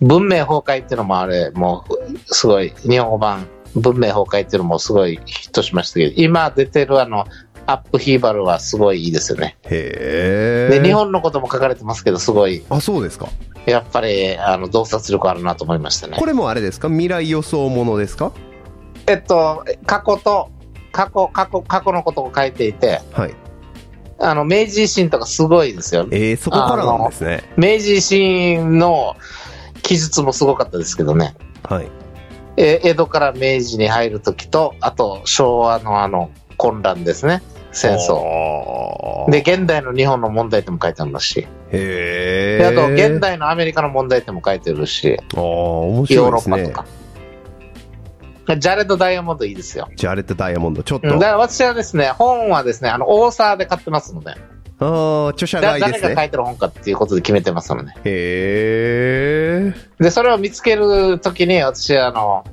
Speaker 2: 文明崩壊っていうのもあれ、もうすごい、日本語版文明崩壊っていうのもすごいヒットしましたけど、今出てるあの、アップヒーバルはすごいいいですよね。
Speaker 1: へえ。
Speaker 2: で、日本のことも書かれてますけど、すごい
Speaker 1: あ、そうですか。
Speaker 2: やっぱりあの洞察力あるなと思いましたね
Speaker 1: こ。れもあれですか未来予想ものですか
Speaker 2: えっと、過去と過去過去過去のことを書いていて
Speaker 1: はい。
Speaker 2: あの明治維新とかすごいですよ
Speaker 1: えー、そこからなんですね。
Speaker 2: 明治維新の記述もすごかったですけどね
Speaker 1: はい。
Speaker 2: え江戸から明治に入る時とあと昭和のあの混乱ですね戦争
Speaker 1: 争
Speaker 2: で、現代の日本の問題点も書いてあるし、
Speaker 1: へ
Speaker 2: で
Speaker 1: え。
Speaker 2: あと現。代のアメリカの問題点も書いてるし、
Speaker 1: ああ、面
Speaker 2: ヨ
Speaker 1: 白
Speaker 2: ー
Speaker 1: い
Speaker 2: ロ
Speaker 1: です
Speaker 2: ッパと
Speaker 1: ね。
Speaker 2: か。ジャレット・ダイヤモンドいいですよ。
Speaker 1: ジャレット・ダイヤモンド、ちょっと。
Speaker 2: うんだか
Speaker 1: あ
Speaker 2: ら私はですね、本はですね、あの、オーサーで買ってますので、
Speaker 1: あー、著者がい
Speaker 2: だ
Speaker 1: いで
Speaker 2: 誰
Speaker 1: す
Speaker 2: が
Speaker 1: ね。
Speaker 2: 書いてる本かっていうことで決めてますので。
Speaker 1: へえ。
Speaker 2: で、それを見つけるときに、私はあの、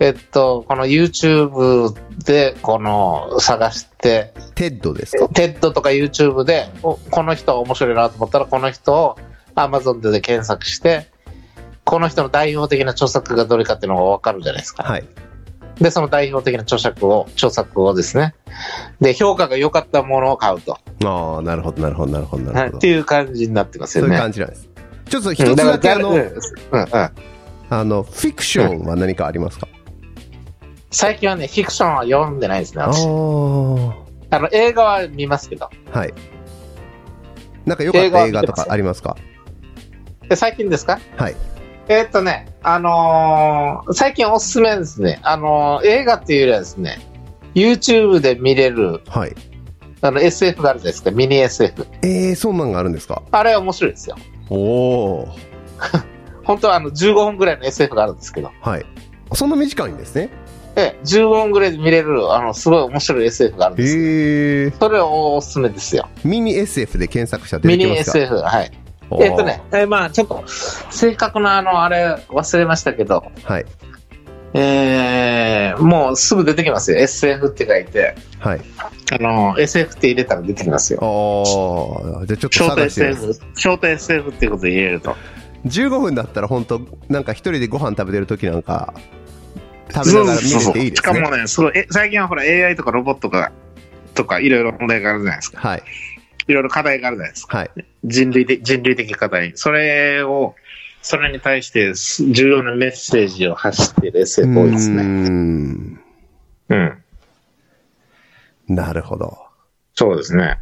Speaker 2: えっと、この YouTube で、この、探して、
Speaker 1: テッドですか
Speaker 2: TED とか YouTube で、おこの人面白いなと思ったら、この人を Amazon で検索して、この人の代表的な著作がどれかっていうのがわかるじゃないですか。
Speaker 1: はい。
Speaker 2: で、その代表的な著作を、著作をですね、で、評価が良かったものを買うと。
Speaker 1: ああ、なるほど、なるほど、なるほど、な
Speaker 2: はい
Speaker 1: るほ
Speaker 2: っ
Speaker 1: ど
Speaker 2: て。いう感じになってます
Speaker 1: そう
Speaker 2: よ
Speaker 1: いう
Speaker 2: ね。
Speaker 1: 感じなんです。ちょっと一
Speaker 2: うん
Speaker 1: つだけあ
Speaker 2: からう
Speaker 1: の、
Speaker 2: んうんうん
Speaker 1: あの、フィクションは何かありますか
Speaker 2: 最近はね、フィクションは読んでないですね、
Speaker 1: ああ
Speaker 2: 私。
Speaker 1: ー。
Speaker 2: あの、映画は見ますけど。
Speaker 1: はい。なんか良かった映画とかありますか
Speaker 2: で最近ですか
Speaker 1: はい。
Speaker 2: えーっとね、あのー最近おすすめですね。あのー映画っていうよりはですね、YouTube で見れる、
Speaker 1: はい。
Speaker 2: あの、SF があるじゃないですか、ミニ SF。
Speaker 1: えー、そんなんがあるんですか
Speaker 2: あれは面白いですよ。
Speaker 1: おお。
Speaker 2: 本当はあの、15分ぐらいの SF があるんですけど。
Speaker 1: はい。そんな短いんですね。
Speaker 2: ええ、15分ぐらいで見れる、あの、すごい面白い SF があるんですよ。
Speaker 1: えー、
Speaker 2: それをおすすめですよ。
Speaker 1: ミニ SF で検索したら出
Speaker 2: ミ
Speaker 1: て
Speaker 2: ニ
Speaker 1: きますか
Speaker 2: SF、はい。
Speaker 1: おー
Speaker 2: えっとね、えーまあちょっと、正確なあの、あれ忘れましたけど、
Speaker 1: はい。
Speaker 2: えー、もうすぐ出てきますよ。SF って書いて、
Speaker 1: はい。
Speaker 2: あの、SF って入れたら出てきますよ。
Speaker 1: ああ、じゃあちょっと
Speaker 2: ショート
Speaker 1: 探してみます。
Speaker 2: SF、ショート SF っていうことで入れると。
Speaker 1: 15分だったら本当なんか一人でご飯食べてる時なんか、食べながら見れていい
Speaker 2: し
Speaker 1: です
Speaker 2: か
Speaker 1: ね
Speaker 2: も。ね、すごい、え最近はほら AI とかロボットが、とかいろいろ問題があるじゃないですか。
Speaker 1: はい。
Speaker 2: いろいろ課題があるじゃないですか。
Speaker 1: はい。
Speaker 2: 人類的、人類的課題。それを、それに対してす重要なメッセージを発している SF 多いです
Speaker 1: うー
Speaker 2: ね。
Speaker 1: ん
Speaker 2: うん。
Speaker 1: なるほど。
Speaker 2: そうですね。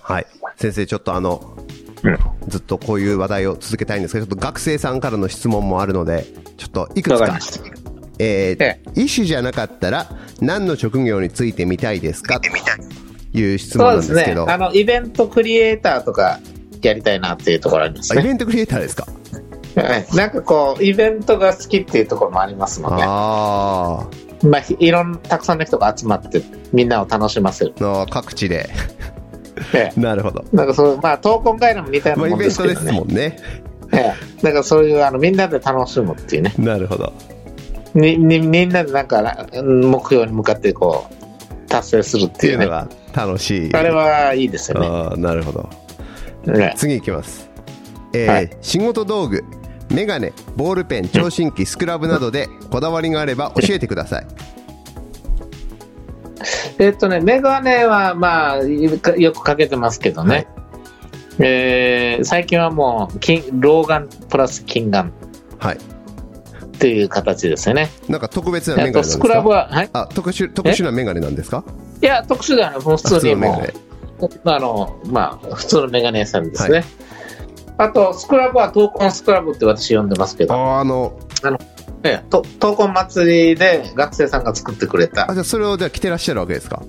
Speaker 1: はい。先生、ちょっとあの、
Speaker 2: うん。
Speaker 1: ずっとこういう話題を続けたいんですけど、ちょっと学生さんからの質問もあるので、ちょっといく
Speaker 2: わ
Speaker 1: つ
Speaker 2: かり
Speaker 1: か
Speaker 2: ま、した。
Speaker 1: えー
Speaker 2: え
Speaker 1: 医師じゃなかったら何の職業についてみたいですかという質問
Speaker 2: そ
Speaker 1: な
Speaker 2: うんで
Speaker 1: ですすけ
Speaker 2: ね。
Speaker 1: ど、
Speaker 2: あの、イベントクリエイターとかやりたいなっていうところあります
Speaker 1: あイ
Speaker 2: ね。
Speaker 1: ベントクリエイターですか
Speaker 2: はいなんかこう、イベントが好きっていうところもありますので、
Speaker 1: あー
Speaker 2: まあ、ひいろん、たくさんの人が集まって、みんなを楽しませる。
Speaker 1: あー、各地で。
Speaker 2: ええ
Speaker 1: なるほど。
Speaker 2: なんかそう、まあ、闘魂会のみたいな
Speaker 1: まあ、イ
Speaker 2: もん
Speaker 1: ベ
Speaker 2: で
Speaker 1: ン
Speaker 2: す
Speaker 1: ト
Speaker 2: け
Speaker 1: で
Speaker 2: ど
Speaker 1: す
Speaker 2: ね。
Speaker 1: もんね。
Speaker 2: ええだからそういうあのみんなで楽しむっていうね
Speaker 1: なるほど
Speaker 2: ににみんなでなんか目標に向かってこう達成するっ
Speaker 1: って
Speaker 2: て
Speaker 1: い
Speaker 2: いうう
Speaker 1: の
Speaker 2: ね
Speaker 1: が楽しい
Speaker 2: あれはいいですよね
Speaker 1: あーなるほど
Speaker 2: ね
Speaker 1: 次いきます、えー
Speaker 2: はい
Speaker 1: 仕事道具メガネボールペン聴診器スクラブなどでこだわりがあれば教えてください
Speaker 2: えっとねメガネはまあよくよくかけてますけどね、
Speaker 1: はい
Speaker 2: えー最近はもう金老眼プラス近眼
Speaker 1: はい
Speaker 2: っていう形ですよね
Speaker 1: なんか特別な
Speaker 2: あ
Speaker 1: メガネなん
Speaker 2: と
Speaker 1: です
Speaker 2: ス
Speaker 1: か
Speaker 2: クラブは、はい、
Speaker 1: あ特殊特殊なメガネなんですか
Speaker 2: いや特殊ではないもう普通にも
Speaker 1: あ
Speaker 2: う
Speaker 1: 普通
Speaker 2: あの、まあ、普通のメガネ屋さんですね。
Speaker 1: は
Speaker 2: あと、スクラブは闘魂スクラブって私呼んでますけ
Speaker 1: あ
Speaker 2: ど、
Speaker 1: ーあの
Speaker 2: ええと闘魂祭りで学生さんが作ってくれ
Speaker 1: あ
Speaker 2: た、
Speaker 1: じゃあそれをじゃあ着てらっしゃるわけですか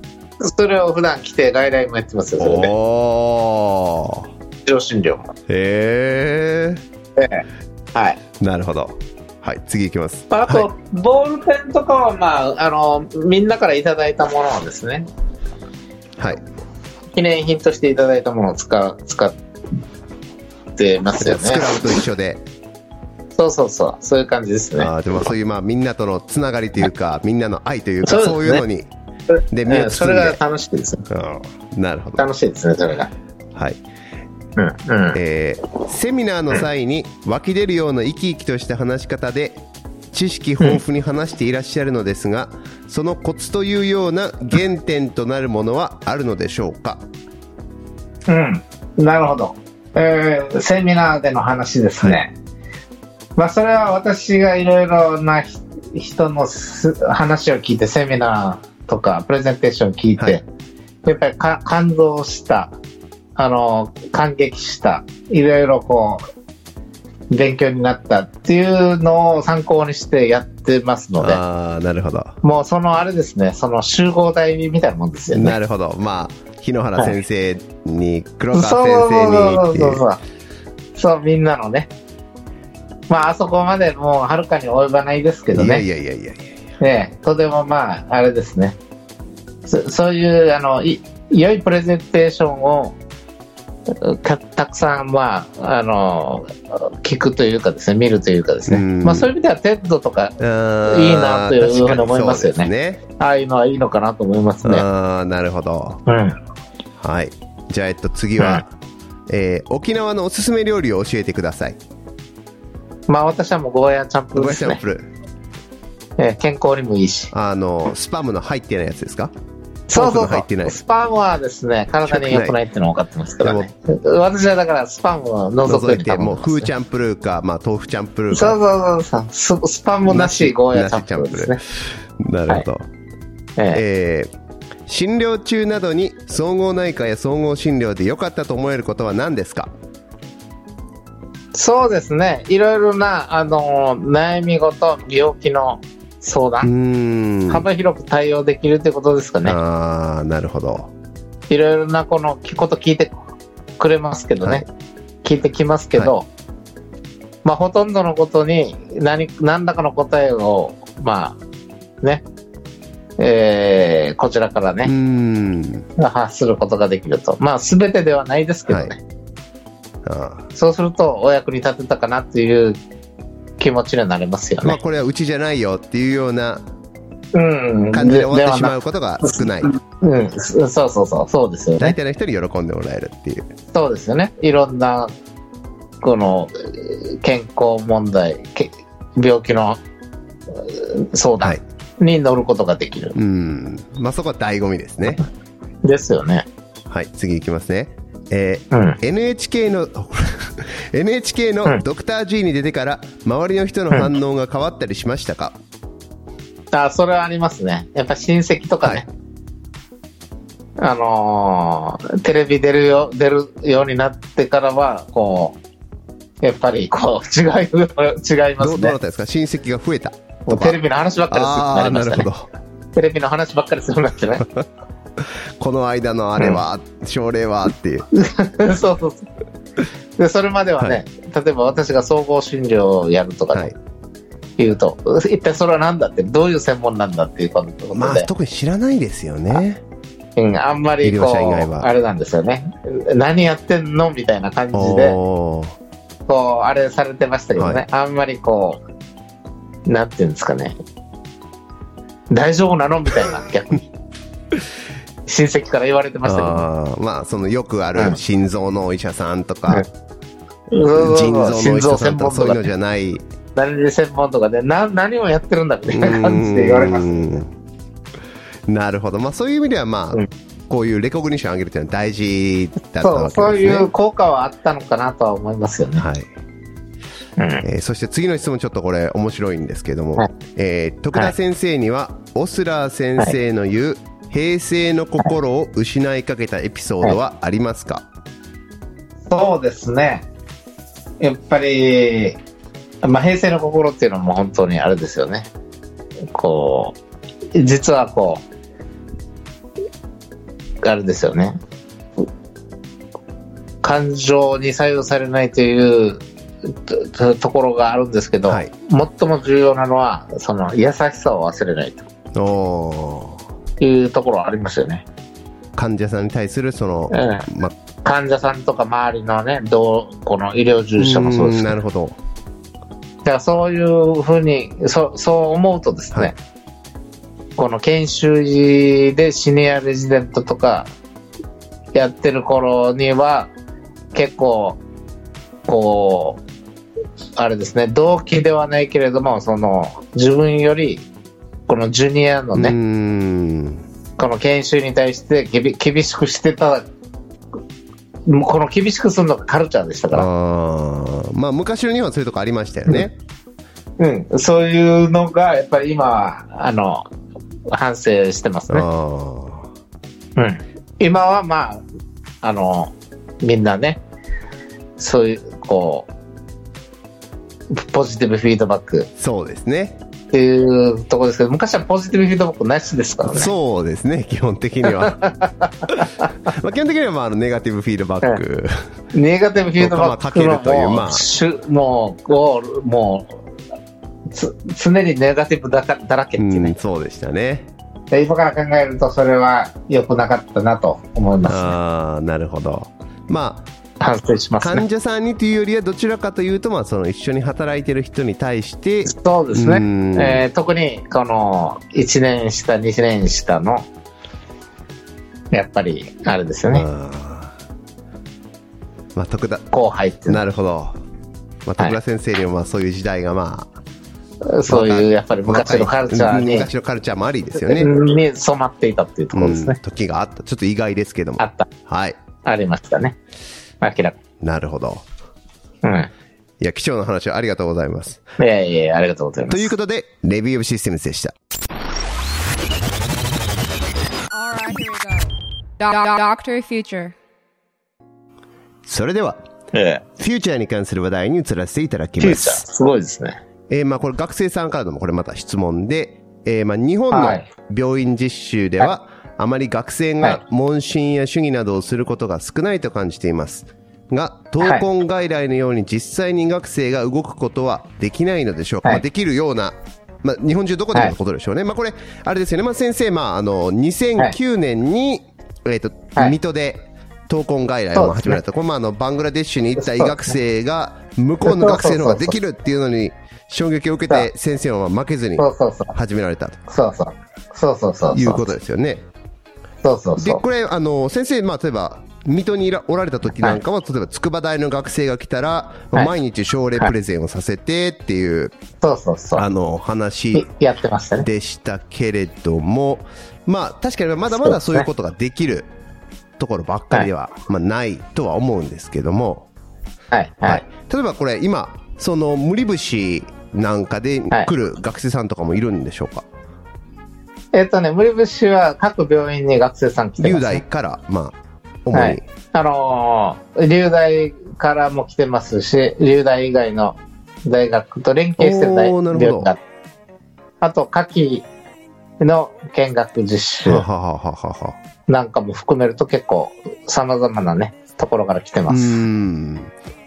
Speaker 2: それを普段着て外来もやってますよ、それで。
Speaker 1: おお
Speaker 2: 上診療も。
Speaker 1: へえ
Speaker 2: ええはい。
Speaker 1: なるほどはい次いきます
Speaker 2: あと、
Speaker 1: は
Speaker 2: ボールペンとかは、まあ、あの、みんなからいただいたものをですね、
Speaker 1: はい
Speaker 2: 記念品としていただいたものを使う使ってますよね
Speaker 1: ス。クラブと一緒で
Speaker 2: そうそうそう、そういう感じですね。
Speaker 1: あーでもそういうまあみんなとのつながりというかみんなの愛というか
Speaker 2: そうですね
Speaker 1: そういうのにで身
Speaker 2: え
Speaker 1: を
Speaker 2: えそ
Speaker 1: 包ん
Speaker 2: れが
Speaker 1: で
Speaker 2: 楽しいですね。
Speaker 1: うんなるほど
Speaker 2: 楽しいですね、それが。
Speaker 1: はい
Speaker 2: うん、うん。
Speaker 1: えーセミナーの際に湧き出るような生き生きとした話し方で知識豊富に話していらっしゃるのですがそのコツというような原点となるものはあるのでしょうか
Speaker 2: うん、なるほど、えーセミナーでの話ですね、まあ、それは私がいろいろなひ人のす話を聞いてセミナーとかプレゼンテーションを聞いて、
Speaker 1: はい
Speaker 2: やっぱりか感動したあの感激したいろいろこう勉強になったっていうのを参考にしてやってますので
Speaker 1: ああなるほど
Speaker 2: もうそのあれですねその集合体みたいなもんですよね
Speaker 1: なるほどまあ日野原先生に黒
Speaker 2: そう
Speaker 1: 川先生にってい
Speaker 2: そううそうそうそうみんなのねまああそこまでもうはるかに及ばないですけど
Speaker 1: いや
Speaker 2: ね
Speaker 1: いやいやいやい
Speaker 2: ねえとてもまああれですねそそういうあのい良いプレゼンテーションをたたくさん、まあ、あの聞くというかですね見るというかですね、
Speaker 1: うん
Speaker 2: まあ、そういう意味ではテッドとか
Speaker 1: や
Speaker 2: いいなというふうに思いますよね
Speaker 1: 確かにそうです
Speaker 2: ああいうのはいいのかなと思いますね。
Speaker 1: ああなるほど
Speaker 2: うん、
Speaker 1: はいじゃあえっと次は、えー沖縄のおすすめ料理を教えてください
Speaker 2: まあ私はもうゴーヤーチャンプルーです
Speaker 1: 小林シ。ャ
Speaker 2: ね
Speaker 1: ンプルー
Speaker 2: ええ健康にもいいし。
Speaker 1: あのスパムの入ってないやつですか
Speaker 2: そう
Speaker 1: ポーク
Speaker 2: そ
Speaker 1: の
Speaker 2: うそ。
Speaker 1: 入ってないう
Speaker 2: スパムはですね、体に良くないってのは分かってますからね。私はだからスパムを除
Speaker 1: 覗
Speaker 2: く
Speaker 1: いてもう風ち
Speaker 2: ゃん。
Speaker 1: ゃんプルーか、まあ、豆腐ちゃんプルー
Speaker 2: そ
Speaker 1: か
Speaker 2: うそうそうそう。ススパムなしゴーヤチャンプルーですね。
Speaker 1: なるほど、
Speaker 2: ええ
Speaker 1: えー診療中などに総合内科や総合診療で良かったと思えることは何ですか
Speaker 2: そうですね。いろいろな、あのー、悩み事、病気の相
Speaker 1: うー
Speaker 2: 談、
Speaker 1: ん
Speaker 2: 幅広く対応できるってことですかね。
Speaker 1: ああなるほど
Speaker 2: いろいろなこのこと聞いてくれますけどね、
Speaker 1: はい
Speaker 2: 聞いてきますけど、まあほとんどのことに何何らかの答えをまあね、えーこちらから
Speaker 1: うー
Speaker 2: ね、
Speaker 1: ん
Speaker 2: 発することができるとまあ全てではないですけどね、
Speaker 1: はあ
Speaker 2: そうするとお役に立てたかなっていう気持ちにはなりますよ
Speaker 1: ーまあ
Speaker 2: ね。
Speaker 1: これはうちじゃないよっていうような
Speaker 2: うん、
Speaker 1: 感じで終わってしま
Speaker 2: う。
Speaker 1: うことが少ない
Speaker 2: うん、そうそうそう、そうですよね
Speaker 1: 大。体の人に喜んでもらえるっていう
Speaker 2: そうですよね。いろんな、この、えー健康問題、け病気のえー相
Speaker 1: は
Speaker 2: 談
Speaker 1: い
Speaker 2: に乗ることができる。
Speaker 1: うんまあそこは醍醐味ですね
Speaker 2: ですよね。
Speaker 1: はい次いきますねえー
Speaker 2: うん。
Speaker 1: NHK の NHK
Speaker 2: う
Speaker 1: の
Speaker 2: ん
Speaker 1: ドクター G に出てから周りの人の反応が変わったりしましたか、
Speaker 2: あ、それはありますね。やっぱ親戚とかね。あのーテレビ出るよ、出るようになってからは、こう、やっぱりこう、違い、違いま
Speaker 1: ど
Speaker 2: す
Speaker 1: うどうな
Speaker 2: ね
Speaker 1: った。ですか親戚が増えた
Speaker 2: もうテレビの話ばっかりするように
Speaker 1: ああ
Speaker 2: な
Speaker 1: ー
Speaker 2: り
Speaker 1: な
Speaker 2: ま
Speaker 1: る
Speaker 2: した
Speaker 1: ほ
Speaker 2: ね。
Speaker 1: ど
Speaker 2: テレビの話ばっかりするようになってね。
Speaker 1: この間のあれは、症例はっていう
Speaker 2: そうそうそう。で、それまではね、例えば私が総合診療をやるとか
Speaker 1: は
Speaker 2: ね
Speaker 1: い
Speaker 2: 言うと、一体それは何だって、どういう専門なんだっていうことで、
Speaker 1: まあ特に知らないですよね
Speaker 2: うんあんま
Speaker 1: 医
Speaker 2: り
Speaker 1: 療
Speaker 2: こ
Speaker 1: 者以外
Speaker 2: う、
Speaker 1: は
Speaker 2: あれなんですよね。何やってんのみたいな感じで、
Speaker 1: おー
Speaker 2: こうあれされてましたけどね、
Speaker 1: はい
Speaker 2: あんまりこうなんていうんですかね大丈夫なのみたいな 逆に親戚から言われてましたけど
Speaker 1: あーまあ、そのよくあ
Speaker 2: うん
Speaker 1: る心臓のお医者さんとか、
Speaker 2: うん
Speaker 1: 腎臓のお
Speaker 2: 心
Speaker 1: 医者
Speaker 2: 臓
Speaker 1: さ
Speaker 2: 専
Speaker 1: んとか
Speaker 2: 門
Speaker 1: そう
Speaker 2: と
Speaker 1: いう
Speaker 2: か
Speaker 1: のじゃない。
Speaker 2: 何で専門とかでな何をやってるんだみたいな感じで言われます
Speaker 1: うんなるほど。まあ、そういう意味では、まあ、
Speaker 2: うん
Speaker 1: こういうレコグニッション上げるっていうのは大事だった
Speaker 2: そ
Speaker 1: わけ
Speaker 2: う
Speaker 1: ですね。
Speaker 2: そういう効果はあったのかなとは思いますよね、
Speaker 1: はい。
Speaker 2: うん
Speaker 1: えーそして次の質問ちょっとこれ面白いんですけども、
Speaker 2: はい
Speaker 1: えー徳田先生には、オスラー先生の言う、平成の心を失いかけたエピソードはありますか、
Speaker 2: そうですねやっぱり、まあ、平成の心っていうのも本当にあれですよねこう実はこうあれですよね感情に左右されないというととところがあるんですけど、
Speaker 1: はい
Speaker 2: 最も重要なのはその優しさを忘れない
Speaker 1: おー
Speaker 2: というところはありますよね、
Speaker 1: 患者さんに対するその、
Speaker 2: うん
Speaker 1: ま
Speaker 2: 患者さんとか周りのねどうこの医療従事者もそうで
Speaker 1: ん
Speaker 2: すけど
Speaker 1: なるほど。
Speaker 2: だからそういうふうにそそう思うとですね、
Speaker 1: はい
Speaker 2: この研修医でシニアレジデントとかやってる頃には結構こうあれですね同期ではないけれどもその自分よりこのジュニアのね、
Speaker 1: うーん。
Speaker 2: この研修に対して厳厳しくしてたもうこの厳しくするのがカルチャーでしたから
Speaker 1: あーまあ、昔の日本はそういうとこありましたよね。
Speaker 2: うん、そういうのが、やっぱり今は、あの、反省してます
Speaker 1: あ
Speaker 2: ね。
Speaker 1: ー
Speaker 2: うん。今は、まあ、あの、みんなね、そういう、こう、ポジティブフィードバック
Speaker 1: そうですね。
Speaker 2: っていうところですけど、昔はポジティブフィードバックなしですからね。
Speaker 1: そうですね、基本的には。 まあ基本的には、まあ、あのネガティブフィードバック。
Speaker 2: ネガティブフィードバックの
Speaker 1: まあかけるという
Speaker 2: もう、
Speaker 1: まあ
Speaker 2: しゅもう、ゴールもう、つ常にネガティブだかだらけっ
Speaker 1: う
Speaker 2: ていうね
Speaker 1: ん、、そうでしたね。
Speaker 2: で今から考えると、それは良くなかったなと思います、ね。
Speaker 1: ああ、なるほど。ま
Speaker 2: 反省し
Speaker 1: あ、
Speaker 2: ますね。
Speaker 1: 患者さんにというよりは、どちらかというと、まあ、その一緒に働いてる人に対して、
Speaker 2: そうです
Speaker 1: う
Speaker 2: ね
Speaker 1: ん、
Speaker 2: えー特にこの1年下、2年下のやっぱりあれですよね、
Speaker 1: あーまあ、徳田、
Speaker 2: 後輩っていうの
Speaker 1: なるほど。まあ、徳田先生にも、まあ、そういう時代が、まあ、
Speaker 2: はそういうやっぱり昔のカルチャー
Speaker 1: うん
Speaker 2: に
Speaker 1: 昔のカルチャーもありですよね。
Speaker 2: に染まっていたっていうところです
Speaker 1: うん
Speaker 2: ね、
Speaker 1: 時があった。ちょっと意外ですけども
Speaker 2: あ。った、
Speaker 1: はい。
Speaker 2: ありましたね、明らか
Speaker 1: なるほど。
Speaker 2: うん
Speaker 1: いや、貴重な話をありがとうございます。
Speaker 2: いやいやいやありがとうございま
Speaker 1: と
Speaker 2: す。
Speaker 1: いうことで、レビューオブシステムズでした。
Speaker 3: All right, here we go. Doc- Doctor Future.
Speaker 1: それでは、
Speaker 2: ええ
Speaker 1: フューチャーに関する話題に移らせていただき
Speaker 2: フュー
Speaker 1: ま
Speaker 2: チャー
Speaker 1: す。
Speaker 2: すごいですね。
Speaker 1: えーまあこれ学生さんからのもこれまた質問で、えーまあ日本
Speaker 2: は
Speaker 1: の
Speaker 2: い
Speaker 1: 病院実習では、あまり学生
Speaker 2: はい
Speaker 1: が問診や主義などをすることが少ないと感じています。が、闘魂外来のように実際に医学生が動くことはできないのでしょうか、
Speaker 2: はい
Speaker 1: まあできるような、まあ、日本中どこでものことでしょうね。まあこれ、あれですよね。まあ先生、まああの、2009年に、えっ、と、
Speaker 2: はい
Speaker 1: 水戸で闘魂外来も始められた。これもあの、バングラデシュに行った医学生が、向こうの学生の方ができるっていうのに衝撃を受けて先生は負けずに
Speaker 2: そうそうそう。
Speaker 1: 始められたと
Speaker 2: そうそう。そうそうそう。
Speaker 1: いうことですよね。
Speaker 2: そうそう
Speaker 1: で
Speaker 2: そう
Speaker 1: こ。れあの先生、まあ、例えば水戸にいらおられた時なんかは、例えば筑波大の学生が来たら、まあ
Speaker 2: は
Speaker 1: 毎日奨励プレゼンをさせてっていう、
Speaker 2: そうそうそう
Speaker 1: あ。の話
Speaker 2: いやってましたね。
Speaker 1: でしたけれども、まあ、確かにまだまだそういうことができるところばっかりでは、まあ、ないとは思うんですけども。
Speaker 2: はい。
Speaker 1: は
Speaker 2: はいい。、
Speaker 1: 例えばこれ今その無理節なんかで
Speaker 2: はい
Speaker 1: 来る学生さんとかもいるんでしょうか、
Speaker 2: えっとね、無理物資は各病院に学生さん来て
Speaker 1: 龍
Speaker 2: ます、ね。
Speaker 1: 大からまあ主に、
Speaker 2: はいあのー、流大からも来てますし、流大以外の大学と連携してる大
Speaker 1: おーなるほど
Speaker 2: 病院があと、夏季の見学実
Speaker 1: は
Speaker 2: 習
Speaker 1: ははははは
Speaker 2: なんかも含めると結構様々なね、ところから来て
Speaker 1: うー
Speaker 2: ます。
Speaker 1: ん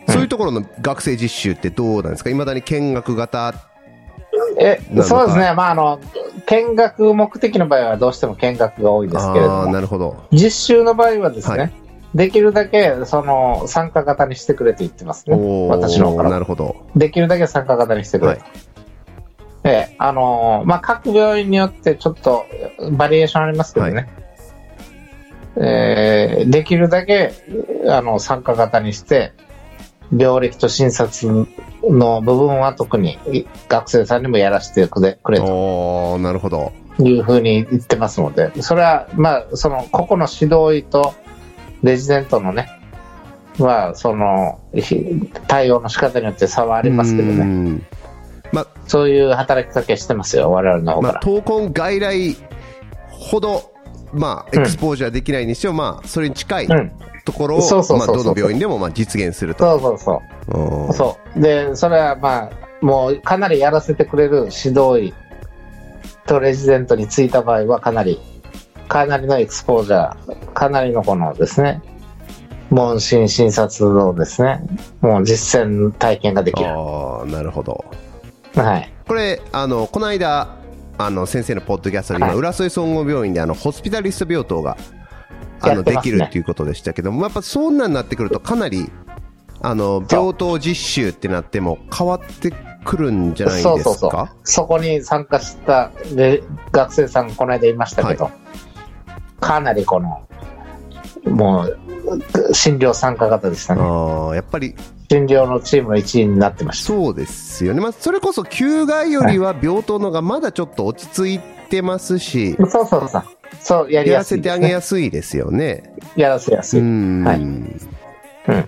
Speaker 1: そういうところの学生実習ってどうなんですかいまだに見学型なる
Speaker 2: え
Speaker 1: ほど
Speaker 2: そうですね、まああの、見学目的の場合はどうしても見学が多いですけれど
Speaker 1: あー
Speaker 2: も、
Speaker 1: なるほど
Speaker 2: 実習の場合はですね、できるだけその参加型にしてくれと言ってますね、
Speaker 1: おー
Speaker 2: 私の方から
Speaker 1: なるほど。
Speaker 2: できるだけ参加型にしてくれと、
Speaker 1: は
Speaker 2: であのーまあ、各病院によってちょっとバリエーションありますけどね、えーできるだけあの参加型にして、病歴と診察の部分は特にい学生さんにもやらせてくれくれと
Speaker 1: おーなるほど。
Speaker 2: いうふうに言ってますので、それは、まあ、その、個々の指導医とレジデントのね、まあ、その、ひ対応の仕方によって差はあ
Speaker 1: あ
Speaker 2: りますけどね、
Speaker 1: ね。
Speaker 2: そういう働きかけしてますよ、我々の方か
Speaker 1: まあ、
Speaker 2: ら。
Speaker 1: 闘魂外来ほど、まあ、
Speaker 2: う
Speaker 1: エ
Speaker 2: ん
Speaker 1: クスポージャーできないにしても、まあ、それに近い
Speaker 2: うん、
Speaker 1: ところ
Speaker 2: そう
Speaker 1: を、
Speaker 2: そう
Speaker 1: ま
Speaker 2: そ
Speaker 1: あ、
Speaker 2: うそ
Speaker 1: ど
Speaker 2: う
Speaker 1: の病院でも、まあ、実現すると。
Speaker 2: そうそうそうう。
Speaker 1: ん
Speaker 2: そう。で、それはまあ、もうかなりやらせてくれる指導医とレジデントについた場合はかなり、かなりのエクスポージャー、かなりのこのですね、問診診察のですね、もう実践体験ができる。
Speaker 1: ああ、なるほど。
Speaker 2: はい。
Speaker 1: これ、あの、この間、あの、先生のポッドキャストで、今、
Speaker 2: はい
Speaker 1: 浦添総合病院で、あの、ホスピタリスト病棟が、あ
Speaker 2: や
Speaker 1: の、
Speaker 2: って
Speaker 1: で
Speaker 2: ます
Speaker 1: き
Speaker 2: ね
Speaker 1: るっていうことでしたけども、やっぱ、そんなんなってくると、かなり、あの、
Speaker 2: そう
Speaker 1: 病棟実習ってなっても、変わってくるんじゃない
Speaker 2: そう
Speaker 1: で
Speaker 2: そう
Speaker 1: す
Speaker 2: そう
Speaker 1: か。
Speaker 2: そこに参加したで学生さんこの間いましたけど、かなりこの、もう、診療参加型でしたね。
Speaker 1: ああ、やっぱり、
Speaker 2: 診療のチームの一員になってました。
Speaker 1: そうですよね。まあ、それこそ、旧外よりは、病棟のが、まだちょっと落ち着いてますし、
Speaker 2: そうそうそう。そう、やり
Speaker 1: や
Speaker 2: や
Speaker 1: ら
Speaker 2: す
Speaker 1: せ
Speaker 2: いで
Speaker 1: てあ
Speaker 2: す
Speaker 1: げ
Speaker 2: ね、
Speaker 1: やすいですよね。
Speaker 2: やらせやす
Speaker 1: う
Speaker 2: い。
Speaker 1: ん、
Speaker 2: はい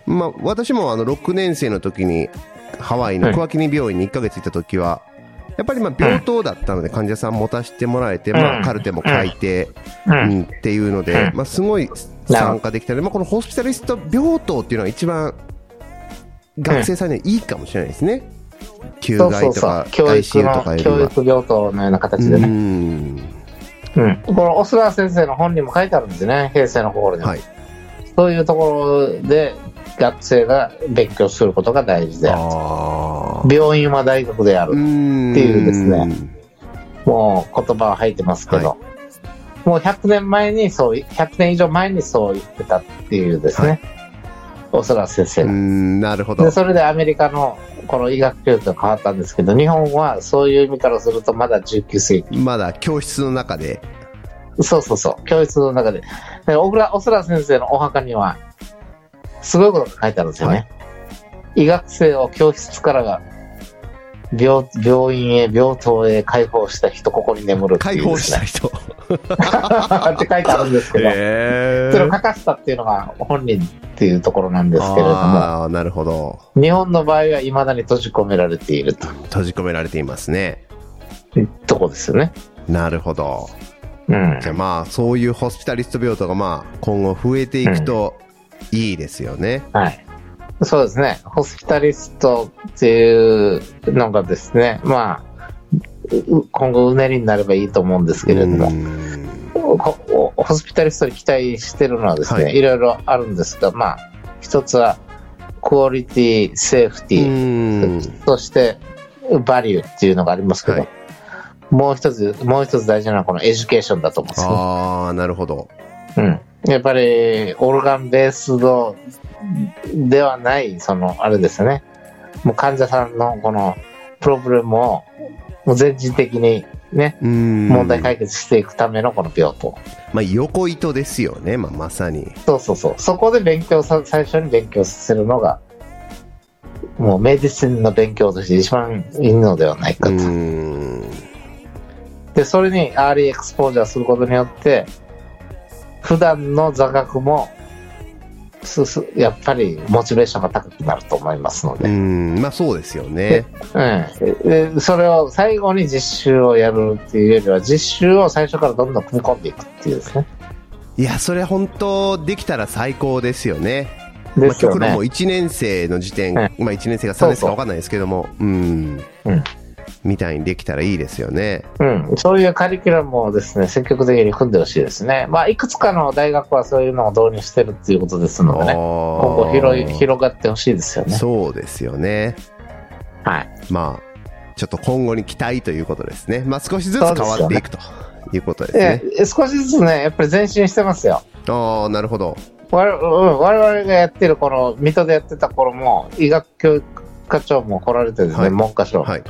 Speaker 1: まあ、私もあの6年生の時にハワイの小涌に病院に1ヶ月行った時は、やっぱりまあ病棟だったので患者さん持たせてもらえて、
Speaker 2: うん
Speaker 1: まあ、カルテも書いて、う
Speaker 2: う。
Speaker 1: んん、っていうので、
Speaker 2: うん
Speaker 1: まあ、すごい参加できたので、まあ、このホスピタリスト病棟っていうのが一番学生さんにはいいかもしれないですね。旧
Speaker 2: そうそ
Speaker 1: 外
Speaker 2: う
Speaker 1: と
Speaker 2: そ
Speaker 1: か
Speaker 2: う。教育
Speaker 1: ICU と
Speaker 2: の
Speaker 1: か、より
Speaker 2: 教
Speaker 1: は。
Speaker 2: 育病棟のような形で
Speaker 1: う
Speaker 2: ね。
Speaker 1: ん
Speaker 2: うん。このオスラー先生の本にも書いてあるんですね。平成の心に。
Speaker 1: はい
Speaker 2: そういうところで学生が勉強することが大事である。
Speaker 1: あー
Speaker 2: 病院は大学である。
Speaker 1: うん
Speaker 2: っていうですねもう言葉は吐いてますけど。もう100年前にそう、100年以上前にそう言ってたっていうですね。オスラー先生
Speaker 1: う
Speaker 2: が。
Speaker 1: んなるほど
Speaker 2: で。それでアメリカのこの医学教育が変わったんですけど日本はそういう意味からするとまだ19世紀
Speaker 1: まだ教室の中で。
Speaker 2: そうそうそう教室の中でで小倉小倉先生のお墓にはすごいことが書いてあるんですよね、医学生を教室からが病病院へ病棟へ解放した人ここに眠るって
Speaker 1: 解
Speaker 2: いうで
Speaker 1: 放し
Speaker 2: す
Speaker 1: た
Speaker 2: ね
Speaker 1: 人。
Speaker 2: って書いてあるんですけど、
Speaker 1: え
Speaker 2: それを書かしたっていうのが本人っていうところなんですけれども
Speaker 1: ああ、なるほど。
Speaker 2: 日本の場合はいまだに閉じ込められていると
Speaker 1: 閉じ込められていますね。
Speaker 2: いうとこですよね
Speaker 1: なるほど。
Speaker 2: うん
Speaker 1: じゃあまあ、そういうホスピタリスト病棟がまあ、今後増えていくといいですよね。
Speaker 2: はい。そうですね。ホスピタリストっていうのがですね、まあ、う今後うねりになればいいと思うんですけれど
Speaker 1: う
Speaker 2: も、
Speaker 1: ん
Speaker 2: こホスピタリストに期待してるのはですね、
Speaker 1: はい
Speaker 2: い、ろいろあるんですが、まあ、一つは、クオリティ、セーフテ
Speaker 1: う
Speaker 2: ィ
Speaker 1: ん。
Speaker 2: ー、そして、バリューっていうのがありますけど、
Speaker 1: はい
Speaker 2: もう一つ、もう一つ大事なのはこのエデュケーションだと思うんですよね。
Speaker 1: ああ、なるほど。
Speaker 2: うん、やっぱりオルガンベースドではないそのあれですねもう患者さんのこのプロブレムをもう全人的にね
Speaker 1: うん。
Speaker 2: 問題解決していくためのこの病棟、
Speaker 1: まあ、横糸ですよね。まあ、まさに。
Speaker 2: そうそうそうそこで勉強さ最初に勉強させるのがもうメディシンの勉強として一番いいのではないか
Speaker 1: う
Speaker 2: と、
Speaker 1: ん。
Speaker 2: でそれにアーリーエクスポージャーすることによって普段の座学もすすやっぱりモチベーションが高くなると思いますの
Speaker 1: う
Speaker 2: で、
Speaker 1: ん。まあ、そうですよね。
Speaker 2: うん、でそれを最後に実習をやるっていうよりは実習を最初からどんどん組み込んでいくっていうですね
Speaker 1: いや、それ本当、できたら最高ですよね。ま
Speaker 2: で
Speaker 1: あ、
Speaker 2: すよ
Speaker 1: 極論
Speaker 2: ね
Speaker 1: もう、1年生の時点、
Speaker 2: うん
Speaker 1: まあ、1年生が3年生
Speaker 2: そう
Speaker 1: か
Speaker 2: そう
Speaker 1: 分かんないですけども、うん、
Speaker 2: うん
Speaker 1: みたいにできたらいいですよね。
Speaker 2: うん、そういうカリキュラムをですね積極的に組んでほしいですねまあいくつかの大学はそういうのを導入してるっていうことですのでね
Speaker 1: あ
Speaker 2: 今後
Speaker 1: ー
Speaker 2: 広い広がってほしいですよね
Speaker 1: そうですよね。
Speaker 2: はい
Speaker 1: まあ、ちょっと今後に期待ということですね。まあ、少しずつ変わっていくということですね
Speaker 2: え。え少しずつね、やっぱり前進してますよ。
Speaker 1: ああ、なるほど。
Speaker 2: 我々うん我々がやってるこの水戸でやってた頃も医学教育課長も来られてですね、
Speaker 1: はい
Speaker 2: 文科省、
Speaker 1: はい。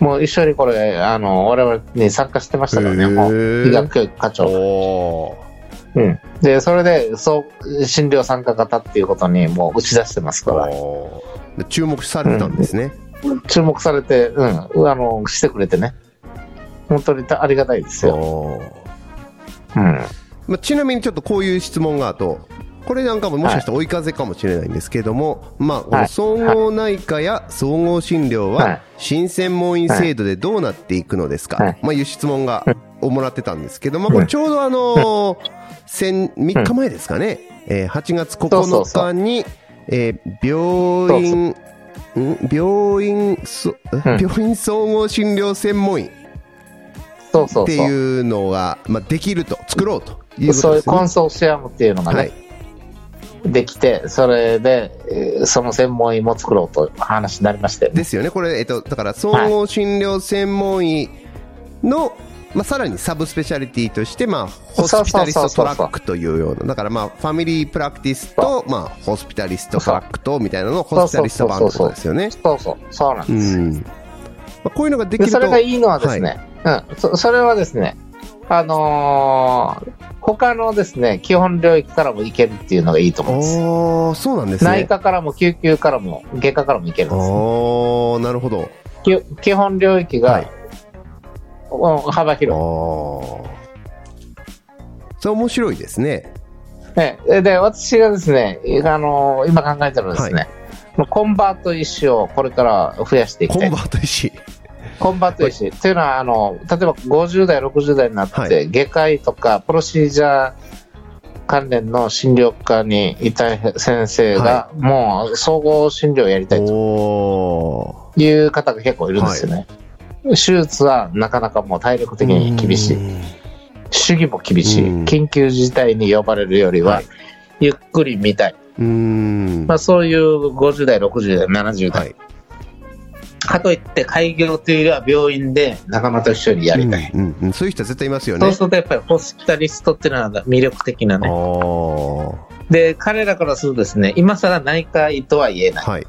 Speaker 2: もう一緒にこれあの我々に参加してましたからね
Speaker 1: へー
Speaker 2: もう医学教育課長、
Speaker 1: おー
Speaker 2: うん、でそれでそう診療参加型っていうことにもう打ち出してますから
Speaker 1: おー注目されたんですね。
Speaker 2: 注目されて、うん、あのしてくれてね本当にありがたいですよ、
Speaker 1: おー
Speaker 2: うん、
Speaker 1: まあ、ちなみにちょっとこういう質問があと、これなんかももしかしたら追い風かもしれないんですけども、まあ、こ
Speaker 2: は
Speaker 1: の
Speaker 2: い
Speaker 1: 総合内科や総合診療
Speaker 2: は、
Speaker 1: はい新専門医制度でどうなっていくのですか、
Speaker 2: はい
Speaker 1: い、まあいう質問が、をもらってたんですけど、まあ、これちょうどあのー、先、3日前ですかね、えー8月
Speaker 2: そうそうそ
Speaker 1: 9日に、えー病院、ん病院そ、
Speaker 2: ん
Speaker 1: 病院総合診療専門医
Speaker 2: そうそうそう
Speaker 1: っていうのが、まあ、できると、作ろうというこ
Speaker 2: そ
Speaker 1: と
Speaker 2: うい
Speaker 1: で
Speaker 2: う
Speaker 1: すね。
Speaker 2: コンソーシアムっていうのがね、
Speaker 1: はい
Speaker 2: できて、それで、えーその専門医も作ろうと話になりまして、
Speaker 1: ですよね、これ、えっと、だから総合診療専門医の、まあ、さらにサブスペシャリティとして、まあ、ホスピタリストトラックというような、だから、まあ、ファミリープラクティスと、まあ、ホスピタリストトラックとみたいなのをホスピタリスト版ってことですよね。
Speaker 2: そうそう、そうなん
Speaker 1: う
Speaker 2: ですよ。
Speaker 1: んまあ、こういうのができ
Speaker 2: で、
Speaker 1: ると
Speaker 2: それがいいのはですね、うんそ、それはですね、あのー他のですね、基本領域からもいけるっていうのがいいと思うんです。
Speaker 1: おーそうなんですね。
Speaker 2: 内科からも救急からも外科からもいけるんですね、
Speaker 1: おーなるほど。
Speaker 2: き基本領域が、
Speaker 1: はい
Speaker 2: お幅広い
Speaker 1: おーそれ面白いですね。
Speaker 2: ね、で私がですね、あの今考えてるのはですね、コンバート医師をこれから増やしていき
Speaker 1: コ
Speaker 2: た
Speaker 1: ン
Speaker 2: い
Speaker 1: バ。ート石。
Speaker 2: コンバート医師。というのはあの、例えば50代、60代になって、
Speaker 1: はい
Speaker 2: 外科医とかプロシージャー関連の診療科にいた先生が、もう総合診療をやりたいと
Speaker 1: おー
Speaker 2: いう方が結構いるんですよね。手術はなかなかもう体力的に厳しい。
Speaker 1: うん
Speaker 2: 主義も厳しい。
Speaker 1: うん
Speaker 2: 緊急事態に呼ばれるよりは、
Speaker 1: はい
Speaker 2: ゆっくり見たい。
Speaker 1: うーん。
Speaker 2: まあ、そういう50代、60代、70代、
Speaker 1: はい。
Speaker 2: かといって開業というよりは病院で仲間と一緒にやりたい、
Speaker 1: うんうんうんそういう人は絶対いますよね。
Speaker 2: そうするとやっぱりホスピタリストっていうのは魅力的なね
Speaker 1: あ
Speaker 2: で彼らからするとですね今更内科医とは言えない
Speaker 1: あ。はい。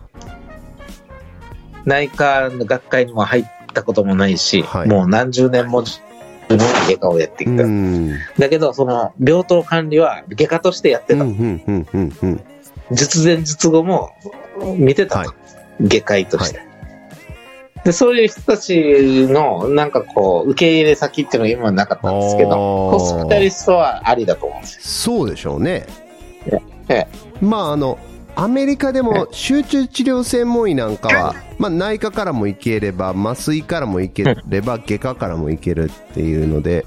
Speaker 2: 内科の学会にも入ったこともないし、
Speaker 1: はい
Speaker 2: もう何十年も自分の外科をやって
Speaker 1: う
Speaker 2: きた、
Speaker 1: ん。
Speaker 2: だけどその病棟管理は外科としてやって
Speaker 1: うん
Speaker 2: た、
Speaker 1: うんうんうんうん。
Speaker 2: 術前術後も見てた
Speaker 1: はい
Speaker 2: と、。外科医として、でそういう人たちのなんかこう受け入れ先っていうのが今はなかったんですけどホスピタリ
Speaker 1: ス
Speaker 2: ストはありだと思うんですよ
Speaker 1: そうでしょうね。
Speaker 2: え
Speaker 1: まああの、アメリカでも集中治療専門医なんかは、まあ内科からも行ければ、麻酔からも行ければ、外科からも行けるっていうので、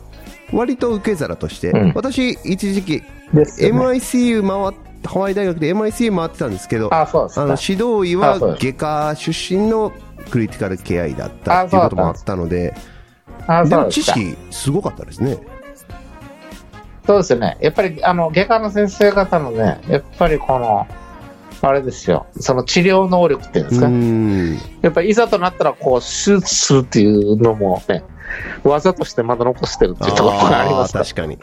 Speaker 1: 割と受け皿として、
Speaker 2: うん
Speaker 1: 私一時期
Speaker 2: ですよね
Speaker 1: MICU 回っハワイ大学で MICU 回ってたんですけど、
Speaker 2: あそうです
Speaker 1: あ
Speaker 2: か
Speaker 1: の指導医は
Speaker 2: あそうです
Speaker 1: 外科出身のクリティカルケア医だったっていうこともあったので
Speaker 2: あ
Speaker 1: で
Speaker 2: そう
Speaker 1: も
Speaker 2: で
Speaker 1: 知
Speaker 2: すか
Speaker 1: 識すごかったですね
Speaker 2: そうですよねやっぱりあの外科の先生方のねやっぱりこのあれですよその治療能力っていうんで
Speaker 1: う
Speaker 2: すか、
Speaker 1: ん
Speaker 2: やっぱりいざとなったらこう手術するっていうのもね技としてまだ残してるっていうところがありますから
Speaker 1: ー確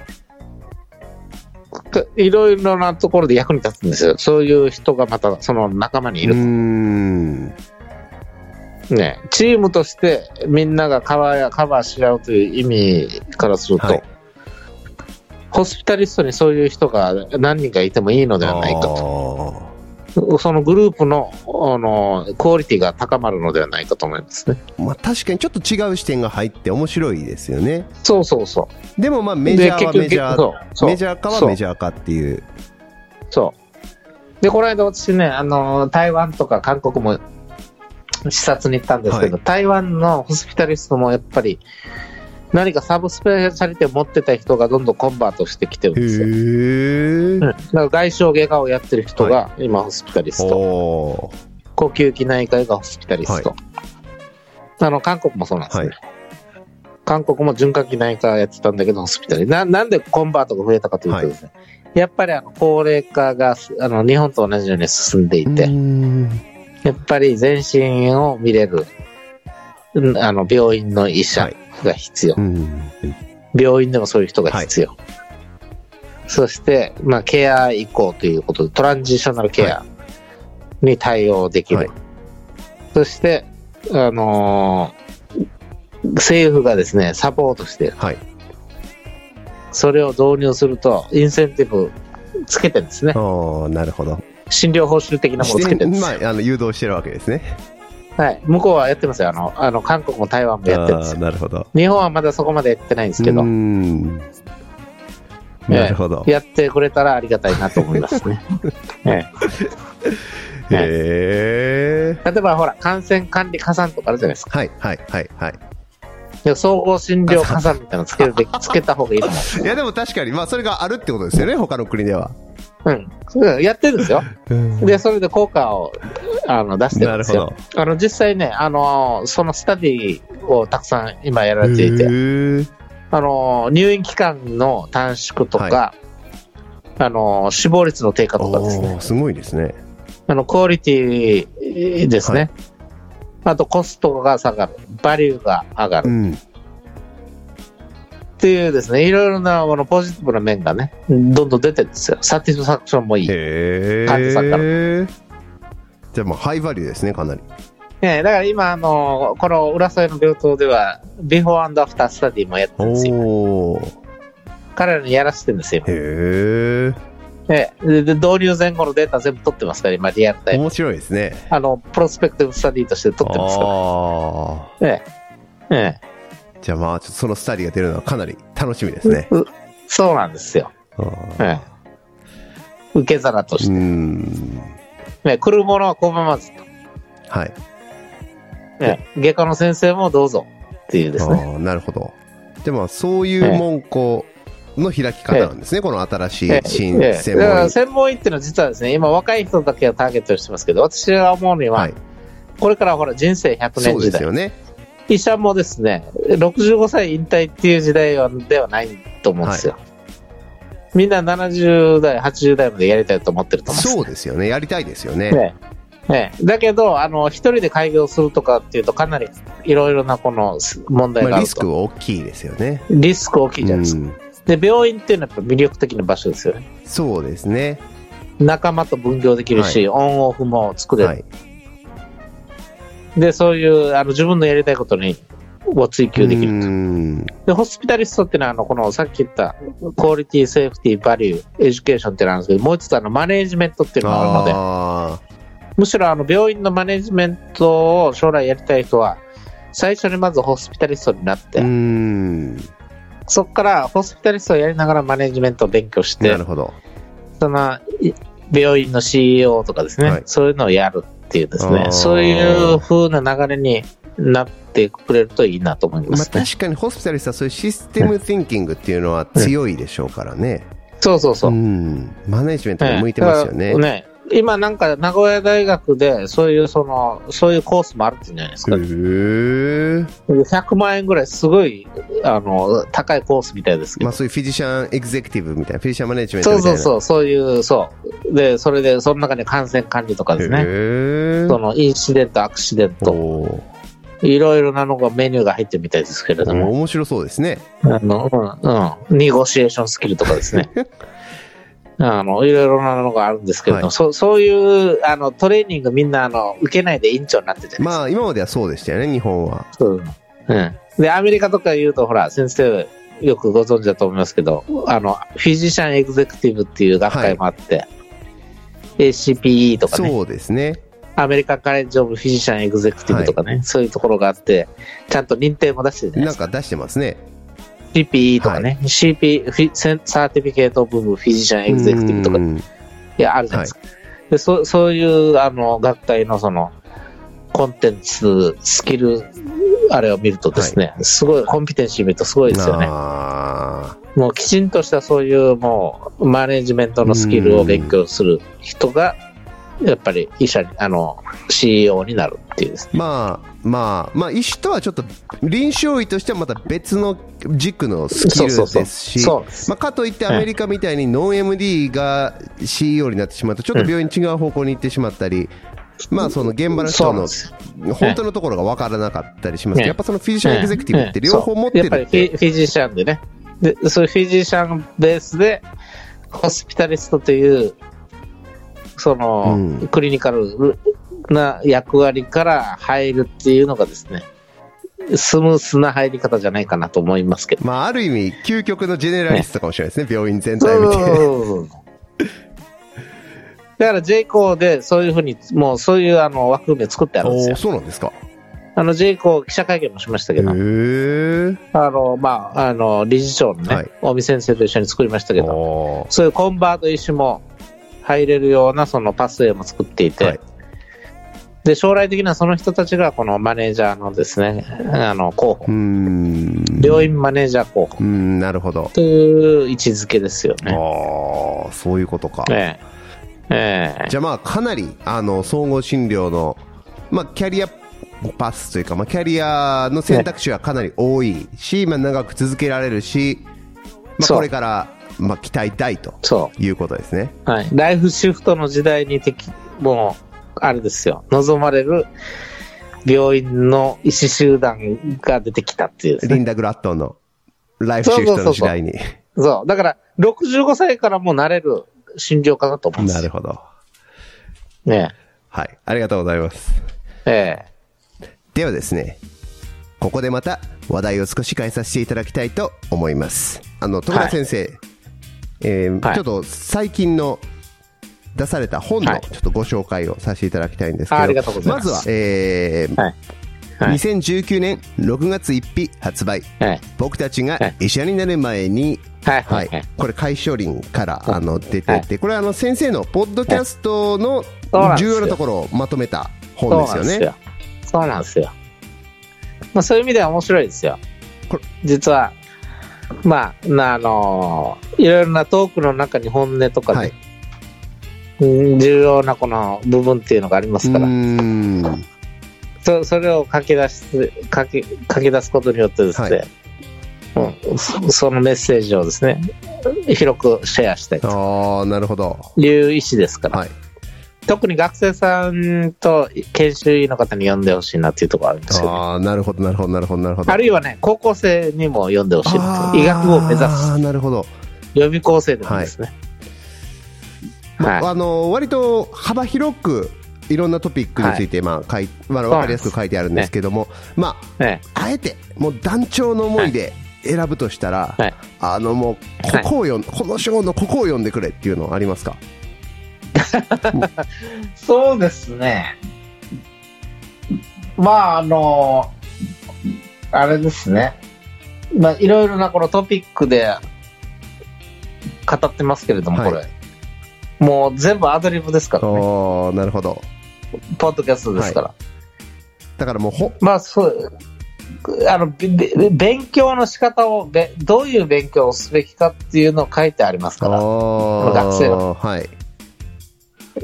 Speaker 1: かに
Speaker 2: いろいろなところで役に立つんですよ。そういう人がまたその仲間にいうる。
Speaker 1: ん
Speaker 2: ね、チームとしてみんながカバーやカバーし合うという意味からすると、
Speaker 1: はい
Speaker 2: ホスピタリストにそういう人が何人かいてもいいのではないかと。
Speaker 1: あ
Speaker 2: そのグループのあのクオリティが高まるのではないかと思いますね。
Speaker 1: ーまあ確かにちょっと違う視点が入って面白いですよね
Speaker 2: そうそうそ
Speaker 1: でもまあ
Speaker 2: う。
Speaker 1: メジャーは
Speaker 2: で
Speaker 1: メジャー
Speaker 2: そうそう
Speaker 1: メジャーかはメジャーかっていう
Speaker 2: そう。で、この間私ね、あの、台湾とか韓国も視察に行ったんですけど、
Speaker 1: は
Speaker 2: 台湾のホスピタリストもやっぱり、何かサブスペシャリティを持ってた人がどんどんコンバートしてきてるん
Speaker 1: へ
Speaker 2: ですよ。
Speaker 1: え
Speaker 2: うん、だから外傷外科をやってる人が今ホスピタリスト、
Speaker 1: おー
Speaker 2: 呼吸器内科医がホスピタリスト、あの韓国もそうなんですね、
Speaker 1: はい
Speaker 2: 韓国も循環器内科やってたんだけどホスピタリななんでコンバートが増えたかというとですね、やっぱりあの高齢化があの日本と同じように進んでいて、
Speaker 1: うん
Speaker 2: やっぱり全身を見れる、うんあの、病院の医者が必要、
Speaker 1: うん
Speaker 2: 病院でもそういう人が必要。そして、まあ、ケア移行ということで、トランジショナルケアに対応できる。
Speaker 1: はい
Speaker 2: そして、あのー政府がですね、サポートして、
Speaker 1: はい
Speaker 2: それを導入すると、インセンティブつけてるんですね。
Speaker 1: ああなるほど
Speaker 2: 診療報酬的なものをつけてるんですよ。
Speaker 1: まあ、あの誘導してるわけですね
Speaker 2: はい。向こうはやってますよ。あの、あの韓国も台湾もやってるんです
Speaker 1: あ
Speaker 2: よ
Speaker 1: ー。なるほど
Speaker 2: 日本はまだそこまでやってないんですけ
Speaker 1: うー
Speaker 2: ど、
Speaker 1: ん
Speaker 2: ええ
Speaker 1: なるほど、
Speaker 2: やってくれたらありがたいなと思います ね。ええ
Speaker 1: へえ
Speaker 2: え例えばほら、感染管理加算とかあるじゃないですか。
Speaker 1: はいはいはいはい
Speaker 2: いや総合診療加算みたいなのつけるべき、つけた方がいいと思
Speaker 1: いやでも確かにまあそれがあるってことですよね他の国では、
Speaker 2: う。うんそう。やってるんですよ。で、それで効果をあの出してる
Speaker 1: なんる
Speaker 2: です
Speaker 1: ほ
Speaker 2: よ
Speaker 1: ど。
Speaker 2: あの、実際ね、あの、そのスタディをたくさん今やられていて、
Speaker 1: へえ
Speaker 2: あの、入院期間の短縮とか、
Speaker 1: は
Speaker 2: あの、死亡率の低下とかですね。
Speaker 1: おーすごいですね
Speaker 2: あの、クオリティですね。あと、コストが下がる。バリューが上が
Speaker 1: う
Speaker 2: る。
Speaker 1: ん
Speaker 2: っていうですね、いろいろなあのポジティブな面がね、どんどん出てるんですよ。サティスファクションもいい。ね
Speaker 1: へ
Speaker 2: 患者さんか
Speaker 1: えじゃあもうハイバリューですねかなり
Speaker 2: えだから今、あの、この浦添の病棟では、ビフォーアンドアフタースタディもやってるんですよ。
Speaker 1: おお
Speaker 2: 彼らにやらせてるんですよ。
Speaker 1: へ
Speaker 2: ええでで導入前後のデータ全部取ってますから、今リアルタ
Speaker 1: え
Speaker 2: イム。
Speaker 1: 面白いですね
Speaker 2: あの、プロスペクティブスタディとして取ってますか
Speaker 1: ああ
Speaker 2: ら。ええ。ええ。
Speaker 1: じゃあまあちょっとそのスタディが出るのはかなり楽しみですね
Speaker 2: うそうなんですよ。
Speaker 1: あー
Speaker 2: ええ。受け皿として
Speaker 1: うーん
Speaker 2: ね、来るものは拒まずと、
Speaker 1: はい
Speaker 2: ね、外科の先生もどうぞっていうですね。
Speaker 1: ああなるほどでまあそういう門戸の開き方なんですね、この新しい新
Speaker 2: ええ
Speaker 1: 専
Speaker 2: だか
Speaker 1: 門
Speaker 2: ら
Speaker 1: 医
Speaker 2: 専門医っていうのは実はですね、今若い人だけをターゲットにしてますけど、私が思うには、
Speaker 1: はい
Speaker 2: これからほら人生100
Speaker 1: そ
Speaker 2: 年
Speaker 1: うです
Speaker 2: 時代、
Speaker 1: よね
Speaker 2: 医者もですね、65歳引退っていう時代はではないと思うんですよ。みんな70代、80代までやりたいと思ってると思うんです
Speaker 1: そうですよねやりたいですよね
Speaker 2: ねね、だけど、あの、一人で開業するとかっていうと、かなりいろいろなこの問題
Speaker 1: ま
Speaker 2: が
Speaker 1: あ、
Speaker 2: あ
Speaker 1: リ
Speaker 2: る
Speaker 1: ス
Speaker 2: と。
Speaker 1: クは大きいですよね
Speaker 2: リスク大きいじゃないですか。
Speaker 1: うん
Speaker 2: で、病院っていうのはやっぱ魅力的な場所ですよね。
Speaker 1: そうですね
Speaker 2: 仲間と分業できるし、オンオフも作れる。
Speaker 1: はい
Speaker 2: で、そういう、あの、自分のやりたいことに、を追求でき
Speaker 1: う
Speaker 2: ると。
Speaker 1: ん
Speaker 2: で、ホスピタリストっていうのは、あの、この、さっき言った、クオリティ、セーフティ、バリュー、エデュケーションっていうのがあるんですけど、もう一つ、あの、マネージメントっていうのがあるので、
Speaker 1: あ
Speaker 2: むしろ、あの、病院のマネージメントを将来やりたい人は、最初にまずホスピタリストになっ
Speaker 1: あ
Speaker 2: て、
Speaker 1: うん
Speaker 2: そこからホスピタリストをやりながらマネージメントを勉強して
Speaker 1: な、るほど
Speaker 2: そのい病院の CEO とかですね、
Speaker 1: はい
Speaker 2: そういうのをやるっていうです
Speaker 1: あ
Speaker 2: ね
Speaker 1: ー
Speaker 2: そういう風な流れになってくれるといいなと思いま
Speaker 1: まあ、
Speaker 2: すね、
Speaker 1: 確かにホスピタリストはそういうシステムティンキングっていうのは強いでしょうからね、
Speaker 2: そうそうそう、
Speaker 1: ん、マネジメント
Speaker 2: え
Speaker 1: に
Speaker 2: え
Speaker 1: 向いてますよね。
Speaker 2: だからね今なんか名古屋大学でそういうそのそういうコースもあるって言うんじゃないです
Speaker 1: へ
Speaker 2: か、
Speaker 1: ー
Speaker 2: 100万円ぐらいすごいあの高いコースみたいですけど、
Speaker 1: まあ、そういうフィジシャンエグゼクティブみたいな、フィジシャンマネジメント
Speaker 2: そ
Speaker 1: み
Speaker 2: う
Speaker 1: たい
Speaker 2: そう
Speaker 1: な。
Speaker 2: そうそういうそうでそれでその中で感染管理とかですね
Speaker 1: へ
Speaker 2: そのインシデントアクシデン
Speaker 1: ー
Speaker 2: ト
Speaker 1: おー
Speaker 2: いろいろなのがメニューが入ってるみたいですけれども、
Speaker 1: 面白そうですね。
Speaker 2: あの、うん、うん。ニゴシエーションスキルとかで すね。あの、いろいろなのがあるんですけれども、
Speaker 1: はい
Speaker 2: そう、そういう、あの、トレーニングみんな、あの、受けないで委員長になってるじゃない
Speaker 1: まあ、今まではそうでしたよね、日本は。
Speaker 2: ですか。うん。うん。で、アメリカとか言うと、ほら、先生、よくご存知だと思いますけど、あの、フィジシャンエグゼクティブっていう学会もあって、ACPE とかね、
Speaker 1: そうですね。
Speaker 2: アメリカンカレッジオブフィジシャンエグゼクティブとかね、そういうところがあって、ちゃんと認定も出してるじゃないですか
Speaker 1: なんか出してますね。
Speaker 2: CPE とかね、CP フィセンサーティフィケート部分フィジシャンエグゼクティブとか
Speaker 1: う
Speaker 2: い
Speaker 1: ん
Speaker 2: やあるじゃないですか、でそそういうあの学会のそのコンテンツスキルあれを見るとですね、すごいコンピテンシー見るとすごいですよね
Speaker 1: あー
Speaker 2: もうきちんとしたそういうもうマネジメントのスキルを勉強する人がやっぱり医者にあの CEO になるっていうですね
Speaker 1: まあ、まあ、まあ、医師とはちょっと、臨床医としてはまた別の軸のスキル
Speaker 2: そうそうそう
Speaker 1: ですし、
Speaker 2: そうです
Speaker 1: まあ、かといってアメリカみたいにノン MD が CEO になってしまうとちょっと病院違う方向に行ってしまったり、まあその現場の
Speaker 2: そ
Speaker 1: 人
Speaker 2: うなん
Speaker 1: の
Speaker 2: です
Speaker 1: 本当のところが分からなかったりしますけ
Speaker 2: え
Speaker 1: ど
Speaker 2: え
Speaker 1: やっぱそのフィジシャンエグゼクティブって両方持ってる
Speaker 2: やっ
Speaker 1: っ
Speaker 2: ぱり
Speaker 1: て
Speaker 2: フィフィジシャンでねでそういうフィジシャンベースでホスピタリストという、その、
Speaker 1: うん
Speaker 2: クリニカルな役割から入るっていうのがですね、スムースな入り方じゃないかなと思いますけど。
Speaker 1: まあ、ある意味、究極のジェネラリストかもしれないですね、病院全体見て。
Speaker 2: そう。だから J コーでそういうふうに、もうそういうあの枠組みを作ってあるんです
Speaker 1: おー
Speaker 2: よ。
Speaker 1: そうなんですか。
Speaker 2: あの J コー記者会見もしました
Speaker 1: へ
Speaker 2: けど、
Speaker 1: ー。
Speaker 2: あの、まあ、あの、理事長のね、
Speaker 1: はい
Speaker 2: 尾身先生と一緒に作りましたけど、
Speaker 1: おー
Speaker 2: そういうコンバート石も入れるようなそのパスウェイも作っていて、
Speaker 1: はい
Speaker 2: で将来的にはその人たちがこのマネージャーのですねあの候補
Speaker 1: うーん。
Speaker 2: 病院マネージャー候補
Speaker 1: うん、なるほど。
Speaker 2: という位置づけですよね。
Speaker 1: ああ、そういうことか。
Speaker 2: ええええ
Speaker 1: じゃあまあ、かなり、あの、総合診療の、まあ、キャリアパスというか、まあ、キャリアの選択肢はかなり多いし、まあ、長く続けられるし、まあ、
Speaker 2: そう
Speaker 1: これから、まあ、期待大と
Speaker 2: そ
Speaker 1: いうことですね。
Speaker 2: う、はい、ライフシフトの時代に適もうあれですよ望まれる病院の医師集団が出てきたっていうですね、
Speaker 1: リンダ・グラットンのライフシフトの時代に。
Speaker 2: そうだから65歳からもうなれる診療科だと思うん で
Speaker 1: な
Speaker 2: す
Speaker 1: るほ
Speaker 2: よ。
Speaker 1: ど。
Speaker 2: ね
Speaker 1: はい。ありがとうございます。
Speaker 2: えええ
Speaker 1: ではですねここでまた話題を少し変えさせていただきたいと思いますあの徳田先生、えー
Speaker 2: はい
Speaker 1: ちょっと最近の出された本
Speaker 2: は
Speaker 1: の
Speaker 2: い
Speaker 1: ちょっとご紹介をさせていただきたいんですけど、
Speaker 2: あありがとうございます
Speaker 1: ずは、えー
Speaker 2: はいはい
Speaker 1: 2019年6月1日発売
Speaker 2: はい。
Speaker 1: 僕たちが
Speaker 2: はい
Speaker 1: 医者になる前に、
Speaker 2: はい。
Speaker 1: は
Speaker 2: はいい。
Speaker 1: これ解消林からあの出てて、
Speaker 2: はい
Speaker 1: これはあの先生のポッドキャストの
Speaker 2: そうなんです
Speaker 1: 重
Speaker 2: よ
Speaker 1: 要なところをまとめた
Speaker 2: そう
Speaker 1: 本
Speaker 2: な
Speaker 1: ですよ
Speaker 2: んで
Speaker 1: ね
Speaker 2: すよ。そうなんですよ。まあ、そういう意味では面白いですよ
Speaker 1: これ。
Speaker 2: 実は、まあ、なあのーいろいろなトークの中に本音とか
Speaker 1: は
Speaker 2: で
Speaker 1: い、
Speaker 2: うん重要なこの部分っていうのがありますか
Speaker 1: う
Speaker 2: ら、
Speaker 1: ーん
Speaker 2: そそれを書き出す、書き、書き出すことによってですね、うんそそのメッセージをですね、広くシェアしたいと
Speaker 1: ああ、なるほど。
Speaker 2: いう意思ですから、
Speaker 1: はい。
Speaker 2: 特に学生さんと研修医の方に読んでほしいなっていうところがあるんですよね。
Speaker 1: ああ、なるほど、なるほど、なるほど、なるほど。
Speaker 2: あるいはね、高校生にも読んでほしい
Speaker 1: あ
Speaker 2: な
Speaker 1: ー
Speaker 2: 医学部を目指
Speaker 1: あ
Speaker 2: す
Speaker 1: あ、なるほど。
Speaker 2: 予備校生でもですね。はい。
Speaker 1: あの、割と幅広く、いろんなトピックについて、まあ、かい、まあ、わかりやすく書いてあるんですけども、ま
Speaker 2: ね
Speaker 1: あ、あえて、もう団長の思いで選ぶとしたら、
Speaker 2: はい
Speaker 1: あの、もう、ここを読ん、この章のここを読んでくれっていうのはありますか
Speaker 2: そうですね。まあ、あの、あれですね。まあ、いろいろなこのトピックで語ってますけれども、
Speaker 1: はい
Speaker 2: これ。もう全部アドリブですか
Speaker 1: あ
Speaker 2: らね。
Speaker 1: あ、なるほど。
Speaker 2: ポッドキャストですから。
Speaker 1: だからもう、ほ、
Speaker 2: まあそうあのべべ勉強の仕方をべどういう勉強をすべきかっていうのを書いてありますから
Speaker 1: あ
Speaker 2: 学生
Speaker 1: あ、はい。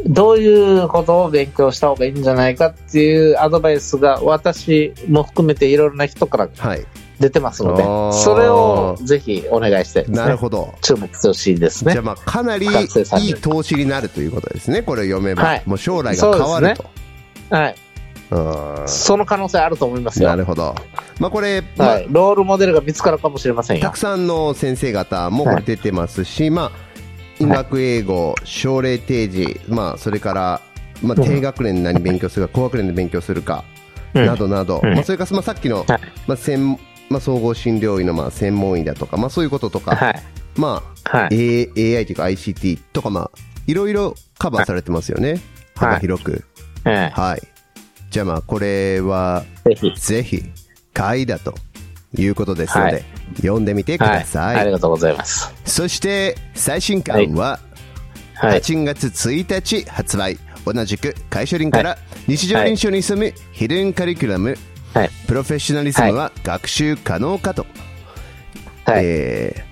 Speaker 2: どういうことを勉強した方がいいんじゃないかっていうアドバイスが私も含めていろいろな人から
Speaker 1: はい。
Speaker 2: 出てますので
Speaker 1: あー
Speaker 2: それをぜひお願いしたいです
Speaker 1: なる
Speaker 2: ね
Speaker 1: ほど。
Speaker 2: 注目してほしいです
Speaker 1: じゃ
Speaker 2: ね
Speaker 1: あまあかなり
Speaker 2: 学生さんに
Speaker 1: いい投資になるということですね、これを読めば、
Speaker 2: はい
Speaker 1: もう将来が変わると。
Speaker 2: はい
Speaker 1: うん
Speaker 2: その可能性あると思いますよ
Speaker 1: なるほど、まあ、これ、まあ
Speaker 2: はい、ロールモデルが見つかるかもしれません
Speaker 1: た
Speaker 2: よ
Speaker 1: くさんの先生方もこれ出てますし、まあ、医学英語、奨励定時、まあ、それから、まあ、
Speaker 2: うん
Speaker 1: 低学年で何勉強 するか、高学年で勉強するか、
Speaker 2: うん
Speaker 1: などなど、
Speaker 2: うん
Speaker 1: まあ、それから、まあ、さっきの、
Speaker 2: はい
Speaker 1: まあ専まあ、総合診療医のまあ専門医だとか、まあ、そういうこととか、
Speaker 2: はい
Speaker 1: まあ、
Speaker 2: はい
Speaker 1: A- AI というか ICT とか、まあ、いろいろカバーされてますよね、幅広く。
Speaker 2: え
Speaker 1: はい。じゃあまあ、これは、
Speaker 2: えぜひ
Speaker 1: ぜひ、買いだということですので、
Speaker 2: はい
Speaker 1: 読んでみてください。
Speaker 2: はい、ありがとうございます
Speaker 1: そして、最新刊は、
Speaker 2: はい
Speaker 1: 8月1日発売。同じく、会社林から、日常臨床に潜むヒルンカリキュラム、
Speaker 2: はい
Speaker 1: プロフェッショナリズムは学習可能かと。
Speaker 2: はい、
Speaker 1: え ー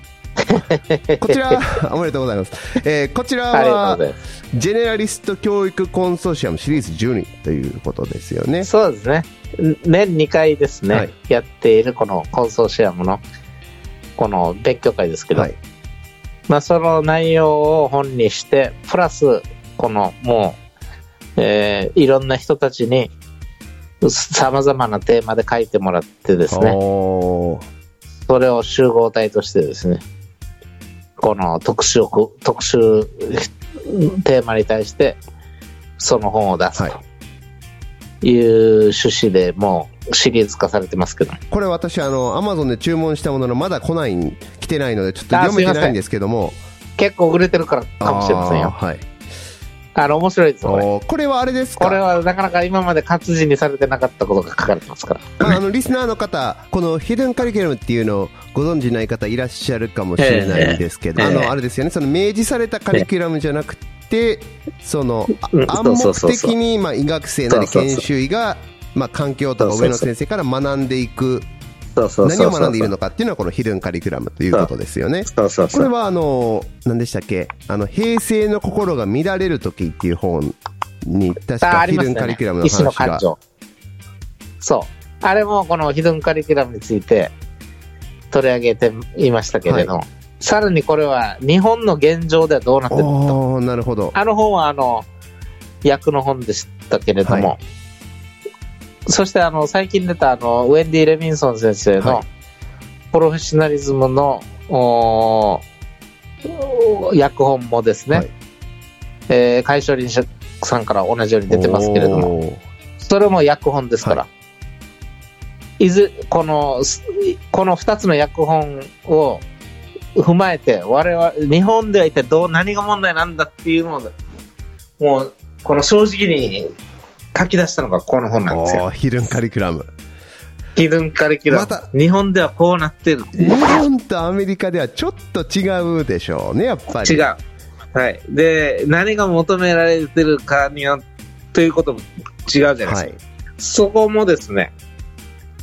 Speaker 1: こちら、おめでとうございます。えーこちら
Speaker 2: ありがとう
Speaker 1: は
Speaker 2: ございま、
Speaker 1: ジェネラリスト教育コンソーシアムシリーズ12ということですよね。
Speaker 2: そうですね年2回ですね、
Speaker 1: はい
Speaker 2: やっているこのコンソーシアムのこの勉強会ですけど、
Speaker 1: はい。
Speaker 2: まあ、その内容を本にしてプラスこのもう、えーいろんな人たちにさまざまなテーマで書いてもらってですね
Speaker 1: おー
Speaker 2: それを集合体としてですね個の特集をこ特集テーマに対してその本を出す
Speaker 1: は
Speaker 2: という趣旨でもうシリーズ化されてますけど
Speaker 1: これ私あのアマゾンで注文したもののまだ来ないん来てないのでちょっと
Speaker 2: あ
Speaker 1: 読めて
Speaker 2: すいま
Speaker 1: な
Speaker 2: せ
Speaker 1: いん
Speaker 2: ん
Speaker 1: ですけども
Speaker 2: 結構売れてるからかもしれません
Speaker 1: あ
Speaker 2: よ
Speaker 1: ーはい
Speaker 2: あの面白いですよこれ
Speaker 1: おーこれはあれですか
Speaker 2: これはなかなか今まで活字にされてなかったことが書かれてますから
Speaker 1: まあ、あのリスナーの方、このヒデンカリキュラムっていうのをご存じない方いらっしゃるかもしれないんですけど、
Speaker 2: ええええ
Speaker 1: あのあれですよね、その明示されたカリキュラムじゃなくて、そのあ
Speaker 2: う
Speaker 1: 暗
Speaker 2: んそう
Speaker 1: 黙
Speaker 2: そうそう
Speaker 1: 的にまあ医学生なり
Speaker 2: そうそうそう
Speaker 1: 研修医が、まあ、環境とか
Speaker 2: そ
Speaker 1: 上
Speaker 2: うそう
Speaker 1: 野
Speaker 2: そう
Speaker 1: 先生から学んでいく、
Speaker 2: そうそう
Speaker 1: 何
Speaker 2: そ
Speaker 1: を
Speaker 2: うそう
Speaker 1: 学んでいるのかっていうのは、このヒデンカリキュラムということですよね。
Speaker 2: そうそう
Speaker 1: こ
Speaker 2: そ
Speaker 1: れ
Speaker 2: う
Speaker 1: はあの、何でしたっけ、あの平成の心が乱れる時っていう本に、確
Speaker 2: あ
Speaker 1: か
Speaker 2: あ
Speaker 1: ヒ
Speaker 2: りま
Speaker 1: デン
Speaker 2: すよね
Speaker 1: カリキュラムの
Speaker 2: 医師
Speaker 1: 話
Speaker 2: の感
Speaker 1: が。
Speaker 2: 情そうあれもこのヒドゥンカリキュラムについて取り上げていましたけれど、さらにこれは日本の現状ではどうなってるのか
Speaker 1: おーなるほど。
Speaker 2: あの本はあの役の本でしたけれども、
Speaker 1: は
Speaker 2: そしてあの最近出たあのウェンディ・レビンソン先生
Speaker 1: は
Speaker 2: の
Speaker 1: い
Speaker 2: プロフェッショナリズムの、おー役本もですね、
Speaker 1: はい
Speaker 2: えー、解消林社さんから同じように出てますけれども、
Speaker 1: おー
Speaker 2: それも訳本ですから、、
Speaker 1: はい
Speaker 2: ずこのすこの2つの訳本を踏まえて我々日本では一体どう何が問題なんだっていうのをもうこの正直に書き出したのがこの本なんですよ。
Speaker 1: おーヒルンカリキュラム。
Speaker 2: 基準カリキュラム
Speaker 1: また
Speaker 2: 日本ではこうなってる
Speaker 1: 日本とアメリカではちょっと違うでしょうね、やっぱり。
Speaker 2: 違う。はい。で、何が求められてるかによってということも違うじゃないですか。
Speaker 1: はい。
Speaker 2: そこもですね、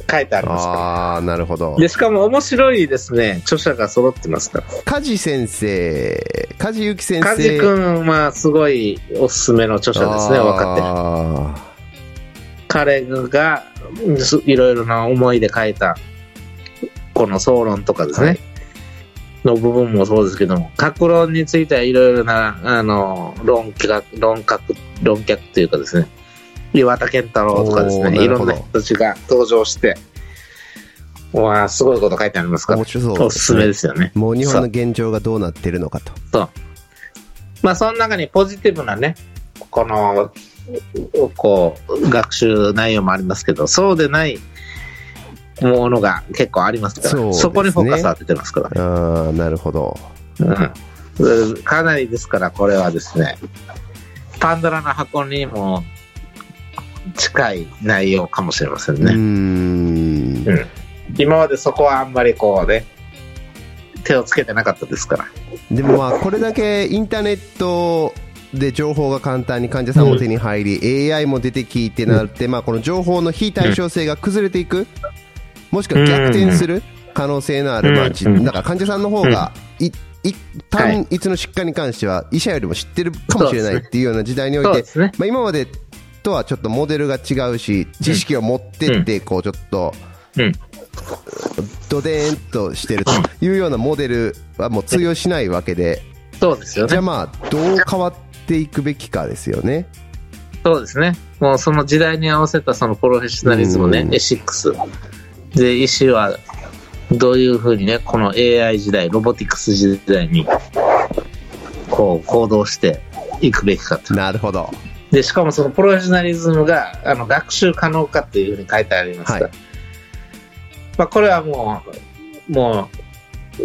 Speaker 2: 書いてありますから。
Speaker 1: ああ、なるほど。
Speaker 2: で、しかも面白いですね、著者が揃ってますから。
Speaker 1: 梶先生、梶ゆき先生。
Speaker 2: 梶くんはすごいおすすめの著者ですね、
Speaker 1: あー
Speaker 2: 分かってる。彼がうんすいろいろな思いで書いた、この総論とかですね、
Speaker 1: はい
Speaker 2: の部分もそうですけども、格論についてはいろいろな、あの、論客、論客、論客というかですね、岩田健太郎とかです
Speaker 1: おーなるほ
Speaker 2: ね、
Speaker 1: ど
Speaker 2: いろんな人たちが登場して、わあすごいこと書いてありますから
Speaker 1: 面、白そう、
Speaker 2: おすすめですよね。
Speaker 1: もう日本の現状がどうなってるのかと。
Speaker 2: まあ、その中にポジティブなね、この、こう、学習内容もありますけど、そうでないものが結構ありますから、
Speaker 1: そうです
Speaker 2: そ,、
Speaker 1: ね
Speaker 2: こにフォーカス当ててますからね。
Speaker 1: ああ、なるほど。
Speaker 2: うん。かなりですから、これはですね、パンドラの箱にも近い内容かもしれません
Speaker 1: うー
Speaker 2: ね。
Speaker 1: ん。
Speaker 2: うん今までそこはあんまりこうね、手をつけてなかったですから。
Speaker 1: でもまあ、これだけインターネットで情報が簡単に患者さんも手に入り、AI も出てきてなって、まあ、この情報の非対称性が崩れていく、もしくは逆転する可能性のある、
Speaker 2: うん
Speaker 1: まあ、じ
Speaker 2: うん
Speaker 1: だから患者さんの方が、い、一
Speaker 2: は
Speaker 1: 旦いつの疾患に関しては、医者よりも知ってるかもしれないっていうような時代にお
Speaker 2: そう
Speaker 1: い
Speaker 2: で
Speaker 1: て、
Speaker 2: すね。
Speaker 1: まあ、今までとはちょっとモデルが違うし、知識を持ってって、こう、ちょっと、
Speaker 2: うん。
Speaker 1: ドデーンとしてるというようなモデルはもう通用しないわけで、
Speaker 2: そうですよね
Speaker 1: じゃあ。まあどう変わっていくべきかですよね。
Speaker 2: そうですね。もうその時代に合わせたそのプロフェッショナリズムね
Speaker 1: う、ん
Speaker 2: エシックス。で、医師はどういうふうにね、この AI 時代、ロボティクス時代に、こう行動していくべきかと。
Speaker 1: なるほど。
Speaker 2: で、しかもそのプロフェッショナリズムが、あの、学習可能かっていうふうに書いてありますから。
Speaker 1: はい
Speaker 2: まあ、これはもう、も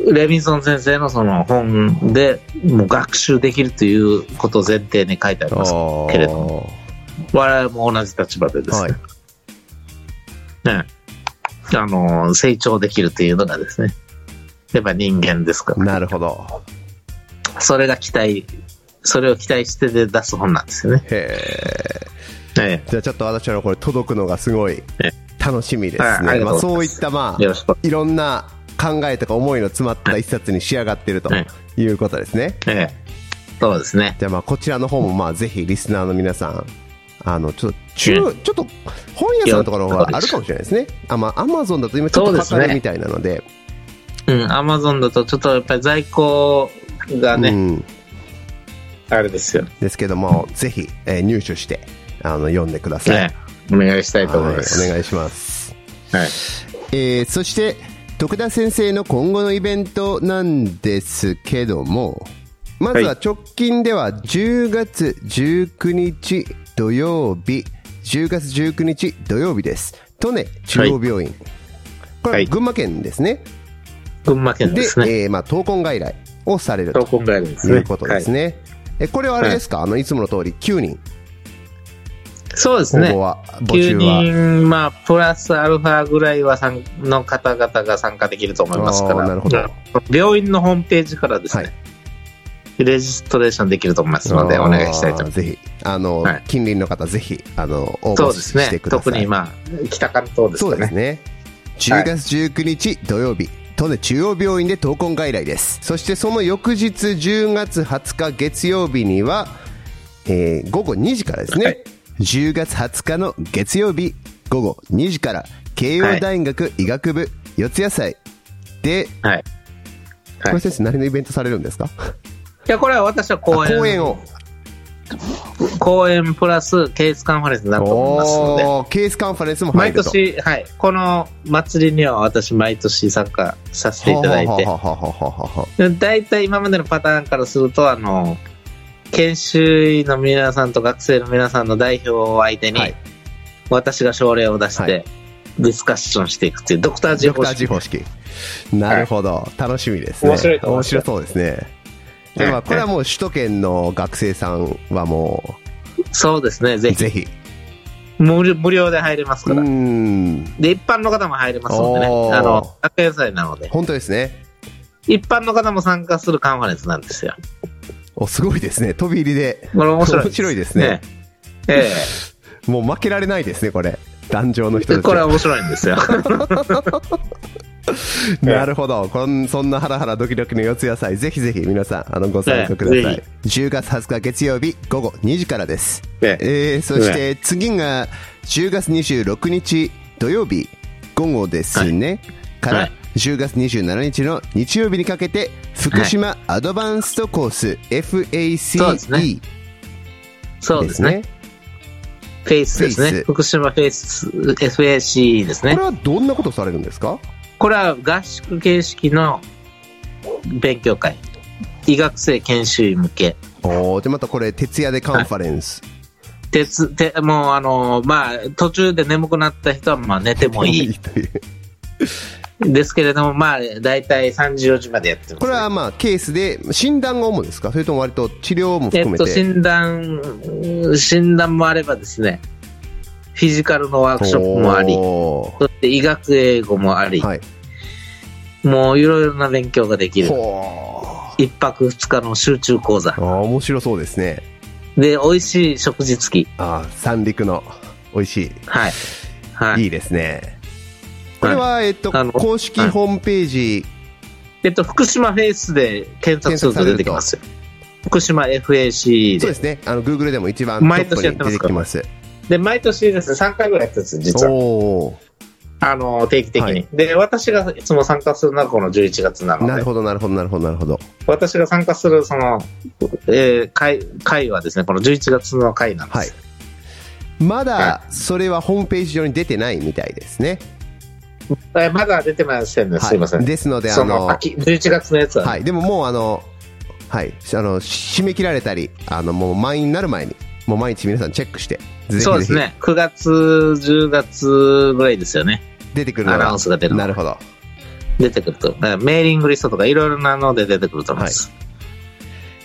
Speaker 2: う、レビンソン先生のその本で、もう学習できるということを前提に書いてあります。
Speaker 1: おー
Speaker 2: けれど我々も同じ立場でですね。
Speaker 1: はい。
Speaker 2: ね、あの、成長できるというのがですね、やっぱ人間ですから、
Speaker 1: なるほど。
Speaker 2: それが期待、それを期待してで出す本なんですよね。
Speaker 1: へ
Speaker 2: え
Speaker 1: ーじゃあちょっと私はこれ届くのがすごい楽しみです
Speaker 2: はいありが
Speaker 1: ね。
Speaker 2: とう
Speaker 1: まあ
Speaker 2: ござ
Speaker 1: そうい
Speaker 2: います
Speaker 1: ったま
Speaker 2: えよ
Speaker 1: あ
Speaker 2: ろしく。
Speaker 1: いろんな考えとか思いの詰まった一冊に仕上がっていると
Speaker 2: はい
Speaker 1: いうことですね。
Speaker 2: ええそうですね。
Speaker 1: じゃあまあこちらの方もまあぜひリスナーの皆さん、あのちょっと中、
Speaker 2: う
Speaker 1: ちょっと本屋さんとかの方があるかもしれないですね。あまあアマゾンだと今ちょっとかか
Speaker 2: そうで
Speaker 1: る
Speaker 2: すね
Speaker 1: みたいなので、
Speaker 2: うん、アマゾンだとちょっとやっぱり在庫がね、
Speaker 1: うん、
Speaker 2: あれですよ。
Speaker 1: ですけども、ぜひ、えー入手して、あの、読んでください。
Speaker 2: ええお願いしたいと思い
Speaker 1: は
Speaker 2: ま
Speaker 1: い、お
Speaker 2: す。
Speaker 1: 願いします。
Speaker 2: はい。
Speaker 1: えーそして、徳田先生の今後のイベントなんですけどもまずは直近では10月19日土曜日10月19日土曜日です利根中央病院、こ
Speaker 2: は
Speaker 1: れ
Speaker 2: い
Speaker 1: 群馬県ですね、
Speaker 2: 群馬県
Speaker 1: で
Speaker 2: ですね。
Speaker 1: えーまあ、闘魂外来をされると
Speaker 2: 闘魂外来ですね
Speaker 1: いうことですね、えこれはあれですか、あのいつもの通り9人
Speaker 2: そうです
Speaker 1: 応
Speaker 2: ね
Speaker 1: 募。は、募集
Speaker 2: 9
Speaker 1: は
Speaker 2: 人、まあ、プラスアルファぐらいは参の方々が参加できると思いますか
Speaker 1: あ
Speaker 2: ら、
Speaker 1: ーなるほど
Speaker 2: 病院のホームページからですね、
Speaker 1: はい
Speaker 2: レジストレーションできると思いますので、お願いしたい
Speaker 1: あ
Speaker 2: と思いま
Speaker 1: ーぜひ、あの、
Speaker 2: はい
Speaker 1: 近隣の方、ぜひ、あの、応
Speaker 2: す。そ
Speaker 1: 募
Speaker 2: うですね
Speaker 1: してくださ
Speaker 2: 特
Speaker 1: い。
Speaker 2: に、まあ、北関東です
Speaker 1: そ
Speaker 2: か
Speaker 1: うで
Speaker 2: ね
Speaker 1: す。ね。
Speaker 2: はい
Speaker 1: 10月19日土曜日、都内中央病院で闘魂外来です。そしてその翌日10月20日月曜日には、えー午後2時からですね、
Speaker 2: はい
Speaker 1: 10月20日の月曜日午後2時から、慶応大学医学部四谷祭で、
Speaker 2: はい。
Speaker 1: これ先生何のイベントされるんですか、
Speaker 2: いや、これは私は講演、
Speaker 1: あ講演を。
Speaker 2: 講演プラスケースカンファレンスになると思いますので、
Speaker 1: おーケースカンファレンスも入
Speaker 2: 毎
Speaker 1: ると。
Speaker 2: 年、はい、この祭りには私毎年参加させていただいて、
Speaker 1: はははははははは
Speaker 2: 大体今までのパターンからすると、あの、研修医の皆さんと学生の皆さんの代表を相手に、
Speaker 1: はい
Speaker 2: 私が症例を出し
Speaker 1: は
Speaker 2: て、ディスカッションしていくっていう、ドクター G
Speaker 1: ドク
Speaker 2: 方
Speaker 1: ター G
Speaker 2: 式。
Speaker 1: 方式。なるほど、楽しみですね。
Speaker 2: 面白いと思い
Speaker 1: 面
Speaker 2: ます
Speaker 1: 白そうですね。では、これはもう首都圏の学生さんはも
Speaker 2: そうですね、
Speaker 1: う、
Speaker 2: ぜひ。
Speaker 1: ぜひ。
Speaker 2: 無料無料で入れます
Speaker 1: う
Speaker 2: から。
Speaker 1: ん。
Speaker 2: で、一般の方も入れますので
Speaker 1: お
Speaker 2: ね、
Speaker 1: ー
Speaker 2: あの、学園祭なので、
Speaker 1: 本当ですね。
Speaker 2: 一般の方も参加するカンファレンスなんですよ。
Speaker 1: お、すごいですね。飛び入りで。
Speaker 2: これ面白い。
Speaker 1: 面白いですね。
Speaker 2: ええ。
Speaker 1: もう負けられないですね、これ。壇上の
Speaker 2: え
Speaker 1: 人
Speaker 2: え
Speaker 1: たち
Speaker 2: これは
Speaker 1: は。
Speaker 2: 面白いんですよ。
Speaker 1: なるほど。こんそんなハラハラドキドキの四つ野菜、ぜひぜひ皆さん、あの、ご参加ください。
Speaker 2: ええぜ
Speaker 1: 10月20日月曜日午後2時からです。
Speaker 2: ええ
Speaker 1: えーそして次が10月26日土曜日午後ですね、から、
Speaker 2: はい
Speaker 1: 10月27日の日曜日にかけて福島アドバンストコース FACE、
Speaker 2: そうですねそうですね。フェイスです
Speaker 1: フェイ
Speaker 2: ね
Speaker 1: ス。
Speaker 2: 福島フェイス、FAC です
Speaker 1: こ
Speaker 2: ね
Speaker 1: れ。はどんなことされるんですか
Speaker 2: これは合宿形式の勉強会。医学生研修医向け。
Speaker 1: おーでまたこれ徹夜でカンファレンス、
Speaker 2: てつてもうあのまあ、途中で眠くなった人はまあ寝てもい い。
Speaker 1: という
Speaker 2: ですけれども、まあ、だいたい3時4時までやってます。
Speaker 1: これはまあケースで診断が主ですかそれとも割と治療も
Speaker 2: え
Speaker 1: 含
Speaker 2: っ
Speaker 1: め
Speaker 2: と、
Speaker 1: て、
Speaker 2: 診断、診断もあればですね、フィジカルのワークショップもあり、
Speaker 1: おー
Speaker 2: そして医学英語もあり、
Speaker 1: はい
Speaker 2: もういろいろな勉強ができる。
Speaker 1: ほ
Speaker 2: 一泊二日の集中講座
Speaker 1: ー。あー面白そうですね
Speaker 2: で、美味しい食事付き。
Speaker 1: あー三陸の美味しい
Speaker 2: はい。はい。
Speaker 1: いいですね。これは、えっと、
Speaker 2: あの
Speaker 1: 公式
Speaker 2: はい
Speaker 1: ホームページ、
Speaker 2: えっと、福島フェイスで検索すると出てきますよ。福島
Speaker 1: そうで
Speaker 2: FAC でで。
Speaker 1: すね、あの、Google でも一番ト
Speaker 2: 毎
Speaker 1: ップ
Speaker 2: 年やっ
Speaker 1: に
Speaker 2: てま
Speaker 1: 出て
Speaker 2: すか
Speaker 1: き
Speaker 2: ら
Speaker 1: ます。
Speaker 2: 毎年ですね、3回ぐらいやってるんですよ、実は。
Speaker 1: おお
Speaker 2: あの、定期的に、
Speaker 1: はい
Speaker 2: で、私がいつも参加するのはこの11月なので、
Speaker 1: なるほど、なるほど、なるほど、なるほど。
Speaker 2: 私が参加するその、えー、会、会はですね、この11月の会なんで
Speaker 1: はい
Speaker 2: す。。
Speaker 1: まだ
Speaker 2: は、
Speaker 1: それはホームページ上に出てないみたいですね。
Speaker 2: えーまだ出てませんね、
Speaker 1: はい
Speaker 2: すいません。
Speaker 1: ですので、あ
Speaker 2: そ
Speaker 1: の、
Speaker 2: の、
Speaker 1: は
Speaker 2: 秋、11月のやつは、
Speaker 1: い。でももう、あの、はい。あの、締め切られたり、あの、もう満員になる前に、もう毎日皆さんチェックして、ぜひ
Speaker 2: そうです
Speaker 1: ぜ
Speaker 2: ね、9月、10月ぐらいですよね。
Speaker 1: ひ出てくる
Speaker 2: ア
Speaker 1: な
Speaker 2: ナ
Speaker 1: ら
Speaker 2: ウン、スが出るの
Speaker 1: な
Speaker 2: は
Speaker 1: るほど。
Speaker 2: 出てくると。だからメーリングリストとかいろいろなので出てくると思います。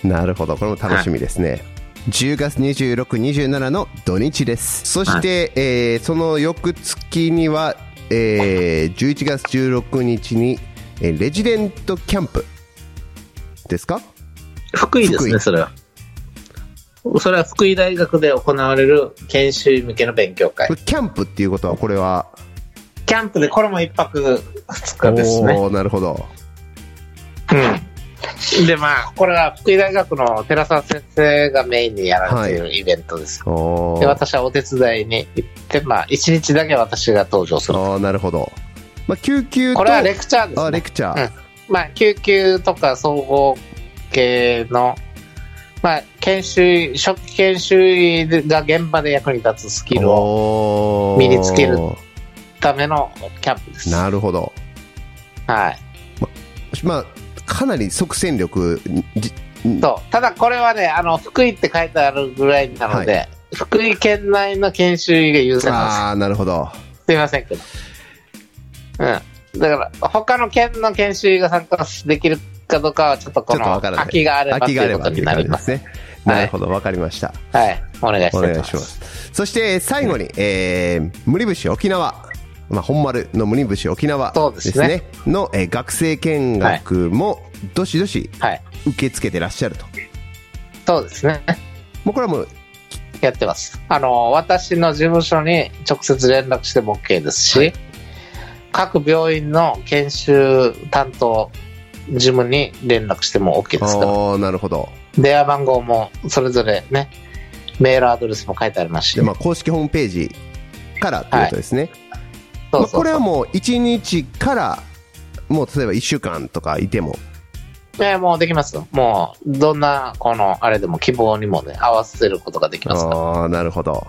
Speaker 1: なるほど、これも楽しみですね。10月26、27の土日です。そして、えーその翌月には、えー11月16日に、えーレジデントキャンプですか
Speaker 2: 福井です
Speaker 1: 福井
Speaker 2: ね、それは。それは福井大学で行われる研修医向けの勉強会
Speaker 1: こ。れキャンプっていうことは、これは、
Speaker 2: キャンプで、これも一泊二日ですね。
Speaker 1: おーなるほど。
Speaker 2: うん。で、まあ、これは福井大学の寺澤先生がメインにやられているイベントです。
Speaker 1: お
Speaker 2: で、
Speaker 1: ー
Speaker 2: 私はお手伝いに行って、まあ、一日だけ私が登場する。
Speaker 1: おーなるほど。まあ、救急と、
Speaker 2: これはレクチャーです
Speaker 1: あ
Speaker 2: ね
Speaker 1: レ。クチャー。
Speaker 2: まあ、救急とか総合系の、まあ、研修医、初期研修医が現場で役に立つスキルを
Speaker 1: おー
Speaker 2: 身につけるためのキャンプです。
Speaker 1: なるほど。
Speaker 2: はい。
Speaker 1: まあ、かなり即戦力じ
Speaker 2: そう。ただこれはね、あの、福井って書いてあるぐらいなので、福井県内の研修医が優先なんで
Speaker 1: ああなるほど
Speaker 2: す。すいませんけど。うん。だから、他の県の研修医が参加できるかどうかは、ちょっとこ
Speaker 1: ちょっと
Speaker 2: の、
Speaker 1: わからない
Speaker 2: 空きがあればと
Speaker 1: 空きがあ
Speaker 2: い
Speaker 1: れ
Speaker 2: うこ
Speaker 1: ば
Speaker 2: と
Speaker 1: ってい
Speaker 2: に
Speaker 1: う
Speaker 2: な
Speaker 1: 感
Speaker 2: り
Speaker 1: じで
Speaker 2: ます。
Speaker 1: すね
Speaker 2: はい
Speaker 1: なるほどわかりました
Speaker 2: はい。お願いし
Speaker 1: お
Speaker 2: ます。
Speaker 1: 願いしますそして最後に、えー、無理節沖縄まあ、本丸の無理節沖縄
Speaker 2: そうで
Speaker 1: です
Speaker 2: す
Speaker 1: ね
Speaker 2: ね
Speaker 1: の、えー学生見学もどしどし
Speaker 2: はい。
Speaker 1: 受け付けてらっしゃると、
Speaker 2: そうですね。
Speaker 1: もうこれはもう
Speaker 2: やってます。あの、私の事務所に直接連絡しても OK ですし、各病院の研修担当事務に連絡しても OK ですから、
Speaker 1: あーなるほど
Speaker 2: 電話番号もそれぞれね、メールアドレスも書いてありますし、
Speaker 1: で、まあ、公式ホームページからということですね、
Speaker 2: そう
Speaker 1: まあ、
Speaker 2: そう
Speaker 1: これはもう1日からもう例えば1週間とかいても
Speaker 2: ねもうできますよ。もう、どんな、この、あれでも希望にもね、合わせることができますか
Speaker 1: ああなるほど、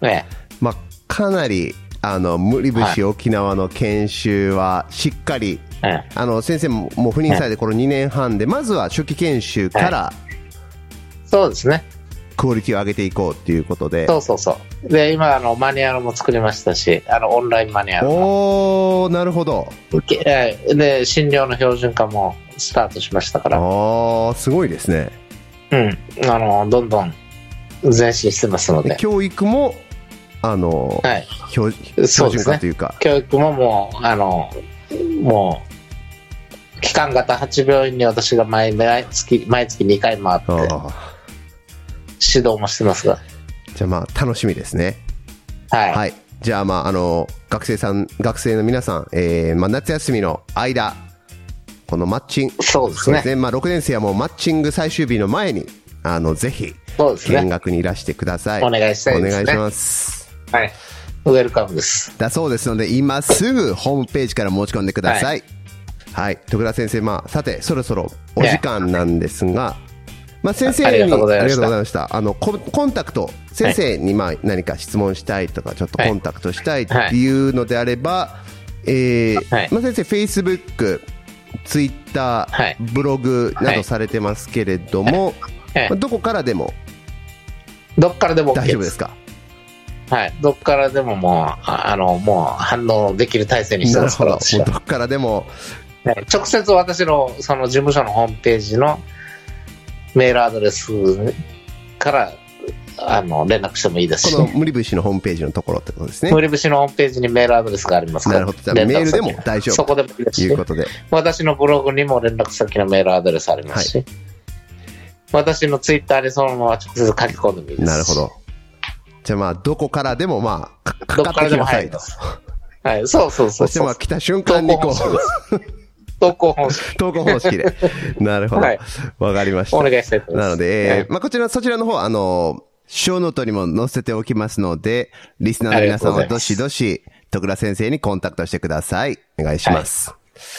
Speaker 2: ら。ね、
Speaker 1: まあ、かなりあの無理節沖縄の研修はしっかり、
Speaker 2: ね
Speaker 1: あの先生ももう赴任されてこの2年半でまずは初期研修から
Speaker 2: そうですね。
Speaker 1: クオリティを上げていこうということで、
Speaker 2: そうそうそう。で、今、あの、マニュアルも作りましたし、あの、オンラインマニュアルも
Speaker 1: おおなるほど
Speaker 2: 受けえーで診療の標準化もスタートしましたから、
Speaker 1: ああすごいですね
Speaker 2: うん、あのどんどん前進してますの
Speaker 1: で
Speaker 2: で、
Speaker 1: 教育もあの、
Speaker 2: はい、
Speaker 1: 標標
Speaker 2: そうで
Speaker 1: 準
Speaker 2: す
Speaker 1: 化
Speaker 2: ね
Speaker 1: というか
Speaker 2: 教育ももうあのもう期間型8病院に私が毎毎月毎月2回回って
Speaker 1: あ
Speaker 2: 指
Speaker 1: あ
Speaker 2: 導もしてますが、
Speaker 1: じゃあまあ楽しみですね
Speaker 2: はい
Speaker 1: はい。じゃあ、まあ、あの、学生さん、学生の皆さん、えー、まあ、夏休みの間、このマッチング、
Speaker 2: そうですね
Speaker 1: そうまあ、6年生はもうマッチング最終日の前に、あの、ぜひ、
Speaker 2: そうですね
Speaker 1: 見学にいらしてください。
Speaker 2: お願いしたいですね
Speaker 1: お願いします。
Speaker 2: はい、ウェルカムです
Speaker 1: だそうですので、今すぐホームページから申し込んでください。はい。徳田先生、まあ、さて、そろそろお時間なんですが、まあ、先生に
Speaker 2: ありがとうござい
Speaker 1: あ
Speaker 2: ました
Speaker 1: りがとうございましたあのココンタクト先生にまあ何か質問したいとかちょっと
Speaker 2: はい
Speaker 1: コンタクトしたいっていうのであれば、えー
Speaker 2: はい
Speaker 1: まあ、先生、フェイスブックツイッター、
Speaker 2: はい
Speaker 1: ブログな
Speaker 2: は
Speaker 1: ど
Speaker 2: い
Speaker 1: されてますけれども、
Speaker 2: ええ
Speaker 1: まあどこからでも
Speaker 2: どっからでも OK
Speaker 1: 大
Speaker 2: で
Speaker 1: 丈
Speaker 2: す
Speaker 1: 夫ですか、
Speaker 2: はい、どっからでももうああのもう反応できる体制にして
Speaker 1: な
Speaker 2: ま
Speaker 1: る
Speaker 2: すか
Speaker 1: ほど
Speaker 2: ら
Speaker 1: も
Speaker 2: 私は
Speaker 1: うどこからでも
Speaker 2: はい直接私のその事務所のホームページのメールアドレスからあの連絡してもいいですし、
Speaker 1: この無理節のホームページのところってことですね。
Speaker 2: 無理節のホームページにメールアドレスがありますか
Speaker 1: な
Speaker 2: ら、
Speaker 1: るほどじゃあメールでも大丈夫
Speaker 2: そこでもいいです
Speaker 1: という
Speaker 2: し
Speaker 1: こ、とで、
Speaker 2: 私のブログにも連絡先のメールアドレスありますし、私のツイッターにそのまま直接書き込んでもいいですし
Speaker 1: なるほど。じゃあまあ、どこからでもまあ、かか
Speaker 2: ど
Speaker 1: か
Speaker 2: こ
Speaker 1: っ
Speaker 2: から
Speaker 1: て
Speaker 2: で
Speaker 1: き
Speaker 2: も
Speaker 1: なさ
Speaker 2: 入
Speaker 1: い
Speaker 2: り
Speaker 1: と
Speaker 2: ま。す。はい、そうそうそ
Speaker 1: そうして
Speaker 2: そ
Speaker 1: まあ、
Speaker 2: う。
Speaker 1: 来た瞬間にこう、
Speaker 2: 投稿方式
Speaker 1: 投稿方式で。 なるほど。
Speaker 2: は
Speaker 1: わ
Speaker 2: い、
Speaker 1: かりまし
Speaker 2: お
Speaker 1: た。
Speaker 2: 願いしたいと思いま
Speaker 1: な
Speaker 2: す。
Speaker 1: ので、え
Speaker 2: はい
Speaker 1: ーまあ、こちら、そちらの方、あの、ショーノートにも載せておきますので、リスナーの皆さんはど
Speaker 2: ありがとうございます
Speaker 1: しどし、徳田先生にコンタクトしてください。お願いします。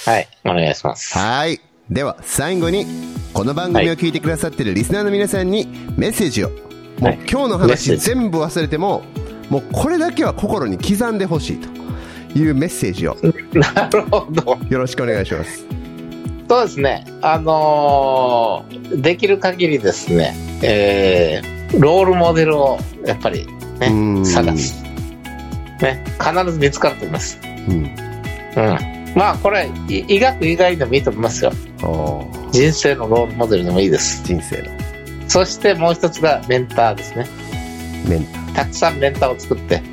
Speaker 2: はい、お願いします。
Speaker 1: はい。では、最後に、この番組を聞いてくださってるリスナーの皆さんにメッセージを。もう
Speaker 2: はい
Speaker 1: 今日の
Speaker 2: メッ
Speaker 1: 話
Speaker 2: セージ
Speaker 1: 全部忘れても、もうこれだけは心に刻んでほしいというメッセージを
Speaker 2: なるほど。
Speaker 1: よろしくお願いします。
Speaker 2: そうですね、あのーできる限りですね、えーロールモデルをやっぱり、
Speaker 1: う
Speaker 2: ね
Speaker 1: ん、
Speaker 2: 探す、ね、必ず見つかると思います、
Speaker 1: うん。
Speaker 2: うん、まあこれい医学以外でもいいと思いますよ
Speaker 1: おー
Speaker 2: 人生のロールモデルでもいいです
Speaker 1: 人生の
Speaker 2: そしてもう一つがメンターですね
Speaker 1: メンター。
Speaker 2: たくさんメンターを作って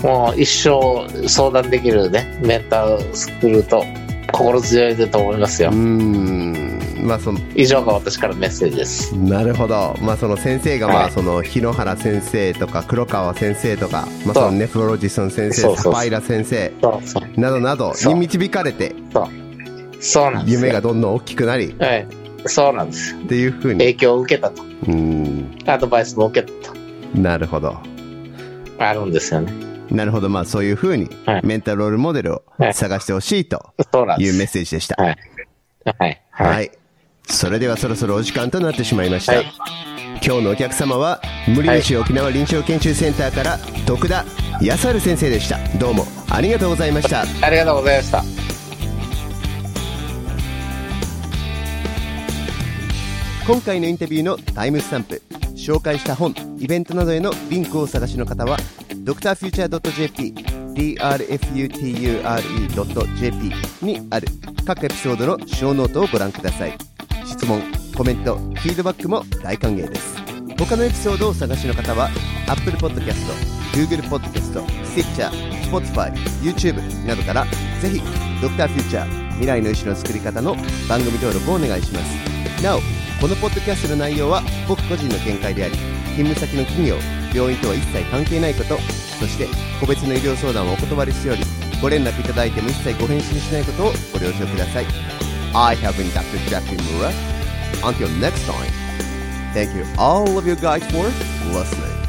Speaker 2: もう一生相談できるねメンターを作ると心強いと思いますよ
Speaker 1: うーん。まあ、その、
Speaker 2: 以上が私からのメッセージです
Speaker 1: なるほど。まあ、その先生が、ま
Speaker 2: は
Speaker 1: あ、
Speaker 2: い
Speaker 1: その、日野原先生とか、黒川先生とか、まあ、そ
Speaker 2: そう
Speaker 1: のネフロロジストの先生、
Speaker 2: そうそう
Speaker 1: サ
Speaker 2: そう
Speaker 1: パイラ先生、
Speaker 2: そうそう
Speaker 1: などなど
Speaker 2: そう
Speaker 1: に導かれて、
Speaker 2: そうなんですよ
Speaker 1: 夢がどんどん大きくなり、
Speaker 2: はい、そうなんですよ
Speaker 1: っていうふうに
Speaker 2: 影響を受けたと
Speaker 1: うーん
Speaker 2: アドバイスも受けたと
Speaker 1: なるほど
Speaker 2: あるんですよね
Speaker 1: なるほどまあそういうふうに
Speaker 2: はい
Speaker 1: メンタルロールモデルを
Speaker 2: はい
Speaker 1: 探してほしいと
Speaker 2: そうなん
Speaker 1: い
Speaker 2: で
Speaker 1: う
Speaker 2: す
Speaker 1: メッセージでした
Speaker 2: はいはい
Speaker 1: は
Speaker 2: はい
Speaker 1: いそれではそろそろお時間となってしまいました、
Speaker 2: はい
Speaker 1: 今日のお客様は無理虫沖縄臨床研修センターから徳田康晴先生でしたどうもありがとうございました
Speaker 2: ありがとうございました
Speaker 1: 今回のインタビューのタイムスタンプ紹介した本イベントなどへのリンクをお探しの方は drfuture.jp drfuture.jp にある各エピソードの小ノートをご覧ください質問コメントフィードバックも大歓迎です他のエピソードをお探しの方は Apple Podcast Google Podcast Stitcher Spotify YouTube などからぜひ Dr.Future 未来の医師の作り方の番組登録をお願いしますなおこのポッドキャストの内容は僕個人の見解であり勤務先の企業病院とは一切関係ないことそして個別の医療相談をお断りしておりご連絡いただいても一切ご返信しないことをご了承ください I have been Dr. Jack Mura Until next time Thank you all of you guys for listening